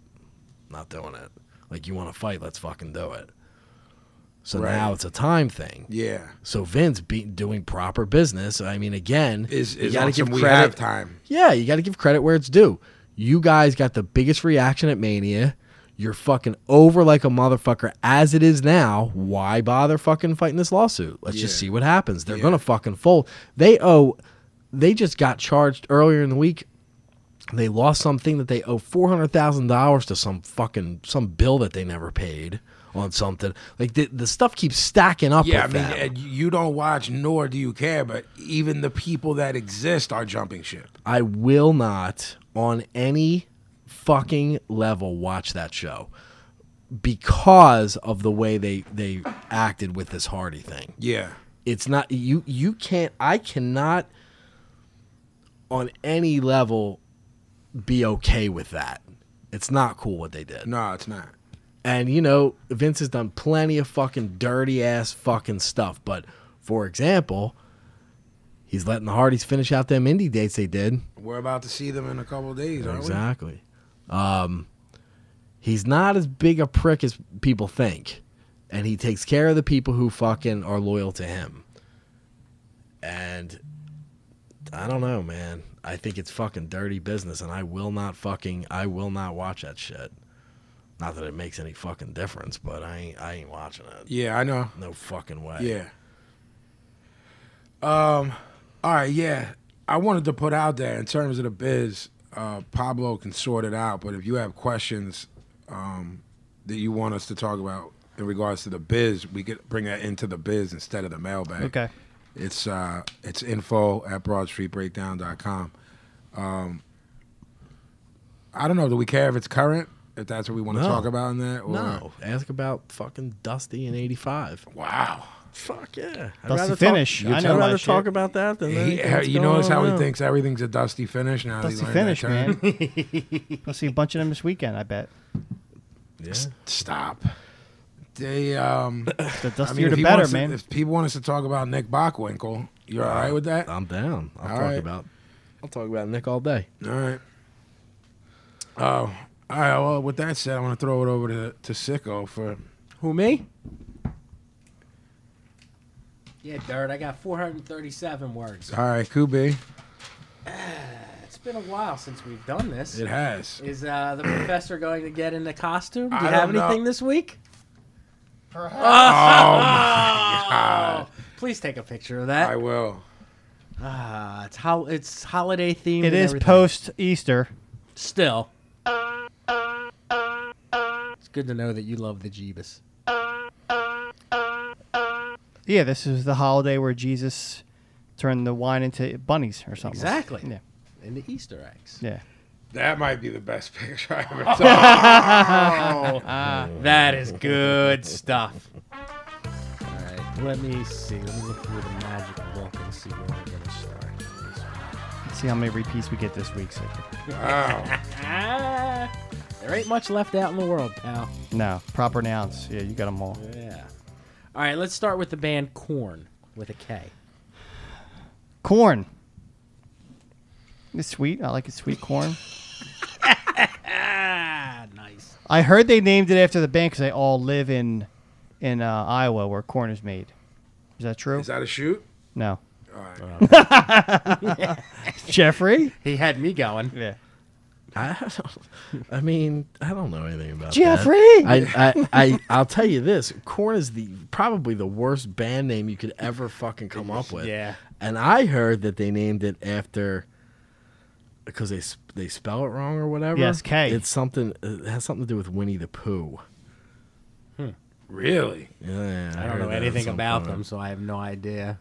not doing it." Like you want to fight, let's fucking do it. So Right. now it's a time thing. Yeah, So Vince be doing proper business. I mean, again, is you is got to on some give we have credit. time. Yeah, you got to give credit where it's due. You guys got the biggest reaction at Mania. You're fucking over like a motherfucker as it is now. Why bother fucking fighting this lawsuit? Let's just Yeah. see what happens. They're Yeah. gonna fucking fold. They owe. They just got charged earlier in the week. They lost something that they owe four hundred thousand dollars to some fucking some bill that they never paid on something. Like the, the stuff keeps stacking up. Yeah, I with mean, them. and you don't watch nor do you care, but even the people that exist are jumping ship. I will not on any fucking level watch that show because of the way they they acted with this Hardy thing. Yeah, It's not you you can't I cannot on any level be okay with that. It's not cool what they did. no, it's not. And you know, Vince has done plenty of fucking dirty ass fucking stuff. But for example, he's letting the Hardys finish out them indie dates they did. We're about to see them in a couple of days, aren't we? Exactly. Um, he's not as big a prick as people think, and he takes care of the people who fucking are loyal to him. And I don't know, man. I think it's fucking dirty business, and I will not fucking I will not watch that shit. Not that it makes any fucking difference, but I ain't I ain't watching it. Yeah, I know. No fucking way. Yeah. Um. All right. Yeah, I wanted to put out there in terms of the biz, uh, Pablo can sort it out. But if you have questions um, that you want us to talk about in regards to the biz, we could bring that into the biz instead of the mailbag. Okay. It's uh, it's info at broadstreetbreakdown.com. Um, I don't know. Do we care if it's current? If that's what we want to No. talk about in that? Or? No, ask about fucking Dusty in '85. Wow. Fuck yeah! I'd Dusty rather finish. Talk, I know my I'd rather shit. talk about that than He, anything that's you notice going how on he now. thinks everything's a dusty finish now. that he Dusty learned that finish, term? man. I'll see a bunch of them this weekend. I bet. Yeah. Stop. They um The I dustier mean, if, the he better, wants to- man. if people want us to talk about Nick Bockwinkel, you're all right with that? All I'm down. I'll All talk right. about. I'll talk about Nick all day. right. Oh, all right. Well, with that said, I want to throw it over to to Sicko for Who me? Yeah, dirt. I got 437 words. all right, Kubi. It's been a while since we've done this. It has. Is uh, the professor going to get into costume? Do I you have don't know. anything this week? Oh, God, Oh, Please take a picture of I that. will. Ah, it's ho- it's holiday themed. It and is everything. post Easter. Still, it's good to know that you love the Jeebus. Yeah, this is the holiday where Jesus turned the wine into bunnies or something. Exactly. Yeah. And the Easter eggs. Yeah. That might be the best picture I ever saw. That is good stuff. All right, let me see. Let me look through the magic book and see where we're gonna start. Let's see how many repeats we get this week. Sicker. wow. Ah, there ain't much left out in the world, pal. No, proper nouns. Yeah, you got them all. Yeah. All right, let's start with the band Corn with a K. Corn. It's sweet. I like it sweet corn. Ah, nice. I heard they named it after the band because they all live in in uh, Iowa where corn is made. Is that true? Is that a shoot? no. All right. Jeffrey? He had me going. Yeah. I, don't- I mean, I don't know anything about Jeffrey! That. I, I, I, I'll tell you this: Corn is the probably the worst band name you could ever fucking come up with. Yeah. And I heard that they named it after because they s- they spell it wrong or whatever. Yes, K. It's something. It has something to do with Winnie the Pooh. Really? Yeah, yeah, I don't heard know that at anything some about point. them, so I have no idea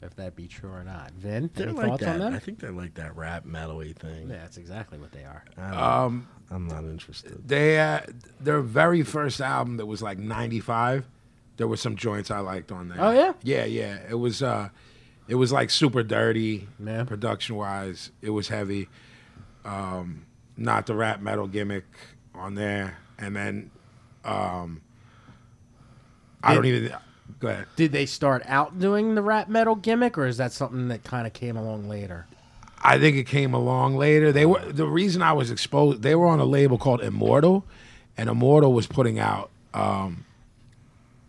if that be true or not. Vin, They're any like thoughts that. on that? I think they're like that rap metal-y thing. yeah, that's exactly what they are. I don't- Um, I'm not interested. they uh, their very first album that was like 95 there were some joints i liked on there Oh, yeah? yeah yeah it was uh it was like super dirty Yeah. production wise it was heavy um not the rap metal gimmick on there and then um i don't even go ahead Did they start out doing the rap metal gimmick, or is that something that kind of came along later? I think it came along later. They were the reason I was exposed. They were on a label called Immortal, and Immortal was putting out um,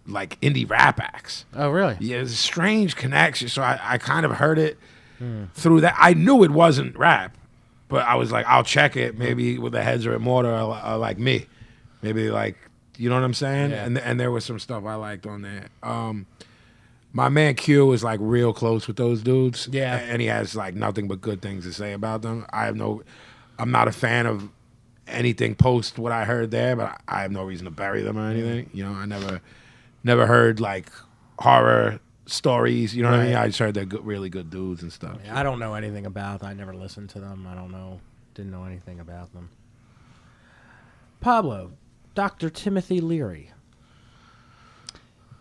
like indie rap acts. Oh, really? Yeah, it was a strange connection. So I, I kind of heard it through that. I knew it wasn't rap, but I was like, I'll check it. Maybe with the heads or Immortal are, li- are like me. Maybe like you know what I'm saying. Yeah. And and there was some stuff I liked on there. Um, my man Q is like real close with those dudes. Yeah. and he has like nothing but good things to say about them. I have no, I'm not a fan of anything post what I heard there, but I have no reason to bury them or anything. You know, I never, never heard like horror stories. You know what I mean? I just heard they're good, really good dudes and stuff. I don't know anything about them. I never listened to them. I don't know. Didn't know anything about them. Pablo, Dr. Timothy Leary.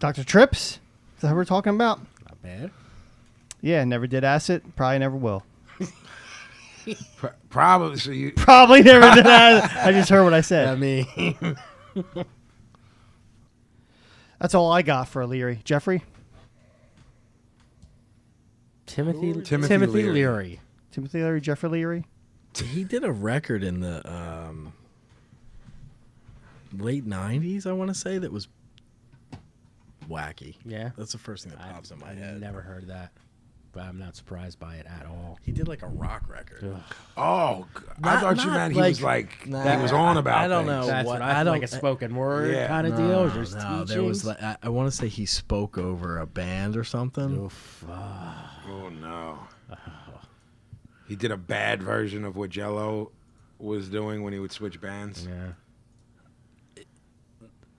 Dr. Trips? Is that who we're talking about? Not bad. Yeah, never did acid. Probably never will. Pro- Probably. So you, Probably never did acid. I just heard what I said. I mean, That's all I got for Leary. Jeffrey? Timothy, Timothy Leary. Leary. Timothy Leary? Jeffrey Leary? He did a record in the um, late '90s, I want to say, that was wacky. Yeah. that's the first thing that pops in my I've head. never heard that, but I'm not surprised by it at all. He did like a rock record. oh, g- I Not- thought you not meant he like- was like Nah, he was on about. I don't things. know. That's what- what, I, I feel don't- like a spoken word Yeah. kind of deal. Just No, there was like teachings. I, I want to say he spoke over a band or something. Oh no. He did a bad version of what Jello was doing when he would switch bands. yeah.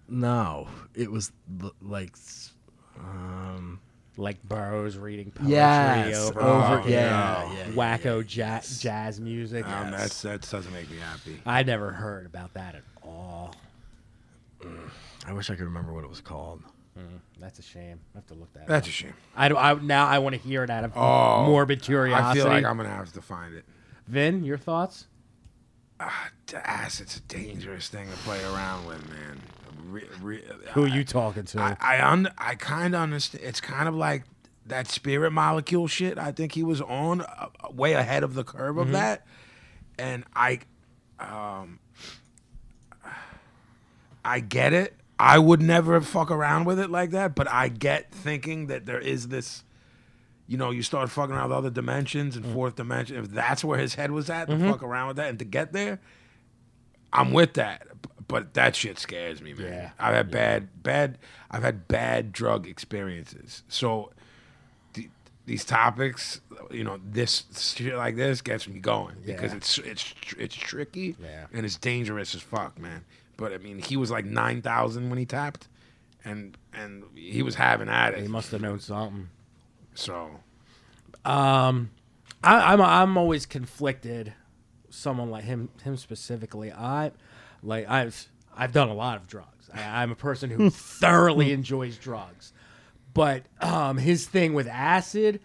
No, it was l- like s- um, like Burroughs reading poetry Yes, over, over- fucking yeah, yeah, yeah, wacko jazz, jazz music. Um, that's Yes. that doesn't make me happy. Uh, I never heard about that at all. I wish I could remember what it was called. That's a shame. I have to look that. That's a up. shame. I, don't- I now I want to hear it out of Oh, morbid I curiosity. feel like I'm gonna have to find it. Vin, your thoughts? Ah, d- acid's a dangerous thing to play around with, man. Re- re- Who are you talking to? I I, un- I kind of understand. It's kind of like that spirit molecule shit. I think he was on uh, way ahead of the curve of that, and I, um, I get it. I would never fuck around with it like that, but I get thinking that there is this. You know, you start fucking around with other dimensions Mm-hmm. and fourth dimension. If that's where his head was at, to fuck around with that and to get there, I'm with that, b- but that shit scares me, man. Yeah. I've had bad, bad, I've had bad drug experiences. So th- these topics, you know, this shit like this gets me going because Yeah. it's it's tr- it's tricky Yeah. and it's dangerous as fuck, man. But I mean, he was like nine thousand when he tapped, and and he was having at He it. must have known something. So Um, I, I'm I'm always conflicted. Someone like him him specifically. I like I've I've done a lot of drugs. I, I'm a person Hmm. who thoroughly enjoys drugs, but um, his thing with acid,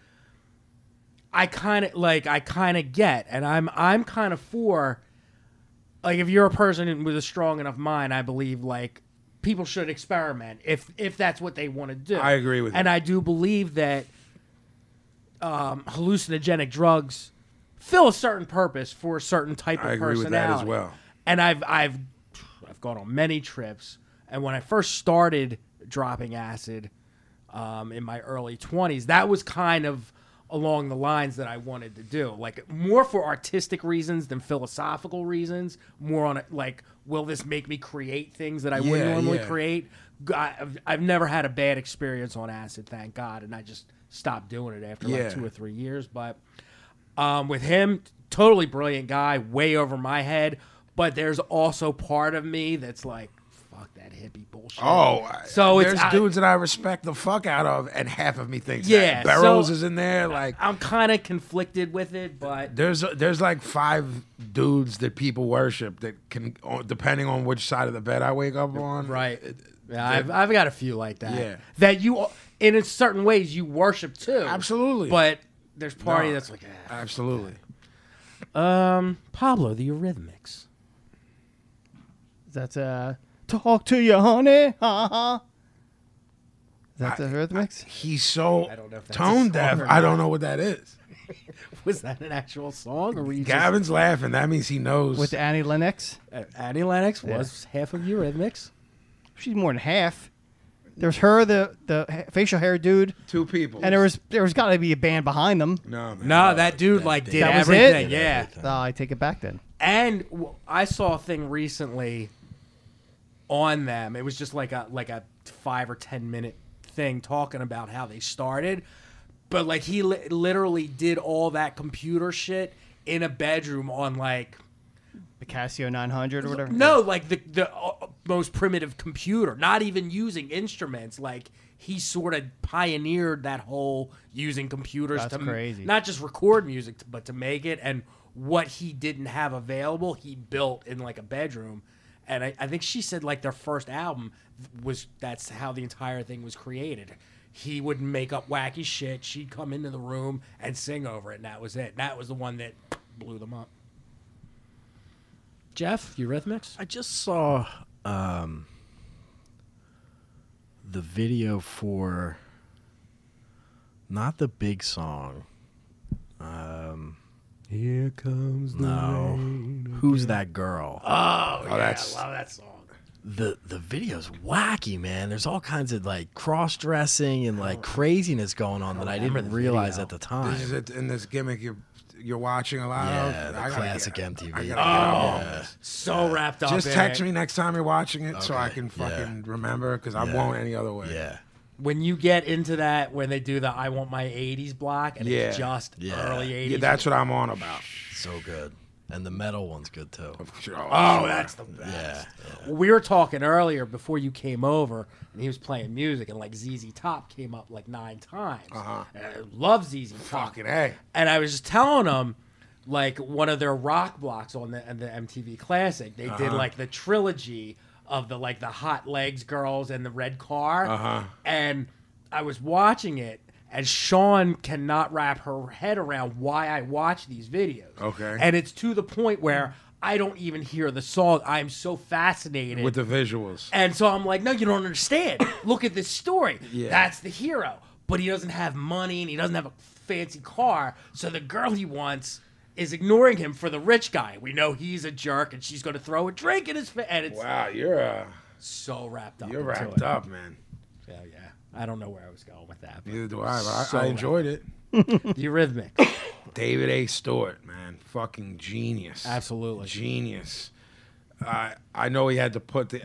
I kind of like I kind of get, and I'm I'm kind of for. Like if you're a person with a strong enough mind, I believe like people should experiment if if that's what they want to do. I agree with and you. I do believe that hallucinogenic drugs fill a certain purpose for a certain type I of agree personality. with that as well. And I've I've I've gone on many trips. And when I first started dropping acid um, in my early twenties, that was kind of along the lines that I wanted to do, like more for artistic reasons than philosophical reasons. More on it, like, will this make me create things that I wouldn't Yeah, normally yeah. create? G- I- I've, I've never had a bad experience on acid, thank God, and I just stopped doing it after Yeah. like two or three years. But Um, with him, totally brilliant guy, way over my head. But there's also part of me that's like, fuck that hippie bullshit. Oh, I- So it's- there's I- dudes that I respect the fuck out of, and half of me thinks Yeah, that. Barrows so- is in there. Like I'm kind of conflicted with it, but there's there's like five dudes that people worship that can, on- depending on which side of the bed I wake up on. right. Yeah, I've, I've got a few like that. Yeah. That you, and in certain ways, you worship too. Absolutely. But there's part of you No. that's like, "Ah." Um, Absolutely. Pablo, the Eurythmics. That's uh, talk to your honey. Ha ha. That's the Earth mix. He's so don't know if that's a tone song deaf. or I don't know what that is. Was that an actual song? Or were you just- Gavin's laughing. That means he knows. With Annie Lennox, Uh, Annie Lennox was half of Eurythmics. she's more than half. There's her, the the ha- facial hair dude, two people. and there was there was got to be a band behind them. no man. No, that dude like did That was everything. it? Yeah, Oh, I take it back then. and w- I saw a thing recently on them. It was just like a like a five or ten minute thing talking about how they started, but like he li- literally did all that computer shit in a bedroom on like The Casio 900 or whatever. No, like the the uh, most primitive computer, not even using instruments. Like he sort of pioneered that whole using computers That's to m- crazy. not just record music, but to make it. And what he didn't have available, he built in like a bedroom. And I, I think she said like their first album was that's how the entire thing was created. He would make up wacky shit. She'd come into the room and sing over it, and that was it. And that was the one that blew them up. Jeff, Eurythmics? I just saw um, the video for not the big song. um, Here comes the No, who's that girl? Oh, that's I love that song. the the video's wacky, man. There's all kinds of like cross dressing and like craziness going on that I didn't realize at the this is time. it in this gimmick you're you're watching a lot of. Yeah, the I gotta classic get- MTV. I gotta get up Oh, on Yeah. this. So wrapped up. Just in text it. me next time you're watching it so I Okay, can yeah. fucking remember because I won't any other way. yeah. when you get into that when they do the "I want my '80s" block, and Yeah. it's just Yeah. early '80s. Yeah, that's what I'm on about. So good. And the metal one's good too. Oh, that's the Yeah. we were talking earlier before you came over, and he was playing music, and like ZZ Top came up like nine times. Uh-huh. And I love ZZ Top. fucking A. and I was just telling them, like one of their rock blocks on the, the MTV Classic, they Uh-huh. did like the trilogy of the like the hot legs girls and the red car, Uh-huh. and I was watching it, and Sean cannot wrap her head around why I watch these videos. Okay. and it's to the point where. I don't even hear the song. I'm so fascinated With the visuals. and so I'm like, no, you don't understand. Look at this story. Yeah. That's the hero. But he doesn't have money and he doesn't have a fancy car. So the girl he wants is ignoring him for the rich guy. We know he's a jerk and she's going to throw a drink in his face. And it's Wow, you're uh, so wrapped up. you're into wrapped it. up, man. Yeah, yeah. I don't know where I was going with that. but Neither do I, but I, So I enjoyed it. The Eurythmics. David A. Stewart, man, fucking genius. Absolutely. genius. I I know he had to put the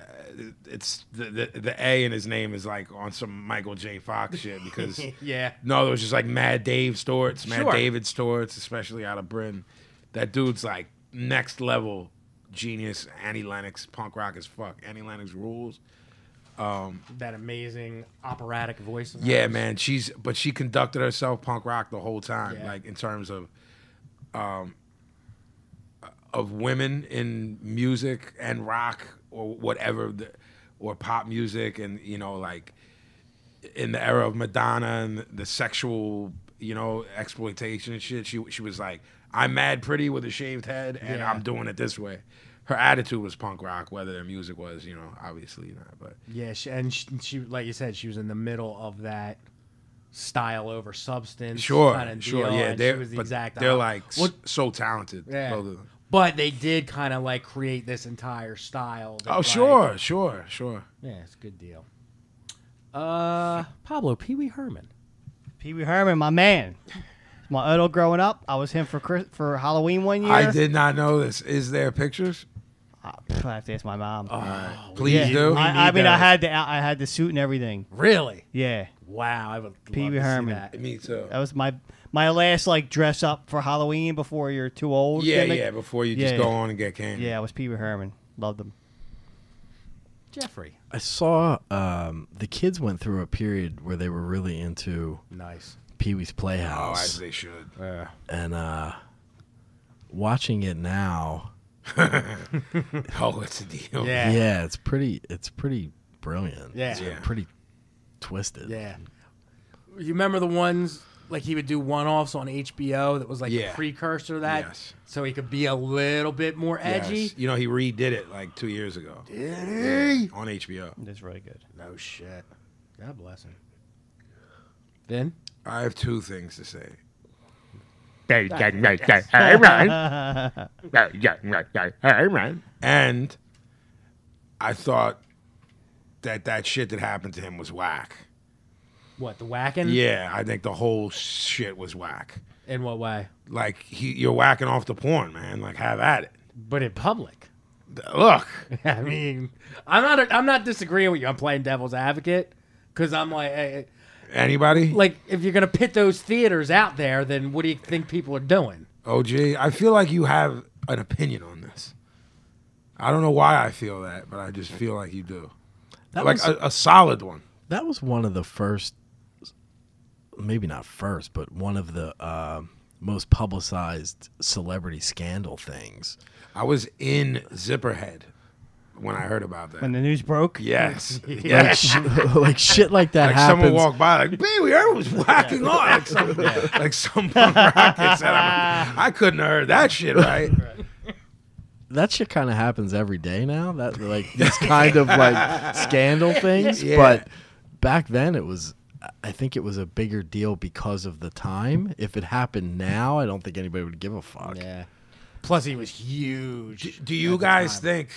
it's the, the the A in his name is like on some Michael J. Fox shit because Yeah. no, there was just like Mad Dave Stewart's, Mad Sure. David Stewart's, especially out of Britain. That dude's like next level genius. Annie Lennox, punk rock as fuck. Annie Lennox rules. that amazing operatic voice. of Yeah, hers. man. She's but she conducted herself punk rock the whole time, Yeah. like in terms of, um, of women in music and rock or whatever, the, or pop music, and you know, like in the era of Madonna and the sexual, you know, exploitation and shit. She she was like, I'm mad pretty with a shaved head, and Yeah. I'm doing it this way. Her attitude was punk rock, whether the music was, you know, obviously not, but Yeah, she, and she, she, like you said, she was in the middle of that style over substance. Sure, kinda sure, deal, yeah. and They're she was the but exact they're op- like s- Well, so talented. yeah. both of them. But they did kind of like create this entire style. that, Oh, like- sure, sure, sure. Yeah, it's a good deal. Uh, Pablo Pee Wee Herman. Pee Wee Herman, my man. My idol growing up. I was him for Chris, for Halloween one year. I did not know this. Is there pictures? Ah, pff, I have to ask my mom. Oh, Please yeah. Oh, do. I, I mean, I had the I had the suit and everything. Really? Yeah, Wow, I would Pee love Wee to see Herman. that. Me too. that was my my last like dress up for Halloween before you're too old. Yeah, gimmick. yeah. Before you just Yeah, go yeah. on and get canned. Yeah, it was Pee Wee Herman. Loved him. Jeffrey. I saw um, the kids went through a period where they were really into Nice. Pee Wee's Oh, Playhouse, as they should. Uh, and uh, watching it now, Oh, it's a deal. yeah. yeah. Yeah. it's pretty, it's pretty brilliant. Yeah. It's uh, Yeah. pretty twisted. You remember the ones like he would do one offs on HBO that was like Yeah. a precursor to that? Yes. So he could be a little bit more edgy. Yes. You know, he redid it like two years ago. Yeah, On HBO. It is really good. No shit. God bless him. Then I have two things to say. And I thought that that shit that happened to him was whack. what? The whacking? Mm. Yeah, I think the whole shit was whack. In what way? Like he, you're whacking off the porn, man. Like have at it. But in public. Look, I mean, I'm not. I'm not disagreeing with you. I'm playing devil's advocate because I'm like, eh, anybody? like if you're gonna pit those theaters out there, then what do you think people are doing? OG, I feel like you have an opinion on this. I don't know why I feel that, but I just feel like you do. That like was- a, a solid one. That was one of the first, maybe not first, but one of the uh, most publicized celebrity scandal things. I was in Zipperhead when I heard about that. When the news broke, yes. Like, yes. sh- like shit like that Like happens. someone walked by, like, Pee Wee Herman was whacking on. Like some, like some punk rocket said, I'm- I couldn't have heard that shit, right? that shit kind of happens every day now. That like these kind of like scandal things, Yeah. but back then it was. I think it was a bigger deal because of the time. If it happened now, I don't think anybody would give a fuck. Yeah. Plus, he was huge. Do, do you guys think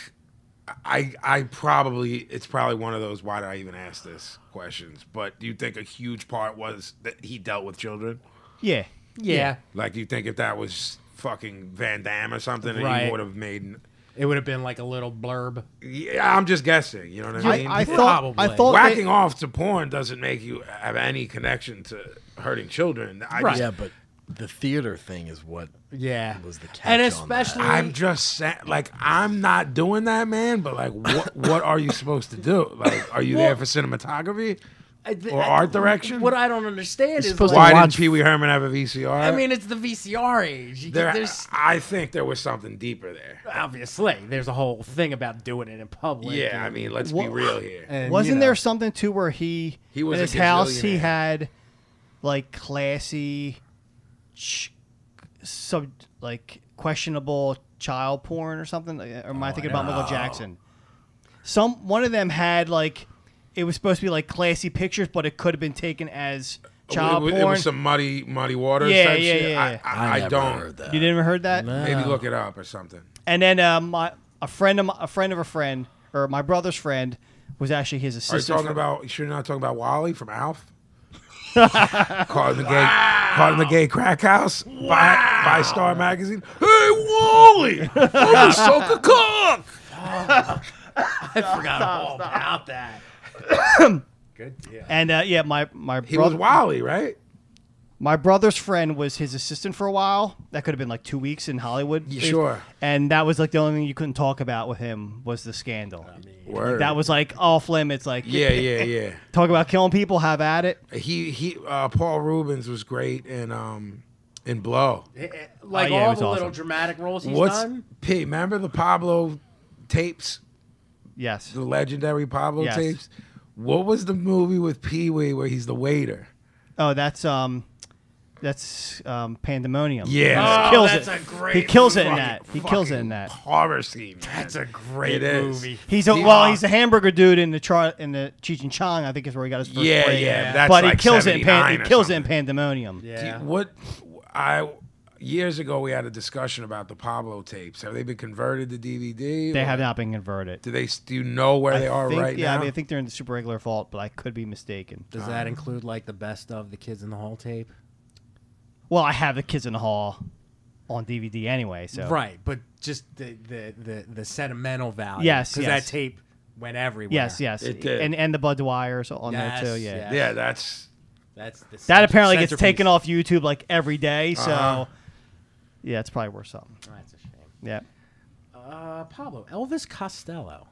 I I probably it's probably one of those why did I even ask this questions? But do you think a huge part was that he dealt with children? yeah, Yeah. Like do you think if that was fucking Van Damme or something, he Right. would have made. It would have been like a little blurb. Yeah, I'm just guessing. You know what I mean? I thought I Probably. thought they- Whacking off to porn doesn't make you have any connection to hurting children. I Right. just, Yeah, but the theater thing is what Yeah. was the catch. and on that. especially I'm just saying, like, I'm not doing that, man. But like, what what are you supposed to do? Like, are you there for cinematography? I thi- or I- art direction? What I don't understand is supposed to Why like, didn't watch- Pee Wee Herman have a VCR? I mean, it's the VCR age. You- there, there's I think there was something deeper there. obviously there's a whole thing about doing it in public. Yeah, I and- mean, let's be What- real here. and, you Wasn't there know. something too where he, He was in a his house he gazillionaire. had like classy, ch- sub like questionable child porn or something? Like, Or am Oh, I thinking about Michael Jackson? Some one of them had like it was supposed to be like classy pictures, but it could have been taken as It child was, it porn. was some muddy, muddy waters Yeah, type yeah, shit. yeah, I- yeah. I, I, never don't. heard that. you didn't heard that? Maybe look it up or something. And then uh, my a friend of my, a friend of a friend or my brother's friend was actually Are his you assistant. talking about? Sure, you're not talking about Wally from Alf. caught in the gay, caught in the gay crack house by, by Star Magazine. Hey, Wally, I'm a soca cock. I forgot all about that. Good deal. and uh, yeah, my my He brother was Wally, right? my brother's friend was his assistant for a while. That could have been like two weeks in Hollywood. Yeah, sure. And that was like the only thing you couldn't talk about with him was the scandal. Word. that was like off limits. Like yeah, yeah, yeah. talk about killing people, have at it. he he uh, Paul Rubens was great in um in Blow. Eh, Like Oh, yeah, it all was the little awesome. dramatic roles he's What's done. P? Remember the Pablo tapes, Yes. the legendary Pablo Yes. tapes. What was the movie with Pee Wee where he's the waiter? Oh, that's um, that's um, pandemonium. Yeah. Oh, He kills that's it. a great he kills it in Fucking- that. He kills it fucking in that. horror scene. man. That's a It great is. movie. He's a He- well, he's a hamburger dude in the char in the Cheech and Chong. I think is where he got his first Yeah, break. yeah, that's but like he kills it. In pan- 79 he or kills it in something. Pandemonium. Do you- Yeah. What I years ago we had a discussion about the Pablo tapes. Have they been converted to DVD? They or- have not been converted. Do they? Do you know where they are I think, right yeah, now? I, mean, I think they're in the super regular fault, but I could be mistaken. Does that include like the best of the kids in the hall tape? Well, I have the Kids in the Hall on DVD anyway, so Right, but just the the the, the sentimental value. Yes, because yes. that tape went everywhere. Yes, yes, It did. and and the Bud Dwyer's on Yes, there too. Yeah, yes. yeah, that's That's the That apparently gets centerpiece. taken off YouTube like every day, so Uh-huh. yeah, it's probably worth something. Oh, That's a shame. Yeah, Uh, Pablo, Elvis Costello.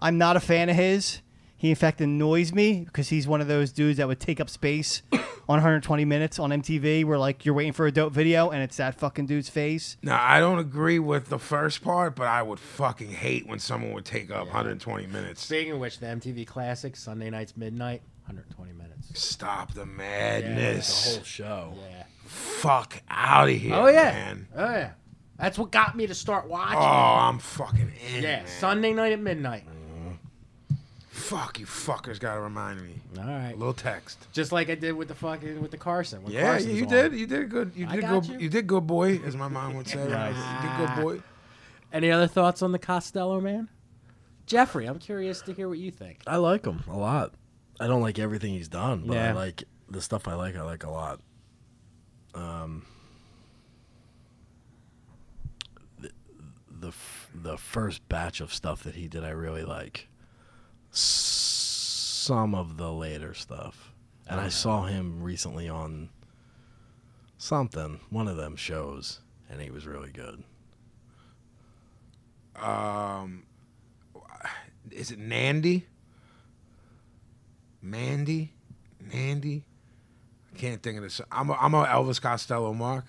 I'm not a fan of his. He in fact annoys me because he's one of those dudes that would take up space on 120 minutes on MTV, where like you're waiting for a dope video and it's that fucking dude's face. Now I don't agree with the first part, but I would fucking hate when someone would take up 120 minutes. Speaking of which, the MTV Classic, Sunday nights, midnight, 120 minutes. Stop the The madness. whole show. Yeah. Fuck out of here. Oh, yeah. Man. Oh, yeah. That's what got me to start Oh, watching. I'm fucking in. yeah, man. Sunday night at midnight. Fuck you, fuckers. Gotta remind me. All A right. little text. Just like I did with the fucking with the Carson. when Yeah, Carson's you on. did. You did good. You I did got good. you. You. did good, boy, as my mom would say. You did good, boy. Any other thoughts on the Costello man? Jeffrey, I'm curious to hear what you think. I like him a lot. I don't like everything he's done, but I Yeah. like the stuff I like. I like a lot. Um, the the, f- the first batch of stuff that he did, I really like. S- Some of the later stuff, and I saw him recently on something, one of them shows, and he was really good. Is it Nandy? Mandy? Nandy? I can't think of this. I'm a, I'm a Elvis Costello mark.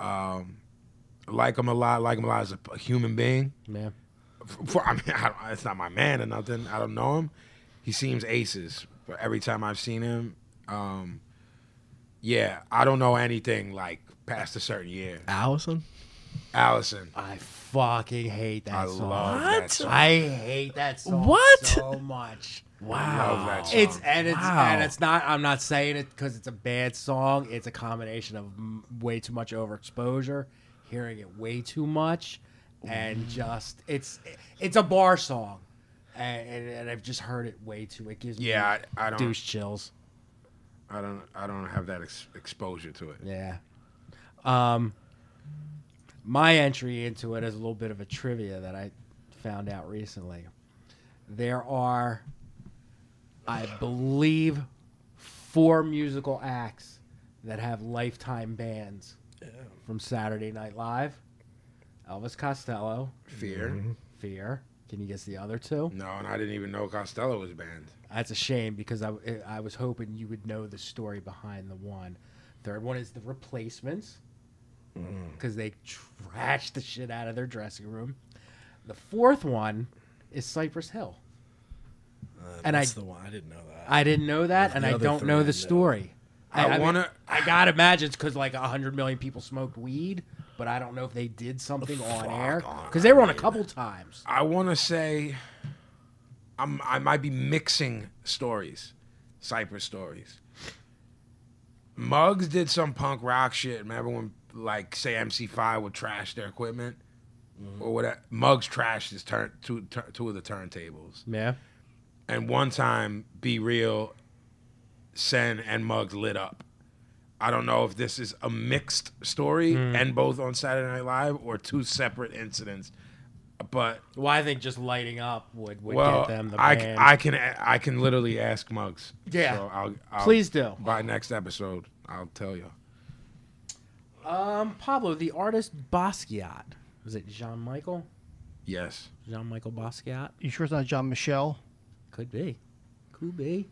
Um, like him a lot. Like him a lot as a, a human being. Yeah. For, I mean, I don't, it's not my man or nothing. I don't know him. He seems aces. But every time I've seen him, um, yeah, I don't know anything like past a certain year. Allison, Allison, I fucking hate that I song. love that song. I hate that song What? so much. I love that song. It's and it's Wow. and it's not. I'm not saying it because it's a bad song. It's a combination of m- way too much overexposure, hearing it way too much, and just it's it's a bar song, and, and, and I've just heard it way too. It gives yeah, me I, I don't. douche chills. I don't. I don't have that ex- exposure to it. Yeah. Um, my entry into it is a little bit of a trivia that I found out recently. There are, I believe, four musical acts that have lifetime bans from Saturday Night Live. Elvis Costello, Fear. Mm-hmm. Fear. Can you guess the other two? No, and I didn't even know Costello was banned. That's a shame because I, I was hoping you would know the story behind the one. Third one is the replacements Mm. because they trashed the shit out of their dressing room. The fourth one is Cypress Hill. and I, Uh, that's the one I didn't know that. I didn't know that, and The I other don't three know I the know. story. I mean, wanna- I gotta imagine it's because like hundred million people smoked weed, but I don't know if they did something on air on, because they were on a couple times. I want to say, I'm. I might be mixing stories, Cypress stories. Muggs did some punk rock shit. Remember when, like, say MC5 would trash their equipment, or whatever. Muggs trashed his turn two tur- two of the turntables. Yeah. And one time, Be Real, Sen, and Muggs lit up. I don't know if this is a mixed story and both on Saturday Night Live or two separate incidents, but Well, I think just lighting up would, would well, get them the I, ban. I can I can literally ask Muggs. Yeah. so I'll, I'll, Please do. by next episode. I'll tell you. Um, Pablo, the artist Basquiat. Was it Jean Michael? Yes, Jean Michael Basquiat? You sure it's not John Michelle Could be. Could be.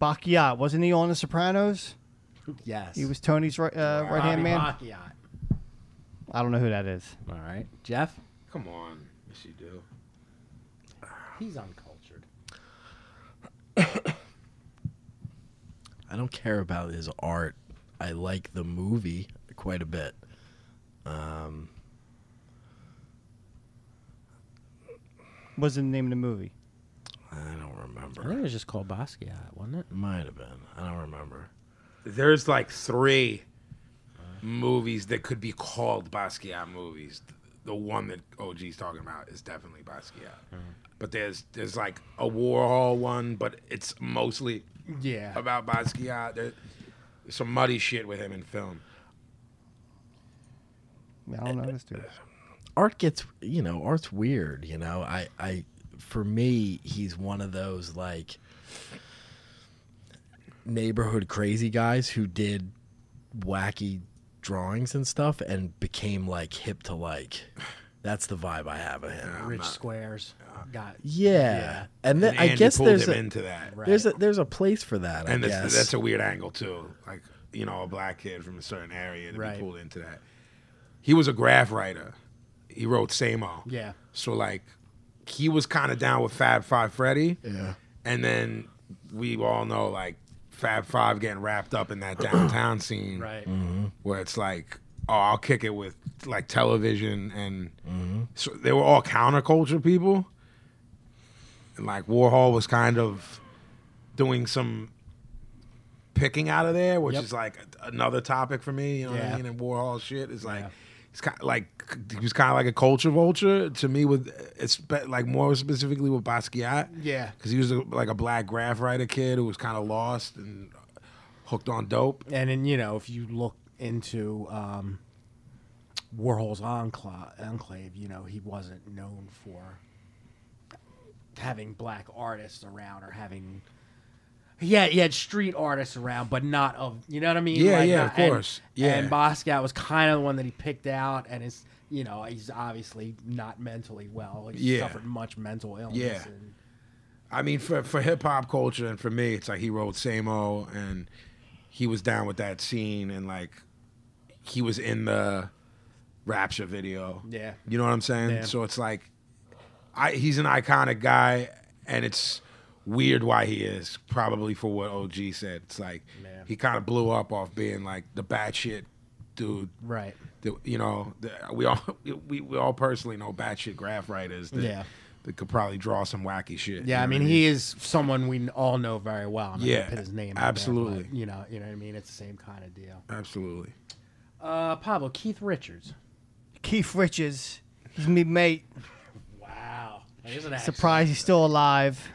Basquiat? Wasn't he on The Sopranos? Yes. He was Tony's right uh, right hand man. Basquiat. I don't know who that is. All right. Jeff? come on, yes you do. He's uncultured. I don't care about his art. I like the movie quite a bit. What's the name of the movie? I don't remember. I think it was just called Basquiat, wasn't it? Might have been. I don't remember. There's like three movies that could be called Basquiat movies. The one that OG's talking about is definitely Basquiat. But there's there's like a Warhol one, but it's mostly Yeah. about Basquiat. There's some muddy shit with him in film. I don't know this dude. Art gets, you know, art's weird, you know. I I for me, he's one of those like neighborhood crazy guys who did wacky drawings and stuff and became like hip to like. That's the vibe I have of him. Rich Squares. Got Yeah, and then And I Andy guess pulled there's him a, into that. there's a there's a place for that. and I that's, guess that's a weird angle too. Like you know, a black kid from a certain area to Right. be pulled into that. He was a graph writer. He wrote Samo. Yeah. So like, he was kind of down with Fab Five Freddy. Yeah. And then we all know like Fab Five getting wrapped up in that downtown scene, right. Mm-hmm. Where it's like, oh, I'll kick it with like television and Mm-hmm. so they were all counterculture people. And like Warhol was kind of doing some picking out of there, which Yep. is like a- another topic for me. You know what Yeah. I mean? And Warhol shit is like, it's kind of like he was kind of like a culture vulture to me. With it's like more specifically with Basquiat, Yeah. because he was a, like a black graph writer kid who was kind of lost and hooked on dope. And then you know, if you look into um, Warhol's enclave, enclave, you know, he wasn't known for having black artists around or having. Yeah, he had street artists around, but not of you know what I mean. uh, Yeah, yeah, of and- course. Yeah. and Basquiat was kind of the one that he picked out, and it's you know he's obviously not mentally well. He Yeah. suffered much mental illness. Yeah. and, I mean, for for hip hop culture and for me, it's like he wrote Samo and he was down with that scene and like he was in the Rapture video. Yeah. you know what I'm saying. Yeah. So it's like, I he's an iconic guy, and it's weird why he is probably for what OG said. It's like Yeah. he kind of blew up off being like the batshit dude. right. That, you know, that we all we, we all personally know batshit graph writers. That, Yeah. That could probably draw some wacky shit. Yeah, I You know mean, what he is someone we all know very well. I'm not gonna Yeah, put his name. out absolutely. There, but, you know, you know what I mean. It's the same kind of deal. Absolutely. Uh, Pablo Keith Richards. Keith Richards. He's me mate. Wow, that is an accent. Surprised he's still alive.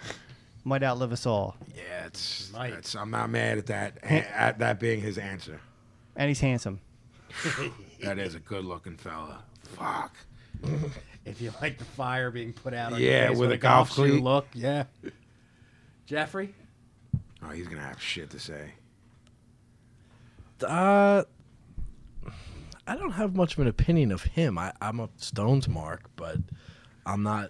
Might outlive us all. Yeah, it's, Might. it's- I'm not mad at that at that being his answer. And he's handsome. That is a good looking fella. Fuck. If you like the fire being put out. On Yeah, your face with a golf shoe cleat. Look, yeah. Jeffrey. Oh, he's gonna have shit to say. Uh, I don't have much of an opinion of him. I, I'm a Stones mark, but I'm not. Um,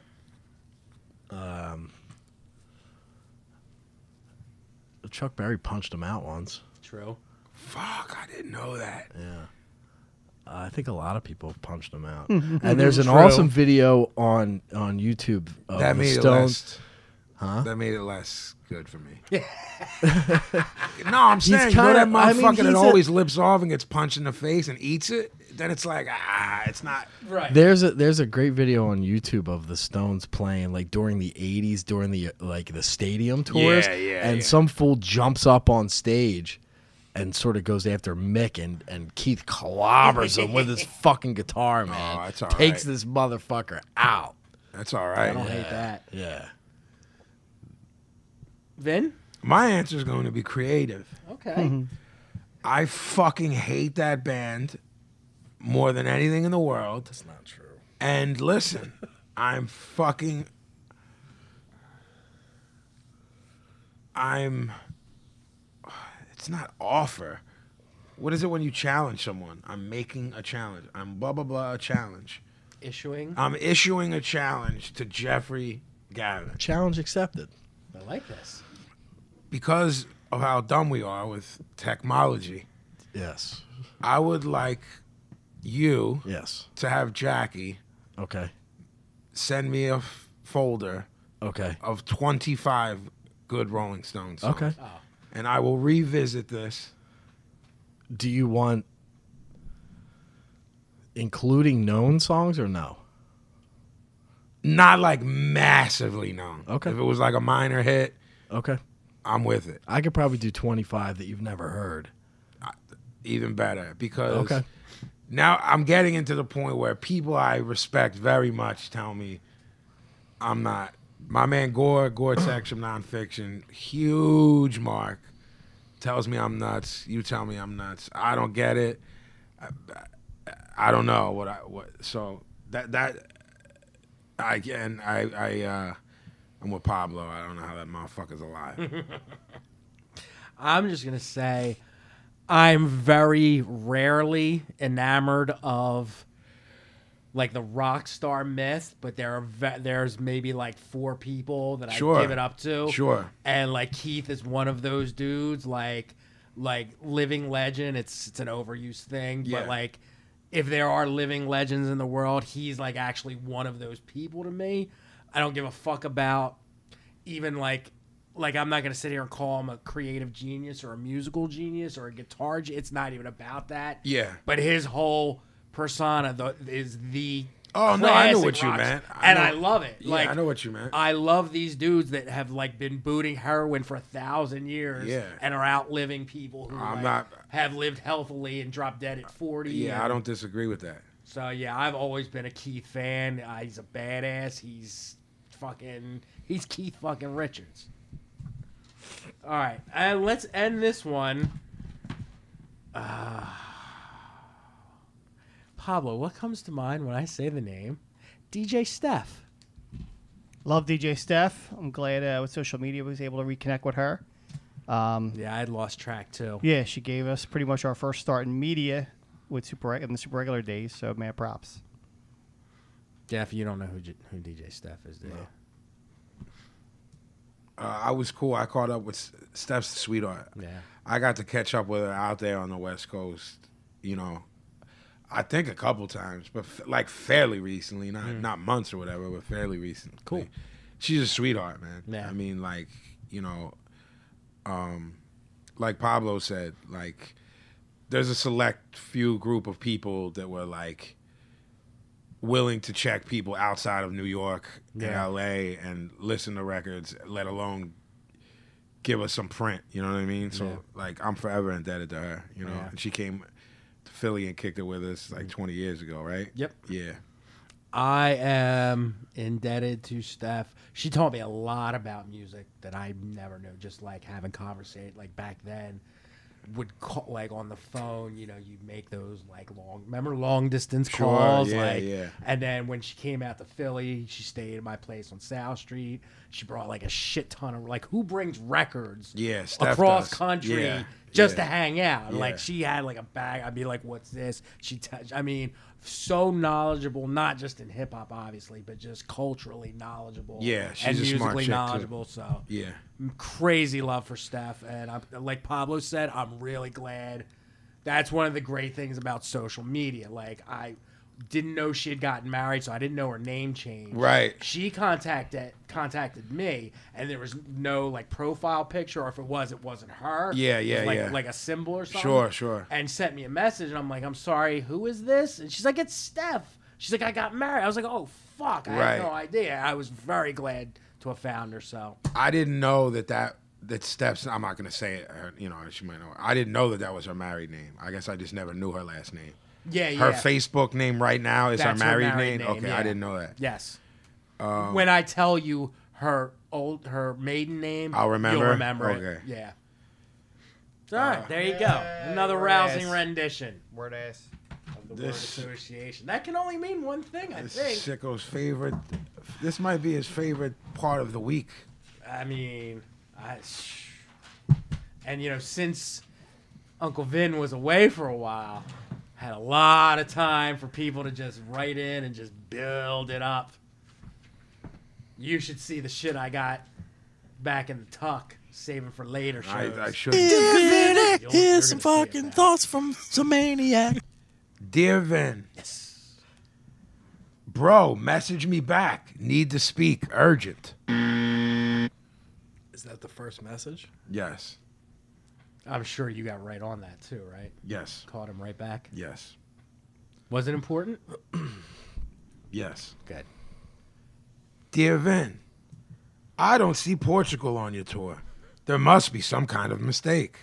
Chuck Berry punched him out once. True. Fuck, I didn't know that. Uh, I think a lot of people have punched him out. and there's an awesome video on on YouTube of that the made it Stones. less. Huh? That made it less good for me. no, I'm saying you know kinda- that I mean, motherfucker that he's a- always lips off and gets punched in the face and eats it. Then it's like ah, it's not. Right. There's a there's a great video on YouTube of the Stones playing like during the '80s during the like the stadium tours, Yeah, yeah, and yeah. some fool jumps up on stage and sort of goes after Mick and and Keith clobbers him with his fucking guitar, man. that's Oh, all Takes right. this motherfucker out. That's all I don't right. hate that. Yeah. Vin. My answer is going to be creative. Okay. I fucking hate that band more than anything in the world. It's not true. And listen, I'm fucking. I'm. It's not offer. What is it when you challenge someone? I'm making a challenge. I'm blah, blah, blah, a challenge. Issuing. I'm issuing a challenge to Jeffrey Gavin Challenge accepted. I like this. because of how dumb we are with technology. Yes. I would like you Yes. to have Jackie Okay. send me a f- folder Okay. of 25 good Rolling Stones. songs. Okay. And I will revisit this. Do you want including known songs or no? Not like massively known. Okay. If it was like a minor hit, Okay. I'm with it. I could probably do 25 that you've never heard. Even better because Okay. now I'm getting into the point where people I respect very much tell me I'm not. My man Gore, Gore Tech from Nonfiction, huge mark, tells me I'm nuts. You tell me I'm nuts. I don't get it. I, I don't know what I what. So that that I can I I uh, I'm with Pablo. I don't know how that motherfucker's alive. I'm just gonna say, I'm very rarely enamored of like the rock star myth, but there are ve- there's maybe like four people that Sure. I give it up to. Sure. and like Keith is one of those dudes. Like, like living legend. It's it's an overuse thing, Yeah. but like. If there are living legends in the world, he's like actually one of those people to me. I don't give a fuck about even like like I'm not gonna sit here and call him a creative genius or a musical genius or a guitar. Ge- it's not even about that. Yeah. But his whole persona the, is the Oh, no, I know classic what you rock- meant. I and know- I love it. Yeah, like I know what you meant. I love these dudes that have like been booting heroin for a thousand years Yeah. and are outliving people who I'm like, not- have lived healthily and dropped dead at forty. Yeah, I and- don't disagree with that. so yeah, I've always been a Keith fan. Uh, he's a badass. He's fucking. He's Keith fucking Richards. All right, and let's end this one. Uh, Pablo, what comes to mind when I say the name DJ Steph? Love DJ Steph. I'm glad uh, with social media was able to reconnect with her. Um, Yeah, I'd lost track too. yeah, she gave us pretty much our first start in media with super Reg- in the super regular days. So man, props. Jeff, you don't know who, J- who DJ Steph is, do you? Uh, I was cool. I caught up with S- Steph's sweetheart. Yeah. I got to catch up with her out there on the West Coast. You know, I think a couple times, but f- like fairly recently, not not months or whatever, but fairly recently. Mm. Cool. She's a sweetheart, man. Yeah. I mean, like you know, um, like Pablo said, like there's a select few group of people that were like willing to check people outside of New York Yeah. and LA and listen to records, let alone give us some print. You know what I mean? So Yeah. Oh, like I'm forever indebted to her. You know, Yeah. Mm-hmm. And she came to Philly and kicked it with us like 20 years ago, right? Yep. Yeah. I am indebted to Steph. She taught me a lot about music that I never knew. Just like having conversation, like back then, would call like on the phone. You know, you make those like long, remember long distance Sure, calls, yeah, like. yeah. And then when she came out to Philly, she stayed at my place on South Street. She brought like a shit ton of like who brings records, Yeah, Steph across does. country Yeah, just yeah. to hang out. Yeah. Like she had like a bag. I'd be like, "What's this?" She, touched. I mean, so knowledgeable, not just in hip hop, obviously, but just culturally knowledgeable. Yeah, she's a and smart musically chick, too. knowledgeable. So Yeah. crazy love for Steph, and I'm, like Pablo said, I'm really glad. That's one of the great things about social media. Like I didn't know she had gotten married, so I didn't know her name changed. Right. She contacted contacted me, and there was no like profile picture, or if it was, it wasn't her. Yeah, It was, yeah, like, yeah. Like a symbol or something. Sure, sure. And sent me a message, and I'm like, I'm sorry, who is this? And she's like, it's Steph. She's like, I got married. I was like, oh fuck, I Right. had no idea. I was very glad to have found her. So I didn't know that that that Steph's. I'm not gonna say it. Her, you know, she might know. I didn't know that that was her married name. I guess I just never knew her last name. yeah, yeah. Her Facebook name right now is That's her her married, name. married name, Okay, I yeah. didn't know that. Yes. Um, when I tell you her old her maiden name, I'll remember? You'll remember it. Okay. Yeah. All right, there you go. Another Yay, rousing yes. rendition Word ass. of the word This- association. That can only mean one thing, I This think. is Sicko's favorite. This might be his favorite part of the week. I mean, I. And you know, since Uncle Vin was away for a while, had a lot of time for people to just write in and just build it up. You should see the shit I got back in the tuck, saving for later I, shows. I should. Here's You'll- you're some gonna see it fucking now. thoughts from some maniac. Dear Vin, bro, message me back. Need to speak. Urgent. Is that the first message? Yes. I'm sure you got right on that too, right? Yes. Caught him right back. Yes. Was it important? Yes. Good. Dear Vin, I don't see Portugal on your tour. There must be some kind of mistake.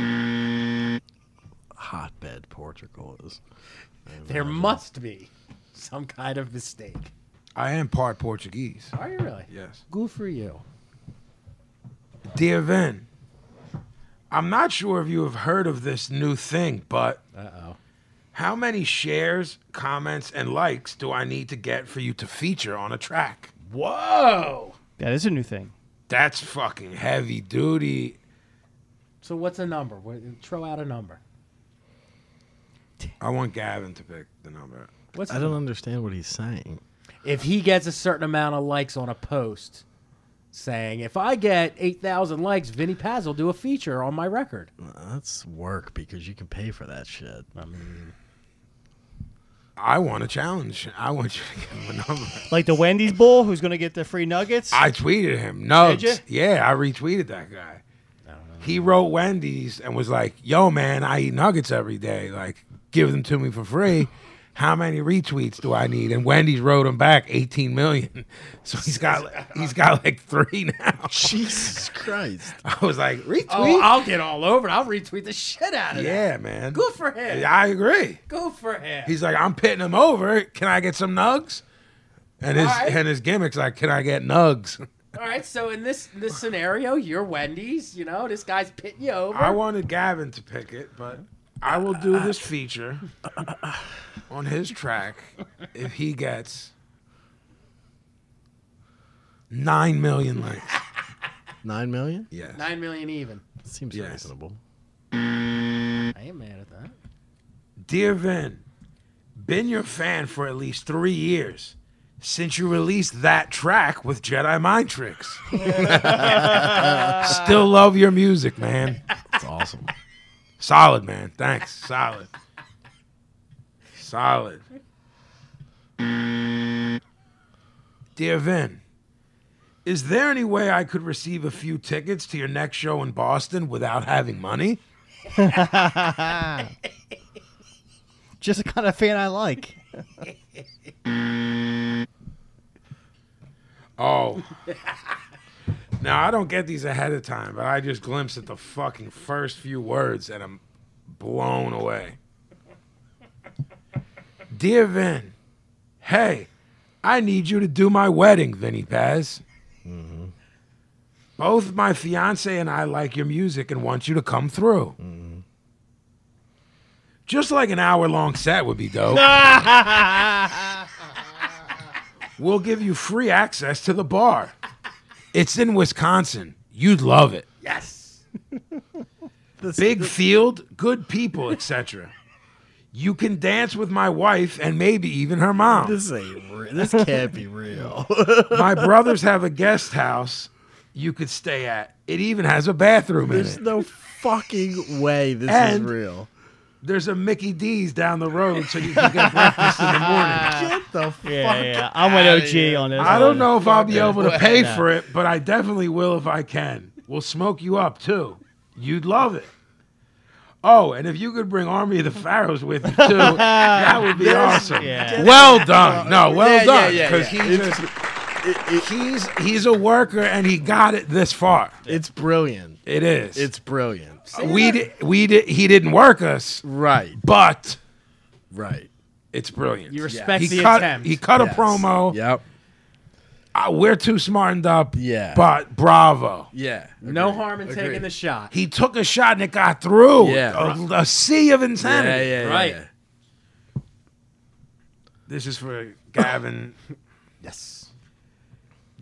Hotbed Portugal is. There must be some kind of mistake. I am part Portuguese. Are you really? Yes. Good for you. Dear Vin, I'm not sure if you have heard of this new thing, but Uh oh. how many shares, comments, and likes do I need to get for you to feature on a track? Whoa. That is a new thing. That's fucking heavy duty. So what's a number? What, throw out a number. I want Gavin to pick the number. What's I don't understand what he's saying. if he gets a certain amount of likes on a post saying, if I get 8,000 likes, Vinny Paz will do a feature on my record. That's work because you can pay for that shit. I mean, I want a challenge. I want you to give him a number. Like the Wendy's bull who's going to get the free nuggets. I tweeted him. No, Did ya? yeah, I retweeted that guy. He wrote Wendy's and was like, "Yo, man, I eat nuggets every day. Like, give them to me for free. How many retweets do I need?" And Wendy's wrote him back 18 million. So he's got he's got like three now. Jesus Christ. I was like, retweet. oh, I'll get all over it. I'll retweet the shit out of it. yeah, man. Good for him. I agree. Go for him. He's like, I'm pitting him over. Can I get some nugs? And his Alright. and his gimmick's like, can I get nugs? all right, so in this this scenario, you're Wendy's. You know, this guy's pitting you over. I wanted Gavin to pick it, but I will do this feature on his track if he gets nine million likes. Nine million? Yes. Nine million even. Seems Yes. reasonable. I ain't mad at that. Dear Vin, been your fan for at least three years since you released that track with Jedi Mind Tricks. Still love your music, man. It's awesome. Solid, man. Thanks. Solid. Solid. Dear Vin, is there any way I could receive a few tickets to your next show in Boston without having money? Just the kind of fan I like. Oh. now, I don't get these ahead of time, but I just glimpse at the fucking first few words and I'm blown away. Dear Vin, hey, I need you to do my wedding, Vinny Paz. Both my fiance and I like your music and want you to come through. Just like an hour long set would be dope. We'll give you free access to the bar. It's in Wisconsin. You'd love it. Yes. Big field, good people, etc. You can dance with my wife and maybe even her mom. This ain't re- this can't be real. My brothers have a guest house you could stay at. It even has a bathroom in There's it. no fucking way this And- is real. There's a Mickey D's down the road so you can get breakfast in the morning. Get the fuck Yeah, yeah. I'm with OG on this. I one. don't know if I'll be able to pay for it, but I definitely will if I can. We'll smoke you up too. You'd love it. Oh, and if you could bring Army of the Pharaohs with you too, that would be awesome. Yeah. Well done. No, well Yeah, yeah, done. yeah, Because yeah. he just he's he's a worker and he got it this far. It's brilliant. It is. It's brilliant. we di- we di- he didn't work us, Right. but Right. it's brilliant. You respect he the cut, attempt. He cut Yes. a promo. Yep. Uh, we're too smartened up. Yeah. But bravo. Yeah. no harm in taking Agreed. the shot. He took a shot and it got through. Yeah. A, a sea of Yeah, insanity. yeah, yeah, Right. yeah. This is for Gavin. Yes.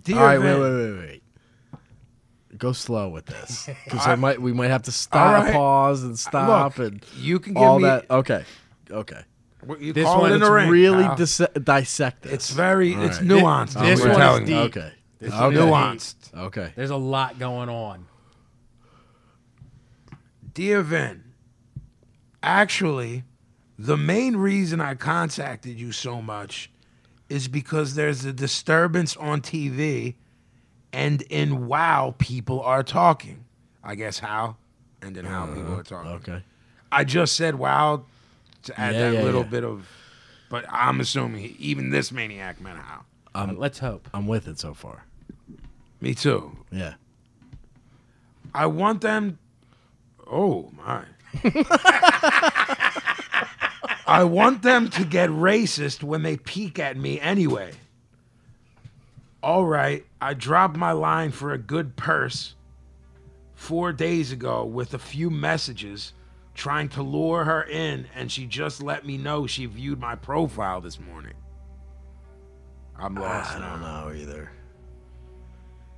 Dear All right, Vin- wait, wait, wait, wait. Go slow with this because I might we might have to All stop, right. pause, and Look, stop, and you can give all me that. Okay, okay. what You This call one it in Let's the ring. really pal. dis- dissect this. it's very it's right. nuanced. This is what one is we're telling you. deep. okay. This is okay. Nuanced. Okay. There's a lot going on. Dear Vin, actually, the main reason I contacted you so much is because there's a disturbance on TV and in WoW people are talking. I guess how? And in how people are talking. Uh-huh. Okay. I just said wow to add Yeah, that yeah, little yeah. bit of, but I'm assuming he- even this maniac meant how. Uh, let's hope. I'm with it so far. Me too. Yeah. I want them. Oh my. I want them to get racist when they peek at me anyway. All right, I dropped my line for a good purse four days ago with a few messages trying to lure her in, and she just let me know she viewed my profile this morning. I'm lost I now. don't know either.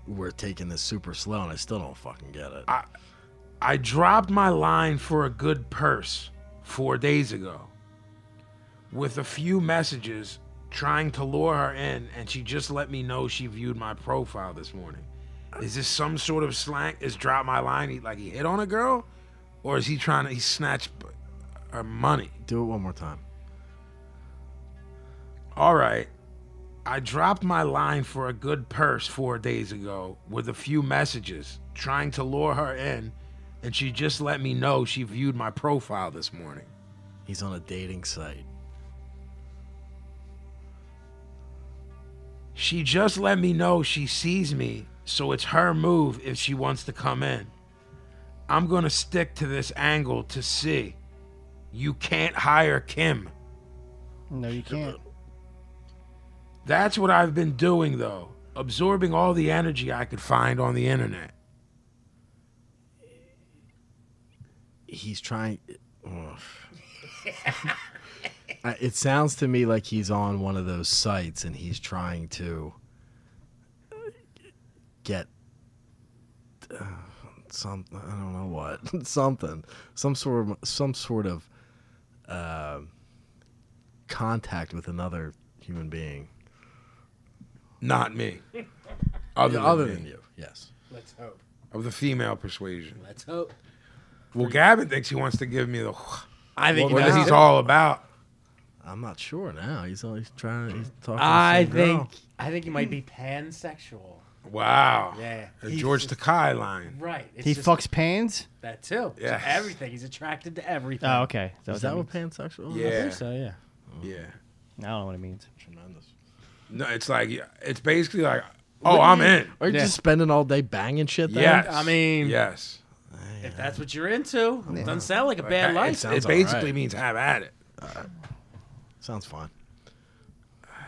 we're taking this super slow, and I still don't fucking get it. I dropped my line for a good purse four days ago with a few messages trying to lure her in, and she just let me know she viewed my profile this morning. Is this some sort of slang? Is drop my line he, like he hit on a girl? Or is he trying to he snatch b- her money? Do it one more time. All right. I dropped my line for a good purse four days ago with a few messages trying to lure her in, and she just let me know she viewed my profile this morning. He's on a dating site. She just let me know she sees me, so it's her move if she wants to come in. I'm going to stick to this angle to see. You can't hire Kim. No, you can't. That's what I've been doing, though, absorbing all the energy I could find on the internet. He's trying. Ugh. I- it sounds to me like he's on one of those sites and he's trying to get uh, some. I don't know what something, some sort of some sort of uh, contact with another human being Not me. Other, than, other me. than you. Yes. Let's hope. Of the female persuasion. Let's hope. Well, Gavin thinks he wants to give me the I think what that's he's all about. I'm not sure now. He's he's trying. He's talking. to the I same girl. think I think he might Hmm. be pansexual. Wow. Yeah. The He's George Takai line. Right. It's He just fucks pans. that too. Yeah. Yeah. Everything. He's attracted to everything. Oh, okay. So Is that what pansexual? is? Yeah. I think so yeah. Yeah. I don't know what it means. Tremendous. No, it's like it's basically like, oh, I'm in. Are you Yeah. just spending all day banging shit? Then? Uh, Yes. I mean, yes. if that's what you're into, it doesn't sound like a bad It- life. sounds it basically alright. means have at it. sounds fine.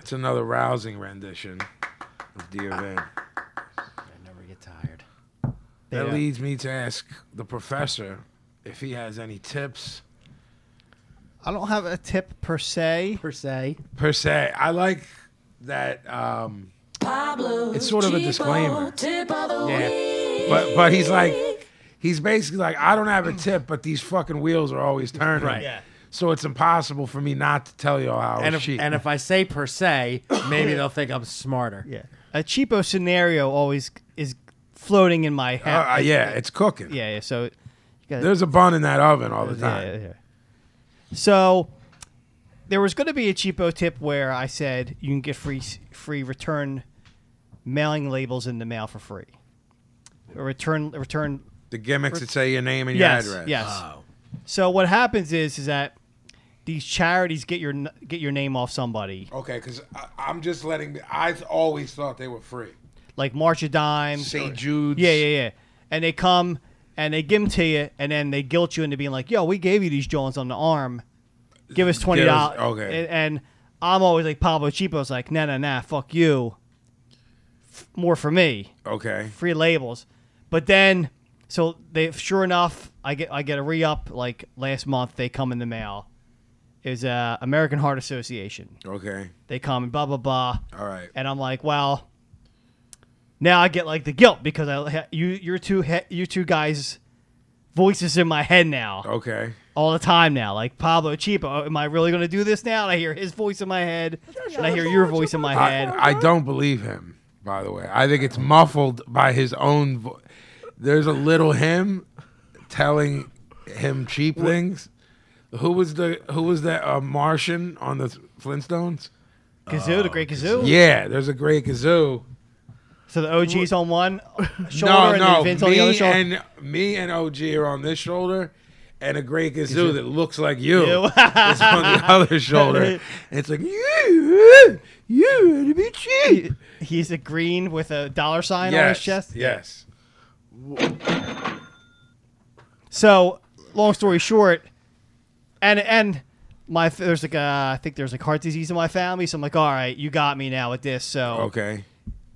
It's another rousing rendition of Dear Van. Ah, I never get tired. That Yeah. leads me to ask the professor if he has any tips I don't have a tip per se. Per se. per se. I like that. Um, it's sort of a disclaimer. Yeah. But but he's like he's basically like I don't have a tip, but these fucking wheels are always turning. Right. Yeah. So it's impossible for me not to tell y'all how And it's if, cheap. and if I say per se, maybe they'll think I'm smarter. Yeah. A cheapo scenario always is floating in my head. Uh, uh, yeah, it's cooking. yeah, yeah. So you gotta, There's a bun in that oven all the yeah, time. yeah, yeah. So there was going to be a cheapo tip where I said you can get free s- free return mailing labels in the mail for free. Or return return The gimmicks that say your name and your yes, address. Yes. So what happens is is that these charities get your n- get your name off somebody Uh, Okay, because I'm just letting. I always thought they were free. like March of Dimes. St. Jude's. Yeah, yeah, yeah. And they come and they give them to you, and then they guilt you into being like, "Yo, we gave you these Jones on the arm. Give us twenty dollars." okay. And, and I'm always like Pablo Chipo's like, "Nah, nah, nah, fuck you. F- more for me, Okay. free labels." But then, so they sure enough, I get I get a re up like last month. They come in the mail. Is uh, American Heart Association. Okay. They come and blah blah blah. All right. And I'm like, well, now I get like the guilt because I you your two he, you two guys voices in my head now Okay. all the time now like Pablo Chipo oh, am I really going to do this now and I hear his voice in my head and I hear your voice in my head I, I don't believe him. By the way, I think it's muffled by his own. Vo- There's a little him telling him cheap things. Who was the Who was that uh, Martian on the Flintstones? Kazoo the Great Kazoo Yeah, there's a great kazoo. so the OG's on one No, shoulder no, and then Vince on the other me shoulder and me and OG are on this shoulder, and a great kazoo, that looks like you, You. is on the other shoulder. And it's like you, you to be cheap. he's a green with a dollar sign on his Yes, chest yes. So, long story short, and and my there's like uh, I think there's like heart disease in my family, so I'm like, all right, you got me now with this. So Okay.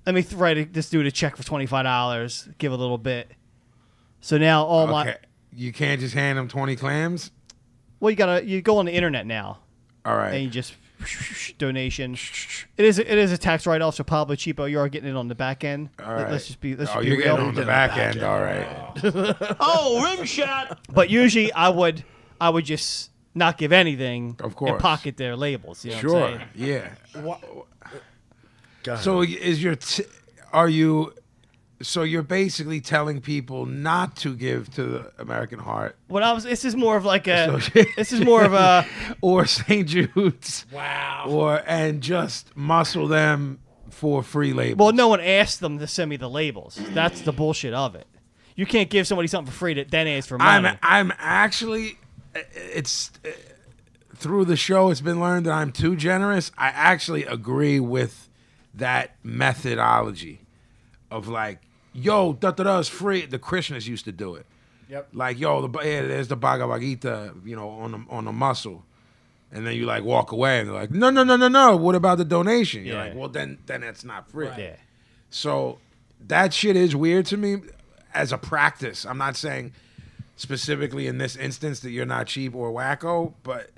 let me th- write a, this dude a check for twenty five dollars, give a little bit. So now all Okay. my You can't just hand him twenty clams. well, you gotta you go on the internet now All and you right. just donation. It is it is a tax write off, so Pablo Cheapo, you are getting it on the back end. All Let- right. Let's just be let's Oh, just be you're real. getting on the back end. All right. But usually I would I would just not give anything Of course. and pocket their labels. You know what I'm Sure. saying? Yeah. Go ahead. So is your t- are you so you're basically telling people not to give to the American Heart What I was this is more of like a So- this is more of a or St. Jude's. Wow. Or and just muscle them for free label. Well, no one asked them to send me the labels. That's the bullshit of it. You can't give somebody something for free that then ask for money. I'm I'm actually it's through the show it's been learned that I'm too generous. I actually agree with that methodology of like yo da da da is free. The Krishnas used to do it. Yep. Like yo the yeah, there's the Bhagavad Gita you know on the, on the muscle. And then you like walk away, and they're like, "No, no, no, no, no. What about the donation?" You're Yeah. like, "Well, then, then that's not free." yeah. So that shit is weird to me as a practice. I'm not saying specifically in this instance that you're not cheap or wacko, but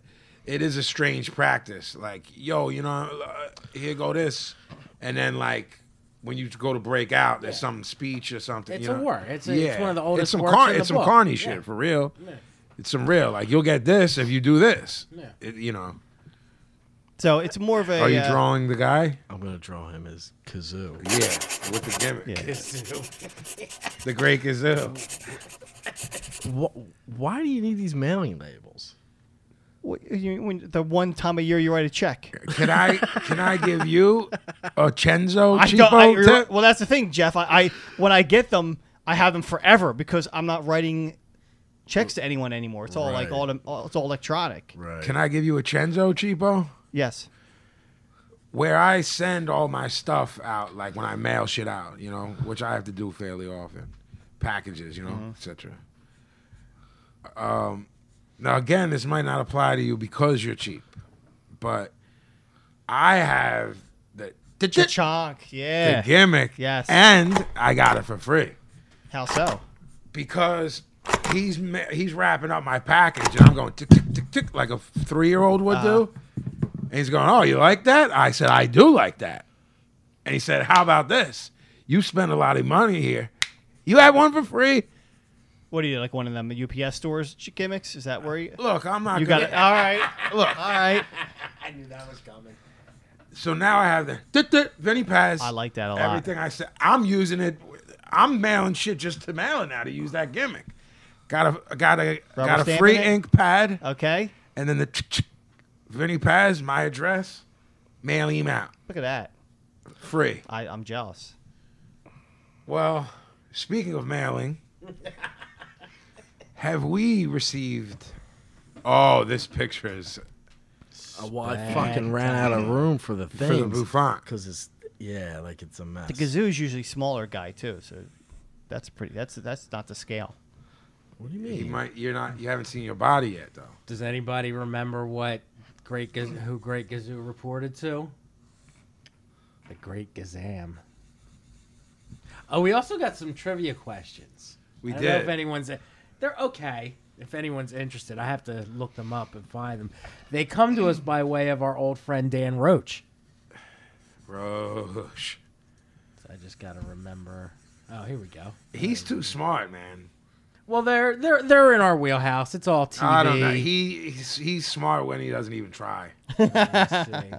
it is a strange practice. Like, yo, you know, uh, here go this, and then like when you go to break out, there's some speech or something. It's you a know? war. It's a- it's one of the oldest It's some works in the it's some book. carny Yeah. shit for real. It's some real. Like you'll get this if you do this. Yeah. It- you know. So it's more of a. Are you uh, drawing the guy? I'm gonna draw him as kazoo. Yeah, with the gimmick. Yeah. The great gazelle. Wh- Why do you need these mailing labels? what- you- when- the one time a year you write a check. Can I can I give you a Chenzo I don't. I, cheapo tip? well, that's the thing, Jeff. I, I when I get them, I have them forever because I'm not writing checks to anyone anymore. It's all like Right. all, the- all it's all electronic. Right. Can I give you a Chenzo cheapo? Yes. Where I send all my stuff out, like when I mail shit out, you know, which I have to do fairly often, packages, you know, Mm-hmm. etc. Um, now again, this might not apply to you because you're cheap, but I have the The chonk. the Yeah. gimmick, Yes. and I got it for free. How so? because he's ma- he's wrapping up my package and I'm going tick tick tick tick like a three year old would Uh-huh. do, and he's going, "Oh, you like that?" I said, "I do like that," and he said, "How about this? You spend a lot of money here, you had one for free. What are you like one of them UPS stores ch- gimmicks? Is that where you? Look, I'm not You got gonna." it. All right. Look. All right. I knew that was coming. So now I have the tick tick Vinny Paz. I like that a lot. everything I said. I'm using it. I'm mailing shit just to mail it now to use that gimmick. Got a got a got a stamping free it? ink pad. Okay. and then the Vinny Paz, my address, mail him out Look at that. free. I, I'm jealous. Well, speaking of mailing, have we received? Oh, this picture is Well, I fucking ran out of room for the for the things Buffon. because it's yeah, like it's a mess. The gazoo's usually smaller guy too, so that's pretty. That's that's not the scale. What do you You mean? might you're not you haven't seen your body yet though. Does anybody remember what Great Gaz- who Great Gazoo reported to? The Great Gazam. Oh, we also got some trivia questions. We I don't know did. if anyone's they're okay. If anyone's interested, I have to look them up and find them. They come to us by way of our old friend Dan Roach. Roche. So I just gotta remember. Oh, here we go. He's too smart, man. Well, they're they're they're in our wheelhouse. It's all TV. I don't know. He he's, he's smart when he doesn't even try. Let's see.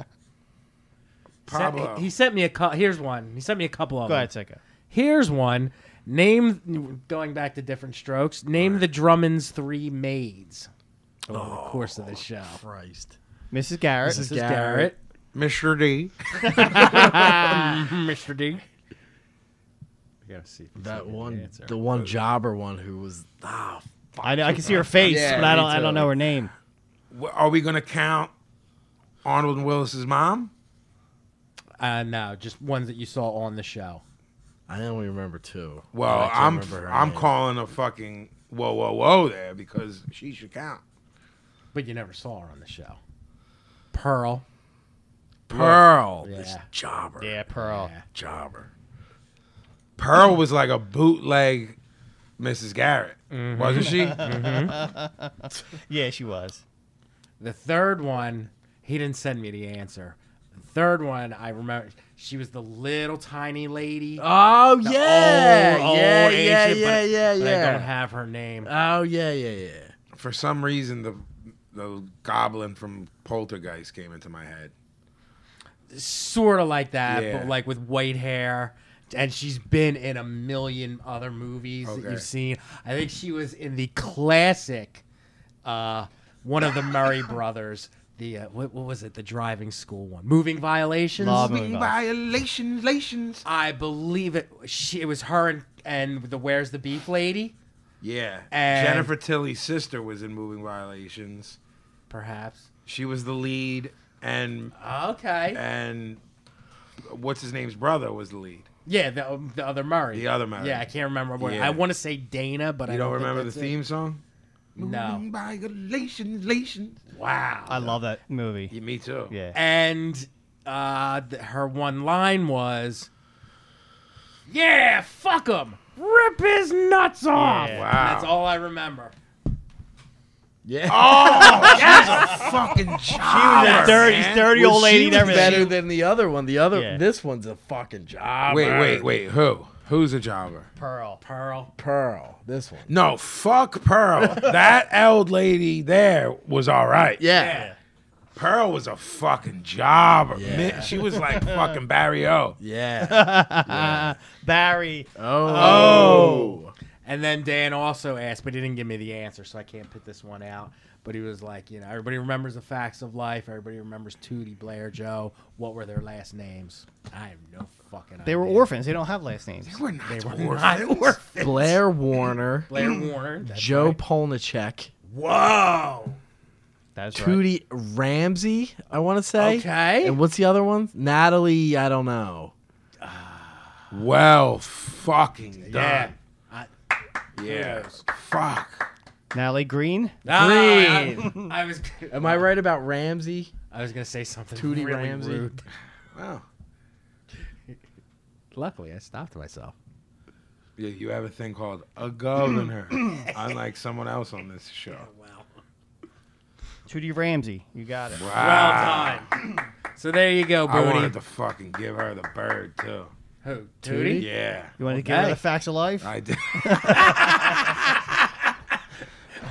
Pablo. Sent- he sent me a cou- here's one. He sent me a couple of Go them. ahead, Seiko. Here's one. Name going back to different strokes. Name the Drummond's three maids over the course of the show. Christ. Mrs. Garrett. Mrs. Garrett, Mr. D. Mr. D. We gotta see. That one, the one jobber one who was ah, I know. I can see her face, Yeah, but I me don't. I don't know her name. Are we gonna count Arnold and Willis's mom? Uh, no, just ones that you saw on the show. I only remember two. Well, Oh, I can't I'm remember her I'm name. calling a fucking whoa whoa whoa there because she should count. But you never saw her on the show. Pearl. Pearl. Yeah. This jobber. Yeah, Pearl. Jobber. Pearl was like a bootleg Mrs. Garrett, Mm-hmm. wasn't she? Yeah, she was. The third one, He didn't send me the answer. The third one, I remember she was the little tiny lady. Oh the yeah, old, old yeah, yeah, ancient, yeah, but- yeah, but I don't yeah. have her name. Oh yeah, yeah, yeah. For some reason, the the goblin from Poltergeist came into my head. sort of like that, Yeah. but like with white hair. And she's been in a million other movies that Okay. you've seen. I think she was in the classic, uh, one of the Murray brothers. The uh, what, what was it? The driving school one, moving violations. Love Moving Violations, lations. I believe it. She, it was her and, and the Where's the Beef lady, Yeah. And- Jennifer Tilly's sister was in Moving Violations. perhaps. She was the lead, and Okay. and what's his name's brother was the lead. Yeah, the, the other Murray. The other Murray. Yeah, I can't remember what. Yeah. I want to say Dana, but I You don't, think remember the that's it. theme song? No. Violations, lations. Wow. I love that movie. Yeah, me too. Yeah. and uh, th- her one line was, "Yeah, fuck him, rip his nuts off." Yeah. Wow. That's all I remember. Fucking that dirty, dirty Well, old lady she and was everything. better than the other one. The other, Yeah. this one's a fucking job. Wait, wait, wait. Who? Who's a jobber? Pearl. Pearl. Pearl. This one. No, fuck Pearl. that old lady there was all right. Yeah, Pearl was a fucking jobber. Yeah. Man, she was like fucking Barry O. yeah. Barry. Oh. And then Dan also asked, but he didn't give me the answer, so I can't put this one out. But he was like, you know, everybody remembers the facts of life. Everybody remembers Tootie, Blair, Joe. What were their last names? I have no fucking idea. They were orphans. They don't have last names. We're not they Blair Warner, Blair Warner. that's Joe right. Polnicek, Whoa. That's right. Tootie Ramsey, I want to say. Okay. And what's the other one? Natalie, I don't know. Well, fucking Yeah. done. Yeah. Fuck. Natalie Green. Green. Oh, I, I was. Am I right about Ramsey? I was gonna say something. Tootie really Ramsey? rude. Wow. Luckily, I stopped myself. Yeah, you have a thing called a governor, unlike someone else on this show. Oh, Tootie Ramsey. You got it. Well Wow. done. Ah. so there you go, I Booty. wanted to fucking give her the bird too. Who? Oh, Tootie. Yeah, You want to get rid Okay. of the facts of life? I did.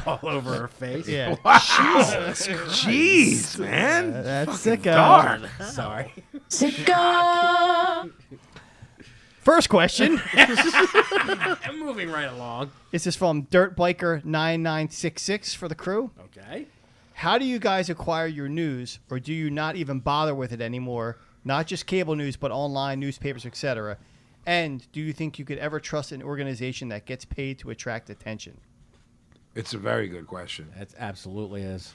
All over her face. Yeah. Jeez, man. That's Fucking sicko. dark. Sorry. First question. I'm moving right along. this is from Dirt Biker 9966 for the crew. Okay. How do you guys acquire your news, or do you not even bother with it anymore? Not just cable news, but online newspapers, etc. And do you think you could ever trust an organization that gets paid to attract attention? It's a very good question. That absolutely is.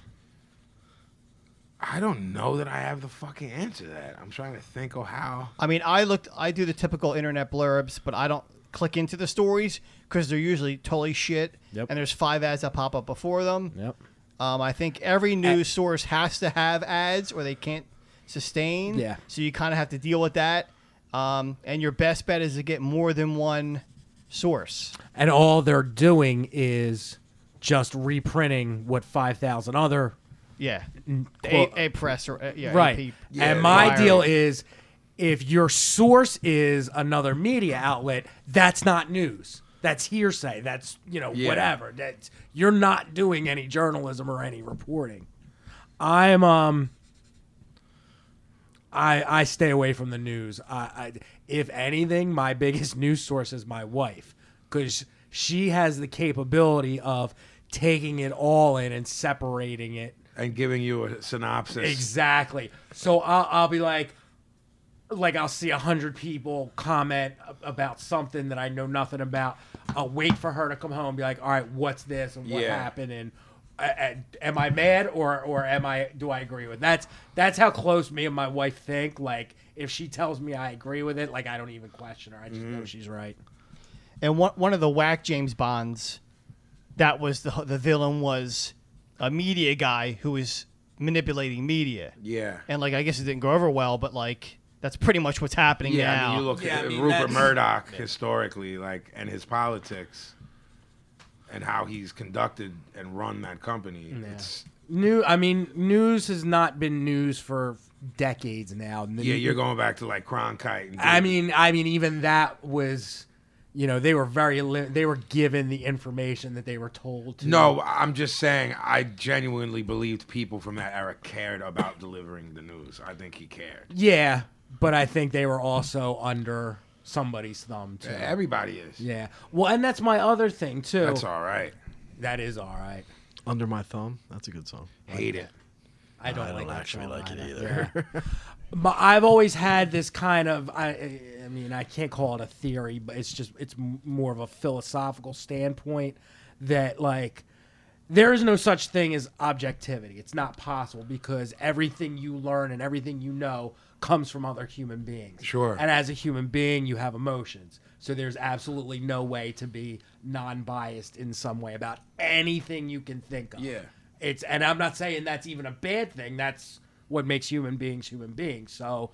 I don't know that I have the fucking answer to that. I'm trying to think of how. I mean, I looked, I do the typical internet blurbs, but I don't click into the stories because they're usually totally shit. Yep. And there's five ads that pop up before them. Yep. Um, I think every news source has to have ads or they can't sustain. Yeah. So you kind of have to deal with that. Um, and your best bet is to get more than one source. And all they're doing is just reprinting what 5,000 other Yeah. Well- a, a press or uh, yeah, right. AP. and my Wiring. deal is, if your source is another media outlet, that's not news. That's hearsay. That's you know Yeah. whatever. That's you're not doing any journalism or any reporting. I'm um. I I stay away from the news. I, I if anything, my biggest news source is my wife because she has the capability of taking it all in and separating it And giving you a synopsis. Exactly. So I'll, I'll be like, like I'll see a hundred people comment a- about something that I know nothing about. I'll wait for her to come home and be like, all right, what's this and what Yeah. happened and. uh, uh, am I mad or or am I do I agree with that's that's how close me and my wife think like if she tells me I agree with it like I don't even question her I just Mm-hmm. know she's right and one one of the whack James Bonds, that was the the villain was a media guy who was manipulating media, Yeah. and like I guess it didn't go over well, but like that's pretty much what's happening Yeah, now. I mean, you look Yeah, I at mean, Rupert that's- Murdoch historically, like, and his politics, and how he's conducted and run that company. It's New. I mean, news has not been news for decades now. N- Yeah, you're going back to like Cronkite. And I mean, I mean, even that was, you know, they were very. Li- they were given the information that they were told to. no, I'm just saying. I genuinely believed people from that era cared about delivering the news. I think he cared. Yeah, but I think they were also under somebody's thumb too. Yeah. Everybody is. Well, and that's my other thing too. That's all right. That is all right. Under My Thumb. That's a good song. Hate it. I don't, I don't like that actually song like it either. Yeah. but I've always had this kind of I I mean I can't call it a theory, but it's just it's m- more of a philosophical standpoint that like there is no such thing as objectivity. It's not possible because everything you learn and everything you know comes from other human beings. Sure. And as a human being, you have emotions. So there's absolutely no way to be non-biased in some way about anything you can think of. Yeah. It's and I'm not saying that's even a bad thing. That's what makes human beings human beings. So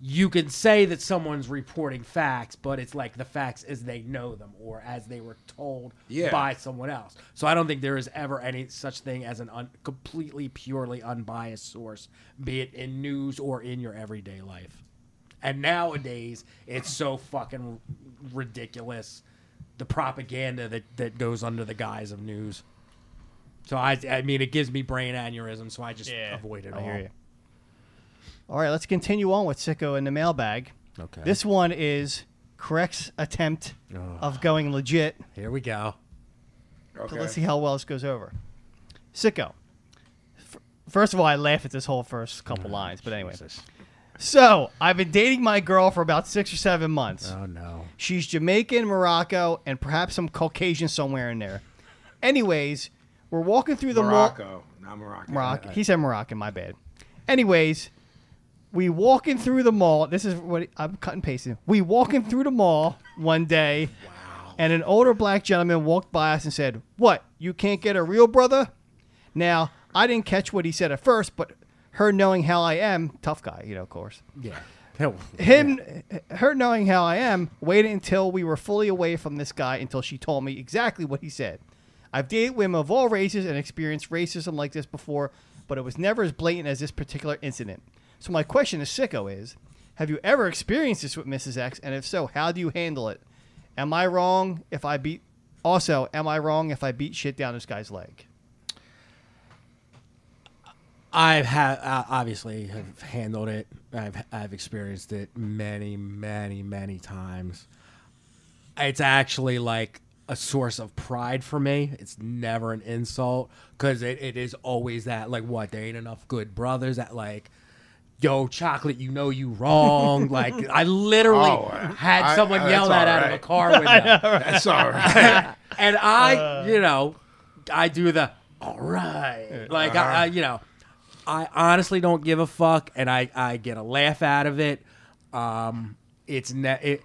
you can say that someone's reporting facts, but it's like the facts as they know them or as they were told Yeah. by someone else. So I don't think there is ever any such thing as an un- completely purely unbiased source, be it in news or in your everyday life. And nowadays, it's so fucking ridiculous the propaganda that, that goes under the guise of news. So I, I mean, it gives me brain aneurysm, so I just avoid it I all. hear you. All right, let's continue on with Sicko in the mailbag. Okay. This one is Correct's attempt of going legit. Here we go. Okay. But let's see how well this goes over. Sicko. F- First of all, I laugh at this whole first couple lines, but anyway. So, I've been dating my girl for about six or seven months. Oh no. She's Jamaican, Morocco, and perhaps some Caucasian somewhere in there. Anyways, we're walking through the mall. Morocco, not Morocco. Moroccan. He said Moroccan. My bad. Anyways, we walking through the mall. This is what I'm cutting pasting. We walking through the mall one day, and an older black gentleman walked by us and said, "What? You can't get a real brother?" Now I didn't catch what he said at first, but her knowing how I am, tough guy, you know, of course. Yeah. Him, her knowing how I am, waited until we were fully away from this guy until she told me exactly what he said. I've dated women of all races and experienced racism like this before, but it was never as blatant as this particular incident. So my question to Sicko is, have you ever experienced this with Mrs. X, and if so, how do you handle it? Am I wrong if I beat? Also, am I wrong if I beat shit down this guy's leg? I have uh, obviously have handled it. I've I've experienced it many, many, many times. It's actually like a source of pride for me. It's never an insult because it, it is always that like what there ain't enough good brothers that like. Yo, chocolate, you know you wrong. like I literally Oh, I- had I- someone I- yell that's that all out of a right. car window That's all right. and I, you know, I do the all right, like I, I, you know, I honestly don't give a fuck, and I, I get a laugh out of it. Um, it's ne- it,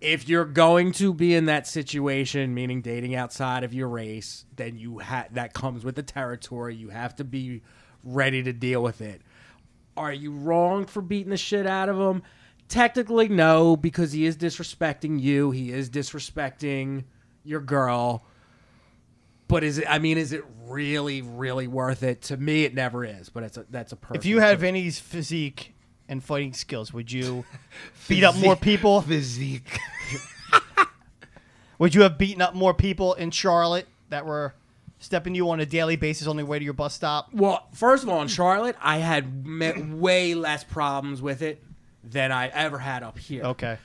if you're going to be in that situation, meaning dating outside of your race, then you ha- that comes with the territory. You have to be ready to deal with it. Are you wrong for beating the shit out of him? Technically, no, because he is disrespecting you. He is disrespecting your girl. But is it? I mean, is it really, really worth it? To me, it never is. But it's a, that's a personal. If you had choice. Vinny's physique and fighting skills, would you beat up more people? Physique. Would you have beaten up more people in Charlotte that were stepping you on a daily basis on their way to your bus stop? Well, first of all, in Charlotte, I had me- way less problems with it than I ever had up here. Okay.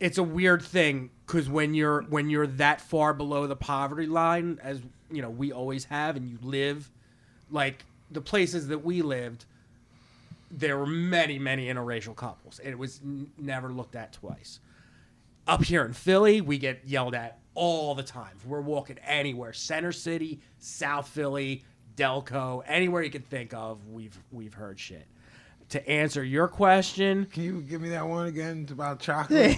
It's a weird thing because when you're when you're that far below the poverty line, as you know, we always have, and you live like the places that we lived. There were many, many interracial couples. It was n- never looked at twice. Up here in Philly, we get yelled at all the time. If We're walking anywhere, Center City, South Philly, Delco, anywhere you can think of, we've we've heard shit. To answer your question, Can you give me that one again It's about chocolate?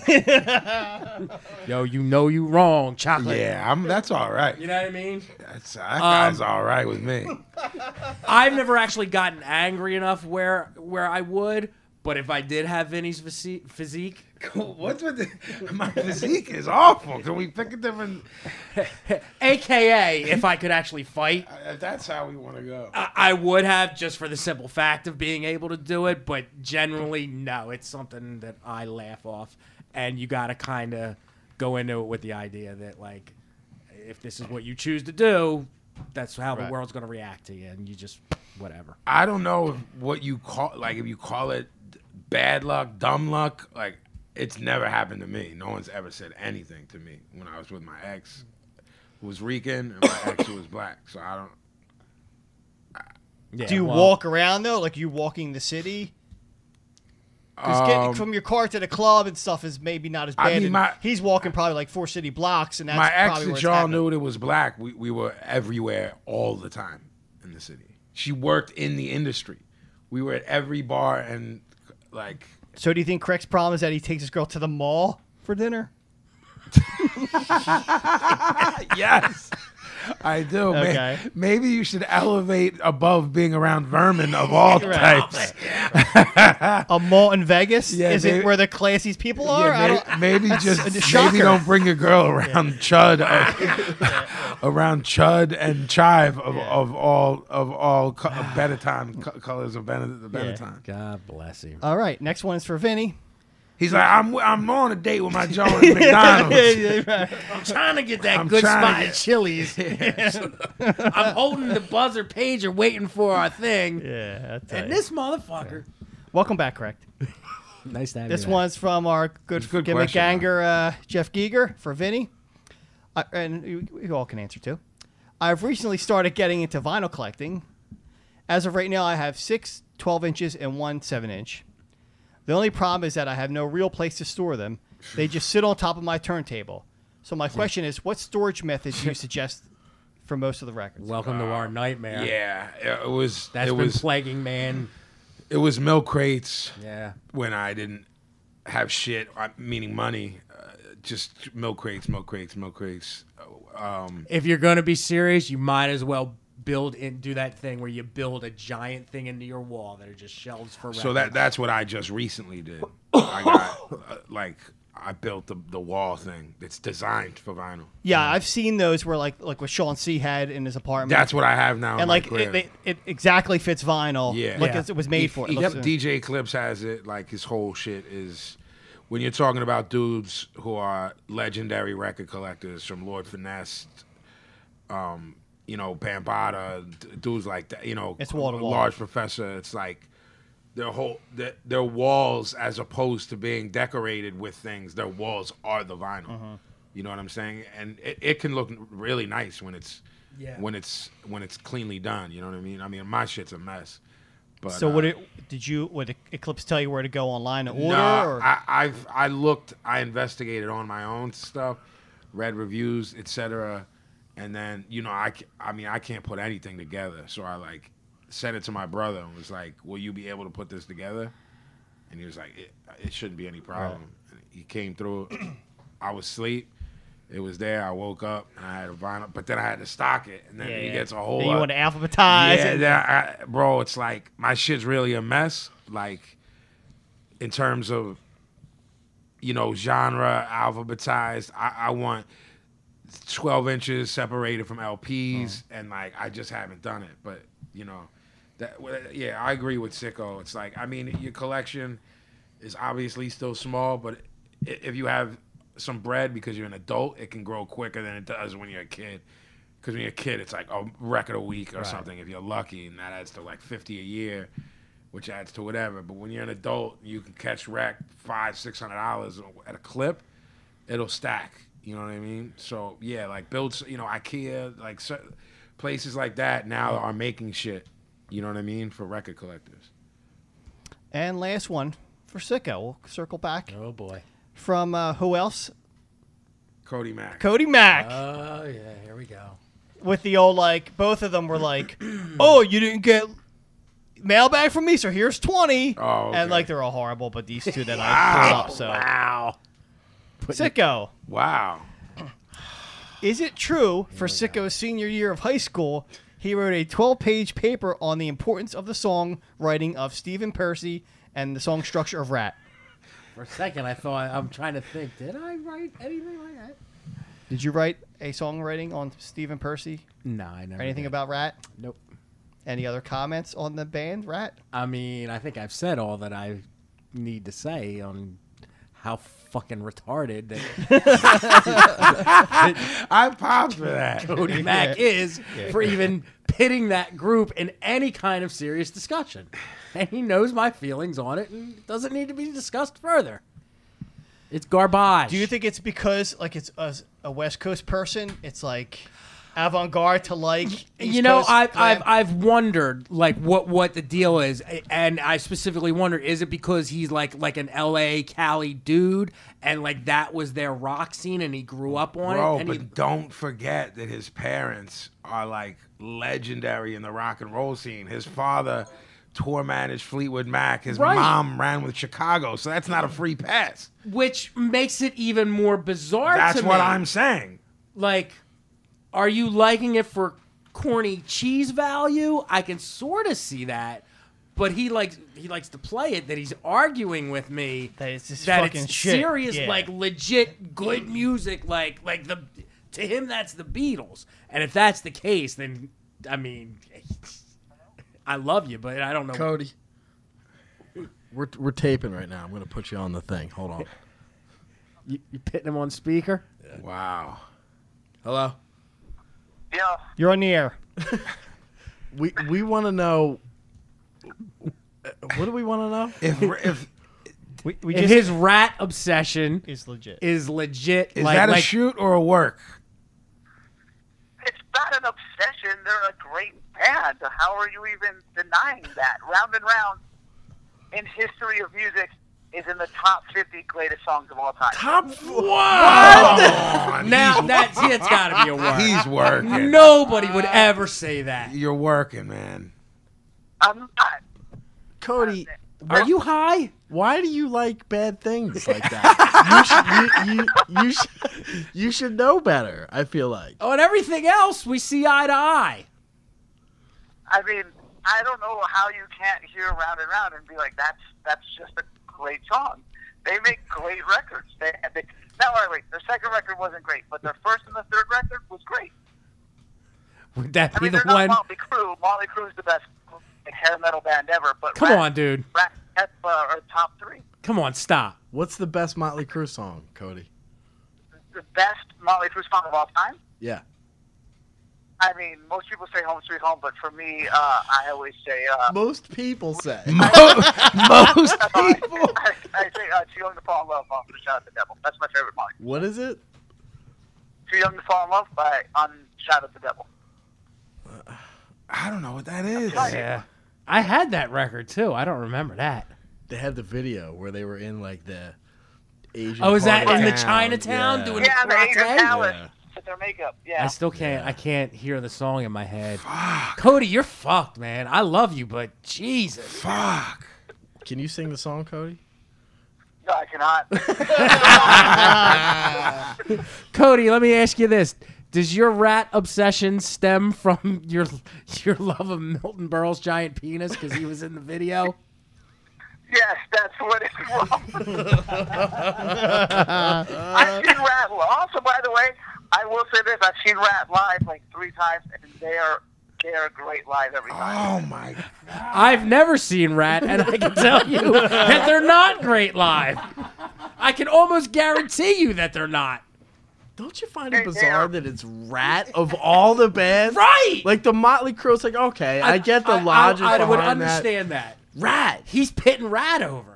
yo, you know you wrong, chocolate. yeah, I'm. That's all right. You know what I mean? That's, that guy's all right with me. I've never actually gotten angry enough where where I would, But if I did have Vinny's physi- physique, What's with the, my physique is awful? Can we pick a different? aka if I could actually fight, If uh, that's how we want to go, I, I would have just for the simple fact of being able to do it. But generally, no, it's something that I laugh off, and you got to kind of go into it with the idea that like, if this is what you choose to do, that's how the Right. world's going to react to you, and you just whatever. I don't know if what you call like if you call it bad luck, dumb luck. Like it's never happened to me. No one's ever said anything to me when I was with my ex, who was Rican, and my ex who was black. So I don't. Yeah, Do you well, walk around though? Like you walking the city? Because getting Um, from your car to the club and stuff is maybe not as bad. I mean, and my- he's walking probably like four city blocks, and that's my ex probably where that it's y'all happening. knew that was black, we, we were everywhere all the time in the city. She worked in the industry. We were at every bar and like So do you think Craig's problem is that he takes his girl to the mall for dinner? yes. I do. May- Okay. Maybe you should elevate above being around vermin of all Right. types. A mall in Vegas? Yeah, is maybe- it where the classiest people are? I Yeah, don't, may- maybe just a maybe shocker. don't bring a girl around chud of, around chud and chive of, of all of all co- of Benetton co- colors of Benet- Benetton. God bless him. All right, next one is for Vinny. He's like, I'm I'm on a date with my Joe at McDonald's. I'm trying to get that I'm good trying to spot get- at Chili's. I'm holding the buzzer pager, waiting for our thing. Yeah, And this motherfucker. Welcome back, Craig. Nice to have This one's from our good, good gimmick question, ganger, uh, Jeff Giger, for Vinny. I, and you, you all can answer too. I've recently started getting into vinyl collecting. As of right now, I have six 12 inches and one 7 inch. The only problem is that I have no real place to store them, they just sit on top of my turntable. So, my question is what storage method do you suggest for most of the records? Welcome to our nightmare. Yeah, it was That's it been was plaguing man. it was milk crates Yeah. when I didn't have shit, I- meaning money. Uh, just milk crates, milk crates, milk crates. Um, If you're gonna be serious, you might as well build and do that thing where you build a giant thing into your wall that are just shelves for. so that that's what I just recently did. I got uh, like I built the the wall thing that's designed for vinyl. Yeah, I've seen those where, like, like what Sean C had in his apartment. That's what I have now. in and my like crib. it, it, it exactly fits vinyl. Yeah. like Yeah. It, was made for. It Yep, looks- DJ Clips has it. Like his whole shit is when you're talking about dudes who are legendary record collectors from Lord Finesse, um, you know, Bambada, d- dudes like that, you know, It's wall to wall. large professor. It's like their whole their, their walls as opposed to being decorated with things, their walls are the vinyl. Uh-huh. You know what I'm saying? And it, it can look really nice when it's Yeah. when it's when it's cleanly done. You know what I mean? I mean, my shit's a mess. But So uh, what it, did you? Would E-, Eclipse tell you where to go online to order? Nah, or? I, I've I looked, I investigated on my own stuff, read reviews, etc. And then you know I ca- I mean I can't put anything together, so I like sent it to my brother and was like, "Will you be able to put this together?" And he was like, "It, it shouldn't be any problem." And he came through. I was asleep. It was there. I woke up and I had a vinyl, but then I had to stock it, and then Yeah, he yeah. gets a whole. Then you lot- want to alphabetize? yeah, it? that, I, bro, it's like my shit's really a mess. Like, in terms of, you know, genre alphabetized, I, I want twelve inches separated from LPs, and like I just haven't done it. But you know, that well, yeah, I agree with Sicko. It's like I mean, your collection is obviously still small, but i- if you have some bread because you're an adult, it can grow quicker than it does when you're a kid. Because when you're a kid, it's like a record a week or something if you're lucky, and that adds to like 50 a year, which adds to whatever. But when you're an adult, you can catch rack five, six hundred dollars at a clip. It'll stack. You know what I mean? So yeah, like builds. You know, IKEA, like cer- places like that now are making shit. You know what I mean for record collectors. And last one for Sicko. We'll circle back Oh boy. from uh, who else? Cody Mack. Cody Mack Uh. Oh yeah. Here we go. with the old like. Both of them were like, "Oh, you didn't get." Mailbag from me, so here's twenty. Oh, okay. and like they're all horrible, but these two that I pulled up. So Wow. sicko. wow. Oh Is it true for Sicko's senior year of high school, he wrote a 12 page paper on the importance of the song writing of Stephen Percy and the song structure of Rat. For a second, I thought I'm trying to think. Did I write anything like that? Did you write a songwriting on Stephen Percy No, I never. or anything did. about Rat? Nope. Any other comments on the band Rat? I mean, I think I've said all that I need to say on how fucking retarded that I popped for that. Cody Mack is for even pitting that group in any kind of serious discussion. And he knows my feelings on it and it doesn't need to be discussed further. It's garbage. Do you think it's because like it's a, a West Coast person? It's like avant garde to like. East you know, Coast I've, glam? I've I've wondered like what what the deal is, A- and I specifically wondered is it because he's like like an L.A. Cali dude, and like that was their rock scene, and he grew up on Bro, it, and but he, don't forget that his parents are like legendary in the rock and roll scene. His father tour managed Fleetwood Mac. His Right. mom ran with Chicago, so that's not a free pass. which makes it even more bizarre. That's to what me. I'm saying. like. Are you liking it for corny cheese value? I can sort of see that, but he likes he likes to play it that he's arguing with me That it's just that fucking it's shit. serious, Yeah. like legit good music, like like the to him that's the Beatles. And if that's the case, then I mean, I love you, but I don't know. Cody. We're, we're taping right now. I'm going to put you on the thing. Hold on. You, you pitting him on speaker? Wow. Hello. Yeah, you're on the air. We we want to know. What do we want to know? If if We, we If just his rat obsession is legit. is legit, is like, that a like shoot or a work? it's not an obsession. They're a great band. How are you even denying that? Round and Round in history of music is in the top 50 greatest songs of all time. Top four. Come on, now he's- that's it's got to be a word. he's working. Nobody would ever say that. You're working, man. I'm not. Cody, Are you high? why do you like bad things like that? you, should, you, you, you, should, you should know better, I feel like. On Oh, everything else, we see eye to eye. I mean, I don't know how you can't hear Round and Round and be like, that's that's just a great song. They make great records. They, they now, all right, wait, their second record wasn't great, but their first and the third record was great. Would that I be mean, the they're one? not Motley Crue. Motley Crue's the best like, hair metal band ever, but Come Rat- on, dude. Rat Hep, uh, are top three. Come on, stop. What's the best Motley Crue song, Cody? The best Motley Crue song of all time. Yeah. I mean, most people say Home Sweet Home, but for me, uh, I always say uh, Most people say. Most people. I, I say uh, Too Young to Fall in Love off the Shot of the Devil. That's my favorite Motley. What is it? Too Young to Fall in Love by on Shot of the Devil. I don't know what that is. Yeah. I had that record too. I don't remember that. They had the video where they were in like the Asian. Oh, is that party. in the Chinatown, Chinatown yeah. doing Yeah, the the Asian karate? Palace Yeah. with their makeup. I Yeah, still can't. I can't hear the song in my head. Cody, you're fucked, man. I love you, but Jesus. Fuck. Can you sing the song, Cody? no, I cannot. Cody, let me ask you this: Does your rat obsession stem from your your love of Milton Berle's giant penis because he was in the video? yes, that's what it's wrong. I've seen Rat. li- Also, by the way, I will say this: I've seen Rat live like three times, and they are they are great live every time. Oh my. I've never seen Rat, and I can tell you that they're not great live. I can almost guarantee you that they're not. Don't you find it Hey, bizarre yeah. that it's Rat of all the bands? Right. Like the Motley Crue's like, okay, I, get the logic I, I would behind that. understand that. Rat. He's pitting Rat over.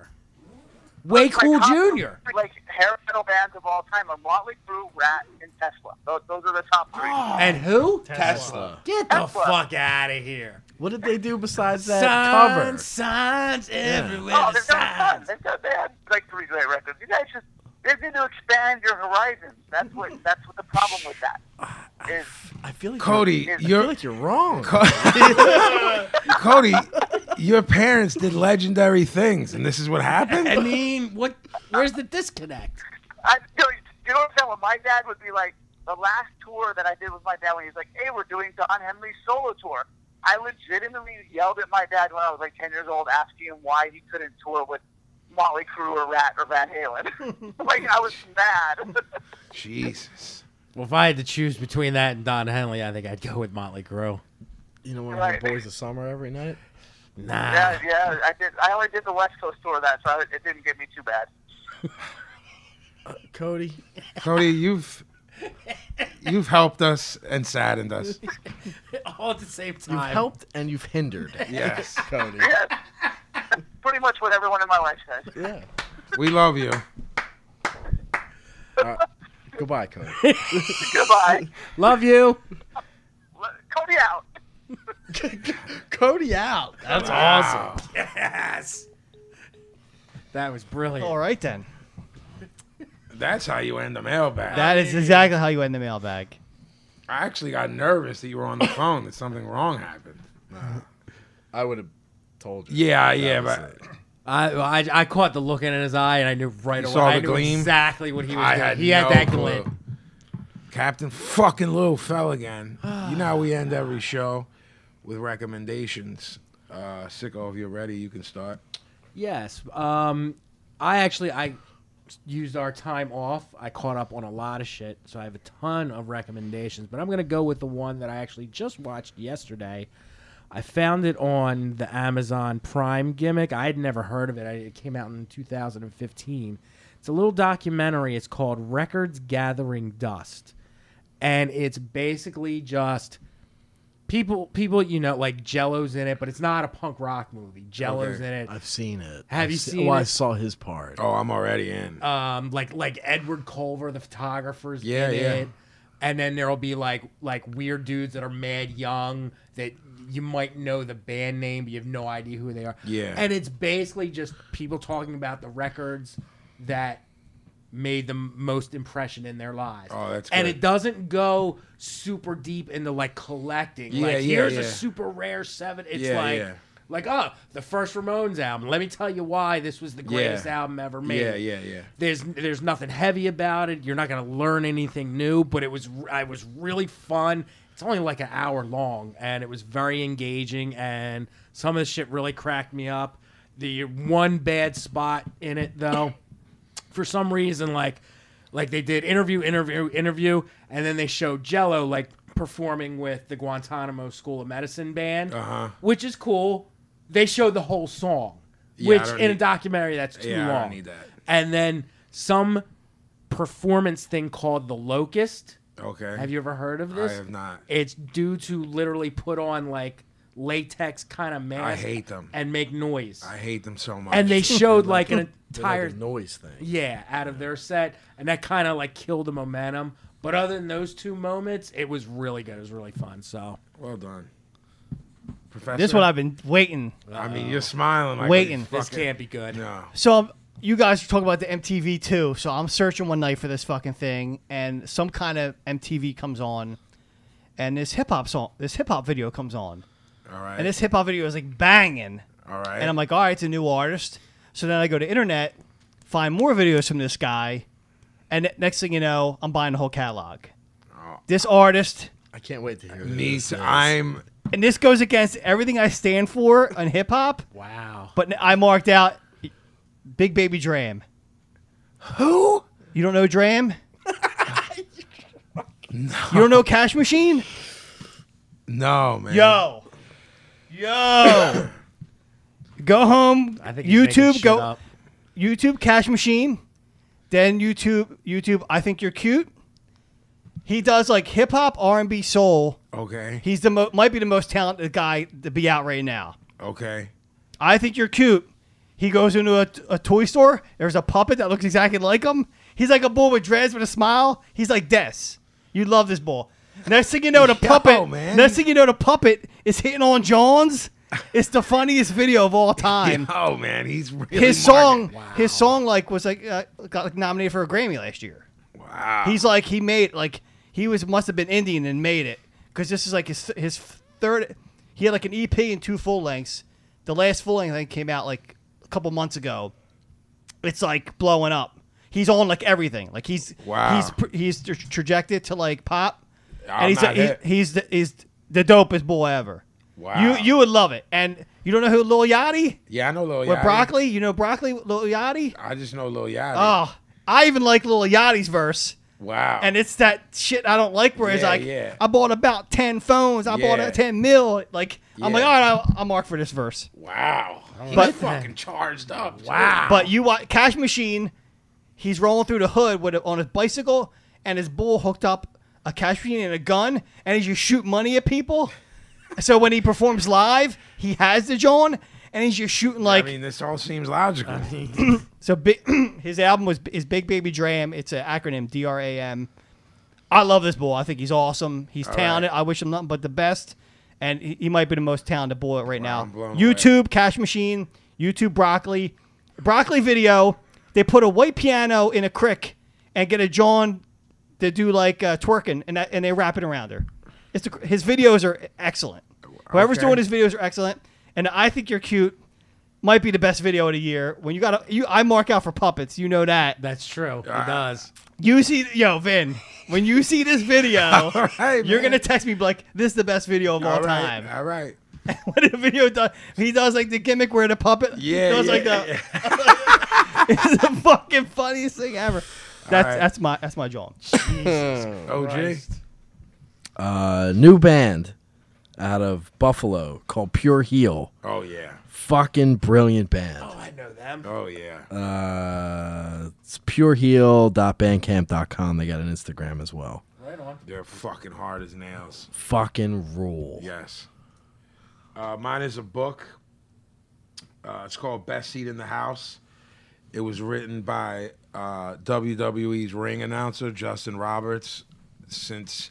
Way Cool top Junior. three, Like hair metal bands of all time are Motley Crue, Rat, and Tesla. Those, those are the top three. And who? Tesla. Get the Tesla. fuck out of here. What did they do besides that cover? Signs, signs everywhere. oh, the they've done fun. signs. They've done, they had like three great records. You guys just they need to expand your horizons. That's what that's what the problem with that is. I feel like Cody, You're, I you're- feel like you're wrong. Cody, your parents did legendary things, and this is what I happened. mean, what? Where's the disconnect? I you know, you don't understand what my dad would be like. the last tour that I did with my dad when he was like, "Hey, we're doing Don Henley's solo tour." I legitimately yelled at my dad when I was like ten years old, asking him why he couldn't tour with Motley Crue or Rat or Van Halen. like I was mad. Jesus. Well, if I had to choose between that and Don Henley, I think I'd go with Motley Crue. You know when Right. the boys of summer every night? Nah. yeah, yeah. I did. I only did the West Coast tour of that, so I, it didn't get me too bad. Cody, Cody, you've you've helped us and saddened us. All at the same you've time. helped and you've hindered. Yes. Cody. Yes. Pretty much what everyone in my life says. Yeah. We love you. Goodbye, Cody. Goodbye. Love you. Let- Cody out. Cody out. That's awesome. Yes. That was brilliant. All right then. That's how you end the mailbag. That is exactly how you end the mailbag. I actually got nervous that you were on the phone that something wrong happened. I would have told you. Yeah, That yeah, was but it. I, I I caught the look in his eye and I knew right You away. saw I the knew gleam? exactly what he was I doing. had he had no that clue. glint. Captain fucking Lou fell again. you know how we end every show with recommendations. Uh, sicko, if you're ready, you can start. Yes. Um, I actually I used our time off. I caught up on a lot of shit, so I have a ton of recommendations. But I'm gonna go with the one that I actually just watched yesterday. I found it on the Amazon Prime gimmick. I had never heard of it. I, it came out in 2015. It's a little documentary. It's called Records Gathering Dust, and it's basically just people people you know like Jello's in it, but it's not a punk rock movie. Jello's Okay. in it. I've seen it. Have I've you se- seen Well, I it? saw his part. Oh, I'm already in. um, like like Edward Culver, the photographer's Yeah, in yeah. it. And then there'll be like like weird dudes that are mad young that you might know the band name, but you have no idea who they are. Yeah. And it's basically just people talking about the records that made the m- most impression in their lives. Oh, that's And good. it doesn't go super deep into like collecting. Yeah, like yeah, here's yeah. a super rare seven. It's Yeah, like yeah. like oh, the first Ramones album. Let me tell you why this was the greatest album ever made. yeah, yeah, yeah. There's there's nothing heavy about it. You're not gonna learn anything new, but it was I was really fun. It's only like an hour long, and it was very engaging. And some of the shit really cracked me up. The one bad spot in it though, for some reason, like like they did interview, interview, interview, and then they showed Jello like performing with the Guantanamo School of Medicine band, Uh-huh. which is cool. They showed the whole song, Yeah, I which don't e- in a need- documentary that's too Yeah, I long. don't need that. And then some performance thing called the Locust. Okay. Have you ever heard of this? have not. It's dudes who literally put on like latex kind of mask. hate them. And make noise. I hate them so much. and they showed like an They like entire the noise thing. yeah out of their set, and that kind of like killed the momentum. But other than those two moments, it was really good. It was really fun. So well done, Professor. This one I've been waiting. I mean, you're smiling. Like Waiting. you this fucking- can't be good. No. So um, you guys were talking about the MTV too. So I'm searching one night for this fucking thing, and some kind of MTV comes on, and this hip hop song, this hip hop video comes on, All right. and this hip hop video is like banging, All right. and I'm like, all right, it's a new artist. So then I go to internet, find more videos from this guy, and ne- next thing you know, I'm buying the whole catalog. Oh. This artist, I can't wait to hear me. this. Too, I'm. and this goes against everything I stand for on hip hop. Wow. But I marked out Big Baby Dram. Who? You don't know Dram? You don't know Cash Machine? No, man. Yo. Yo. go home. I think he's making YouTube shit go up. YouTube Cash Machine. Then YouTube YouTube I think you're cute. He does like hip hop, R&B, soul. Oh. Okay. He's the mo- might be the most talented guy to be out right now. Okay. I think you're cute. He goes into a, a toy store. There's a puppet that looks exactly like him. He's like a bull with dreads with a smile. He's like this. You love this bull. Next thing you know, the puppet. man. Next thing you know, the puppet is hitting on Johns. It's the funniest video of all time. Oh man, he's really His marking- song, his song, like was like uh, got like nominated for a Grammy last year. Wow. He's like he made like he was must have been Indian and made it because this is like his his third. He had like an EP and two full lengths. The last full length I think came out like a couple months ago. It's like blowing up. He's on like everything. Like he's Wow. he's pr- he's tra- trajected to like pop, I'm and he's not he- hit. he's the, he's the dopest boy ever. Wow. You you would love it, and you don't know who Lil Yachty? Yeah, I know Lil With Yachty. broccoli, you know broccoli, Lil Yachty. I just know Lil Yachty. Oh, I even like Lil Yachty's verse. wow. And it's that shit I don't like where it's Yeah, like, yeah. I bought about 10 phones. I bought Yeah. a 10 mil. Like, I'm like, Yeah. all right, I'll, I'll mark for this verse. wow. He's But- fucking charged up. Wow. But you watch Cash Machine, he's rolling through the hood with a, on his bicycle and his bull hooked up a cash machine and a gun and he's just shooting money at people. so when he performs live, he has the John and he's just shooting like. uh, I mean, this all seems logical. So big, his album was is Big Baby Dram. It's an acronym D R A M. I love this boy. I think he's awesome. He's talented. I wish him nothing but the best. And he, he might be the most talented boy right I'm now. blown YouTube Cash Machine, YouTube Broccoli, Broccoli video. They put a white piano in a crick and get a John to do like uh, twerking and that, and they wrap it around her. It's a, his videos are excellent. Whoever's Okay. doing his videos are excellent. And I think you're cute might be the best video of the year. When you got you, I mark out for puppets. You know that. That's true. It Uh, does. You see, yo, Vin. When you see this video, right, you're man. gonna text me be like, "This is the best video of all, all right. time." All right. When the video does, he does like the gimmick where the puppet Yeah, does like yeah, the. it's the fucking funniest thing ever. That's right. that's my that's my John. OG. A new band out of Buffalo called Pure Heel. Oh yeah. Fucking brilliant band. I know them. Oh yeah. Uh, it's pureheel.bandcamp.com. They got an Instagram as well. Right on. They're fucking hard as nails. Fucking rule. Yes. Uh, mine is a book. Uh, it's called Best Seat in the House. It was written by uh, WWE's ring announcer Justin Roberts since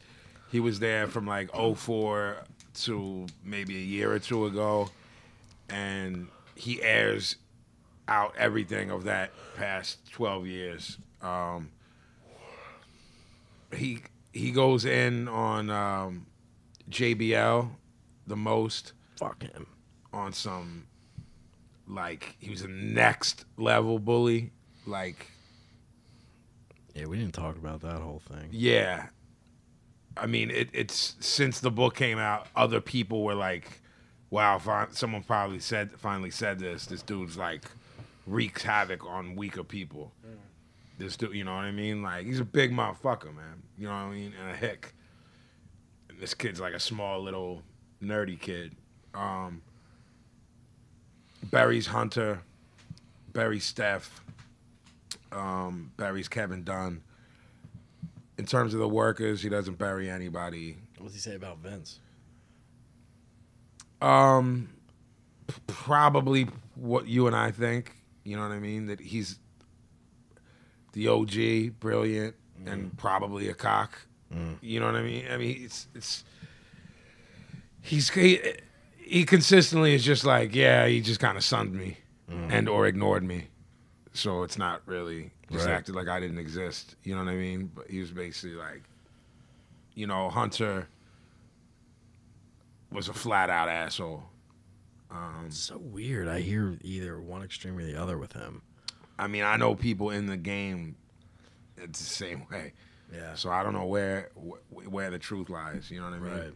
he was there from like 04 to maybe a year or two ago. And he airs out everything of that past 12 years. Um, he he goes in on um, JBL the most Fuck him. on some like he was a next level bully. Like Yeah, we didn't talk about that whole thing. yeah, I mean it, it's since the book came out, other people were like, "Wow, fin- someone probably said finally said this. This dude's like wreaks havoc on weaker people." This dude, you know what I mean? Like he's a big motherfucker, man. You know what I mean? And a hick. And this kid's like a small little nerdy kid. Um, Barry's Hunter, Barry's Steph, um, Barry's Kevin Dunn. In terms of the workers, he doesn't bury anybody. What does he say about Vince? Um, p- probably what you and I think. You know what I mean? That he's the OG, brilliant, and probably a cock. You know what I mean? I mean, it's it's he's he, he consistently is just like, yeah, he just kind of sunned me and or ignored me. So it's not really just Right. acted like I didn't exist. You know what I mean? But he was basically like, you know, Hunter was a flat out asshole. It's so weird. I hear either one extreme or the other with him. I mean, I know people in the game. It's the same way. Yeah. So I don't know where wh- where the truth lies. You know what I mean?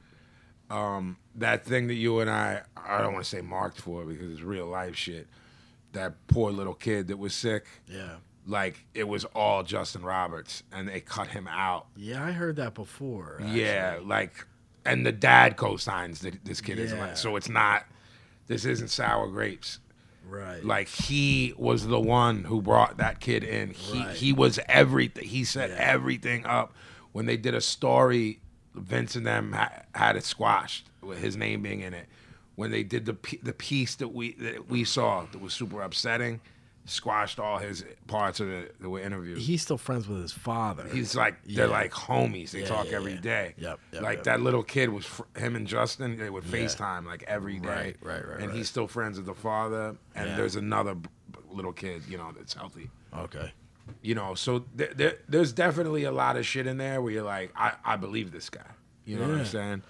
Right. That thing that you and I I don't want to say marked for because it's real life shit. That poor little kid that was sick. Yeah. Like it was all Justin Roberts, and they cut him out. Yeah, I heard that before. Yeah, like, and the dad co-signs that this kid isn't. Yeah. Like, so it's not. This isn't sour grapes. Right. like he was the one who brought that kid in. He Right. he was everything. He set everything up. When they did a story, Vince and them ha- had it squashed with his name being in it. When they did the p- the piece that we that we saw that was super upsetting, squashed all his parts of the that were interviewed. he's still friends with his father. He's like they're like homies. They Yeah, talk yeah, every yeah. day. Yep, yep, like yep. that little kid was fr- him and Justin. They would FaceTime like every day. Right, right, right, And right. he's still friends with the father. And Yeah. there's another b- b- little kid, you know, that's healthy. okay. You know, so there, there, there's definitely a lot of shit in there where you're like, I, I believe this guy. You know what I'm Yeah. saying?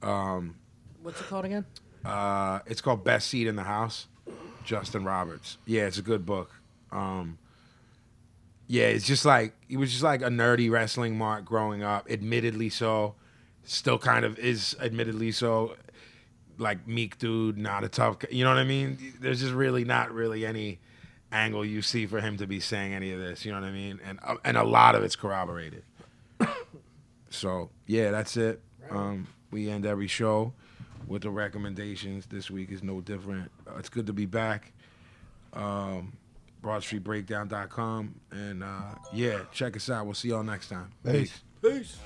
What's it called again? Uh, it's called Best Seat in the House, Justin Roberts. Yeah, it's a good book. Um, yeah, it's just like he was just like a nerdy wrestling mark growing up. Admittedly so, still kind of is admittedly so. Like meek dude, not a tough. guy. You know what I mean? There's just really not really any angle you see for him to be saying any of this. You know what I mean? And uh, and a lot of it's corroborated. so yeah, that's it. Um, we end every show with the recommendations. This week is no different. Uh, it's good to be back um, BroadStreetBreakdown.com. And uh, yeah, check us out. We'll see y'all next time. Peace. Peace.